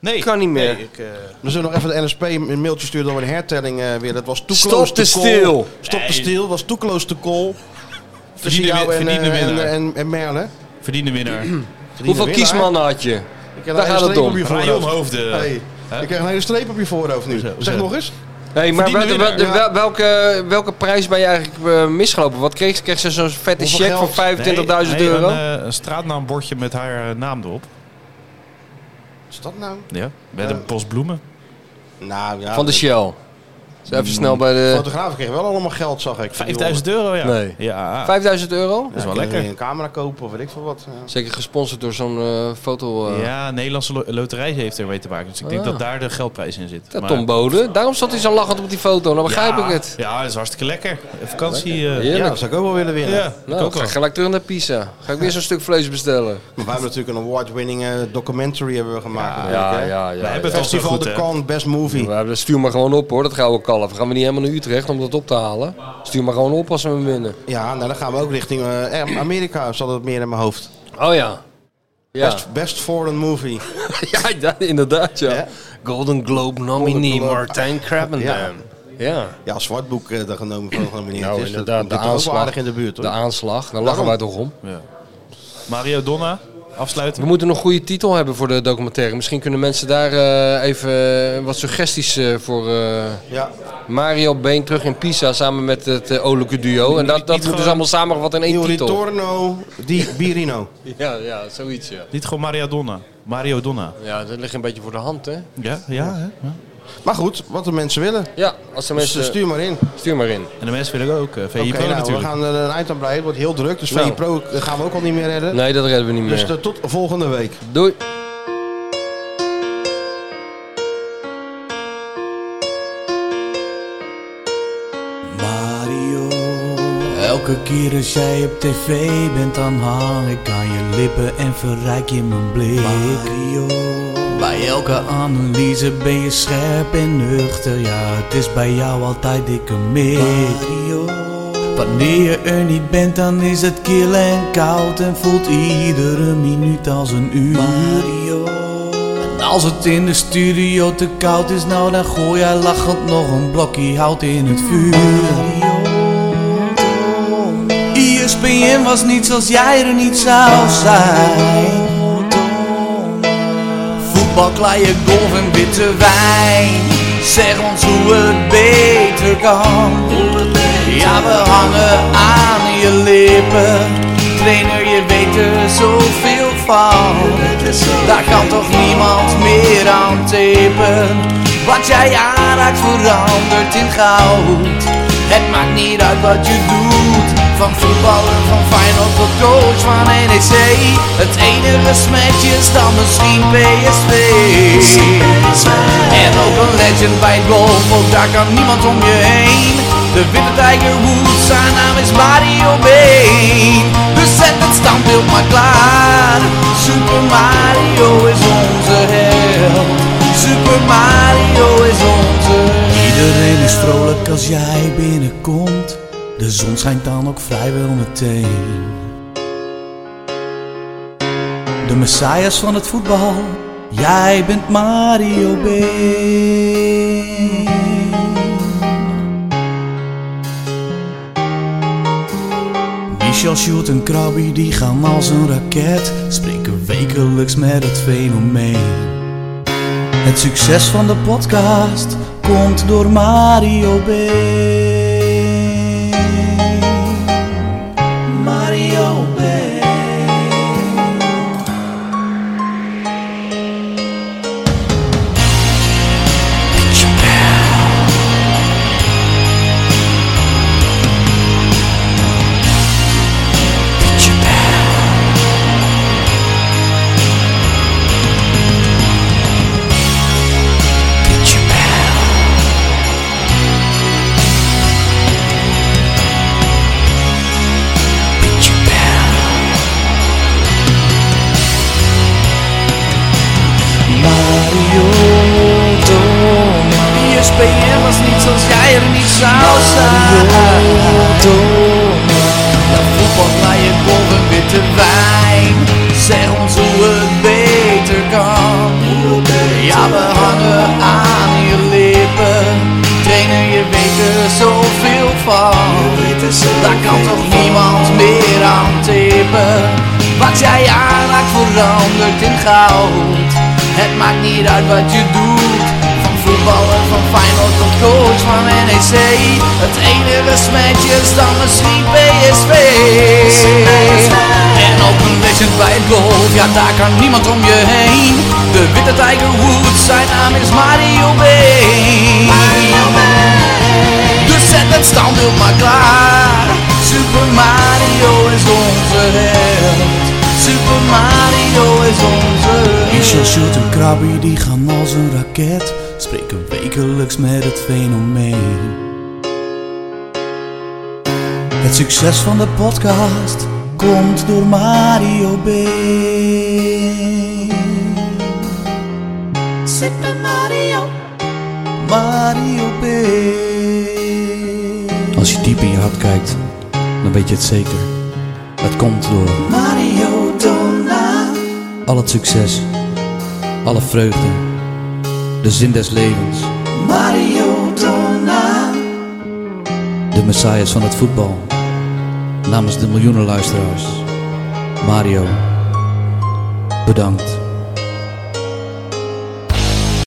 Speaker 8: nee.
Speaker 6: Kan niet meer.
Speaker 5: Nee, ik, We zullen nog even de NSP een mailtje sturen dat we een hertelling eh, weer. Dat was too
Speaker 6: Stop
Speaker 5: close
Speaker 6: de
Speaker 5: to
Speaker 6: stil.
Speaker 5: Call. Stop de
Speaker 8: Nee.
Speaker 5: stil, was too close to call. Tussen
Speaker 8: Verdiende
Speaker 5: jou
Speaker 8: win-
Speaker 5: en,
Speaker 8: verdiende
Speaker 5: eh, en,
Speaker 8: winnaar.
Speaker 5: en, en Merle.
Speaker 8: Verdiende winnaar.
Speaker 5: Verdiende winnaar.
Speaker 6: had je?
Speaker 5: Ik heb een hele streep op je voorhoofd.
Speaker 8: Rayon Hoofden.
Speaker 5: Hey,
Speaker 8: Hè?
Speaker 5: Ik krijg een hele streep op je voorhoofd nu. Zeg
Speaker 8: zo.
Speaker 5: nog eens.
Speaker 6: Hey, maar
Speaker 5: Verdiende
Speaker 6: wel- wel-
Speaker 5: winnaar.
Speaker 6: wel- welke, welke prijs ben je eigenlijk eh, misgelopen? Wat kreeg, kreeg ze zo'n vette
Speaker 8: Hoeveel
Speaker 6: check
Speaker 8: geld?
Speaker 6: van 25.000
Speaker 8: Nee, nee,
Speaker 6: euro?
Speaker 8: Een, eh, een straatnaambordje met haar eh, naam erop.
Speaker 5: Is dat nou?
Speaker 8: Ja, met
Speaker 5: Eh,
Speaker 8: een bos bloemen.
Speaker 5: Nou, ja,
Speaker 6: van de
Speaker 5: dat-
Speaker 6: Shell. Dus even snel bij de...
Speaker 5: Fotograaf kreeg wel allemaal geld, zag ik.
Speaker 8: 5000 euro, ja.
Speaker 6: Nee.
Speaker 8: Ja. ah,
Speaker 6: 5000 euro?
Speaker 8: Dat is wel
Speaker 5: Ja, ik
Speaker 8: lekker.
Speaker 5: kan Een camera kopen of weet ik veel wat. Ja.
Speaker 6: Zeker gesponsord door zo'n eh, foto... eh,
Speaker 8: Ja, Nederlandse lo- loterij heeft ermee te maken. Dus ik denk
Speaker 6: Ah.
Speaker 8: dat daar de geldprijs in zit.
Speaker 6: Dat
Speaker 8: Maar-
Speaker 6: Tom Bode. Daarom zat hij zo lachend op die foto. Nou begrijp
Speaker 8: Ja,
Speaker 6: ik het.
Speaker 8: Ja, dat is hartstikke lekker. Een Vakantie. eh,
Speaker 6: Heerlijk.
Speaker 5: Ja, dat zou ik ook wel willen winnen.
Speaker 8: Ja,
Speaker 5: Maar
Speaker 8: ik
Speaker 6: Nou,
Speaker 8: ook
Speaker 6: ga
Speaker 8: wel.
Speaker 6: ik gelijk terug naar Pisa. Ga ik weer zo'n stuk vlees bestellen.
Speaker 5: we hebben natuurlijk een award-winning eh, documentary hebben we gemaakt. natuurlijk,
Speaker 6: Ja,
Speaker 5: hè.
Speaker 6: ja, ja.
Speaker 8: Wij hebben het al zo
Speaker 5: Festival
Speaker 8: goed,
Speaker 5: de
Speaker 8: hè?
Speaker 5: Cannes Best Movie.
Speaker 6: We hebben, stuur maar gewoon op hoor, dat gouden kalf. Gaan we niet helemaal naar Utrecht om dat op te halen. Stuur maar gewoon op als we hem winnen.
Speaker 5: Ja, nou dan gaan we ook richting eh, eh, Amerika, zat het meer in mijn hoofd.
Speaker 6: Oh ja. Ja,
Speaker 5: Best, best foreign movie.
Speaker 6: ja da- inderdaad ja. Golden Globe nominee
Speaker 5: Golden Globe.
Speaker 6: Martijn Krabbendam. Ja.
Speaker 5: Ja, Zwartboek eh daar genomen van genomineerd
Speaker 6: Nou,
Speaker 5: is.
Speaker 6: inderdaad,
Speaker 5: dat
Speaker 6: de
Speaker 5: komt ook wel
Speaker 6: aanslag.
Speaker 5: aardig in de buurt, hoor.
Speaker 6: De aanslag, daar lachen wij
Speaker 5: Daarom.
Speaker 6: toch om.
Speaker 8: Mario Donna,
Speaker 6: We
Speaker 8: afsluiten.
Speaker 6: moeten nog een goede titel hebben voor de documentaire. Misschien kunnen mensen daar eh, even wat suggesties eh, voor... eh,
Speaker 5: Ja,
Speaker 6: Mario Been terug in Pisa samen met het eh Olijke Duo. En dat, dat moeten ze allemaal samengevat in één
Speaker 5: Il
Speaker 6: titel.
Speaker 5: Ritorno di Birino.
Speaker 6: Ja, ja, zoiets ja.
Speaker 8: Niet gewoon Mario Donna. Mario Donna.
Speaker 6: Ja, dat ligt een beetje voor de hand hè.
Speaker 8: Ja, ja. Hè? Ja.
Speaker 5: Maar goed, wat de mensen willen.
Speaker 6: Ja, als de
Speaker 5: Dus
Speaker 6: mensen...
Speaker 5: eh, stuur maar in.
Speaker 6: Stuur maar in.
Speaker 8: En de mensen willen ook. eh VI
Speaker 5: Oké,
Speaker 8: Pro
Speaker 5: nou,
Speaker 8: natuurlijk.
Speaker 5: we gaan er een eind aan breien. Het wordt heel druk, dus
Speaker 6: Nou.
Speaker 5: VI Pro gaan we ook al niet meer redden.
Speaker 6: Nee, dat redden we niet
Speaker 5: Dus
Speaker 6: meer.
Speaker 5: eh, tot volgende week.
Speaker 6: Doei.
Speaker 4: Mario. Elke keer als jij op tv bent, dan hang ik aan je lippen en verrijk je mijn blik. Mario. Bij elke analyse ben je scherp en nuchter, ja, het is bij jou altijd dikke mik. Mario. Wanneer je er niet bent, dan is het kil en koud en voelt iedere minuut als een uur. En als het in de studio te koud is, nou dan gooi jij lachend nog een blokje hout in het vuur. ESPN was niet zoals jij er niet zou zijn. Voetbal, kleien, golf en witte wijn. Zeg ons hoe het beter kan. Ja, we hangen aan je lippen. Trainer, je weet er zoveel van. Daar kan toch niemand meer aan tapen. Wat jij aanraakt verandert in goud. Het maakt niet uit wat je doet. Van voetballer, van Feyenoord tot coach van NEC. Het enige smetje is dan misschien PSV. En ook een legend bij het golf, ook daar kan niemand om je heen. De witte Tiger Woods, zijn naam is Mario Been. Dus zet het standbeeld maar klaar. Super Mario is onze held. Super Mario is onze Iedereen is vrolijk als jij binnenkomt. De zon schijnt dan ook vrijwel meteen. De messias van het voetbal, jij bent Mario Been. Michel Sjoerd en Krabby die gaan als een raket, spreken wekelijks met het fenomeen. Het succes van de podcast komt door Mario B. Mario B. ben je was niets als jij er niet zou zijn. Na voetbal ga je boven witte wijn. Zeg ons hoe het beter kan. Ja, we hangen aan je lippen. Trainer, je weet er zoveel van. Daar kan toch niemand meer aan tippen. Wat jij aanraakt verandert in goud. Het maakt niet uit wat je doet. Van voetballer, van Feyenoord tot coach van NEC. Het enige smetje is dan misschien PSV. En op een legend bij het goal, ja daar kan niemand om je heen. De witte Tiger Woods, zijn naam is Mario Been. Dus zet het standbeeld maar klaar. Super Mario is onze held. Super Mario is onze
Speaker 16: Michel Schulte en Krabby die gaan als een raket. Spreken wekelijks met het fenomeen. Het succes van de podcast komt door Mario B. Super Mario. Mario B. Als je diep in je hart kijkt, dan weet je het zeker. Het komt door
Speaker 4: Mario Donna.
Speaker 16: al het succes, alle vreugde, de zin des levens,
Speaker 4: Mario Donna.
Speaker 16: de messias van het voetbal. Namens de miljoenen luisteraars, Mario, bedankt.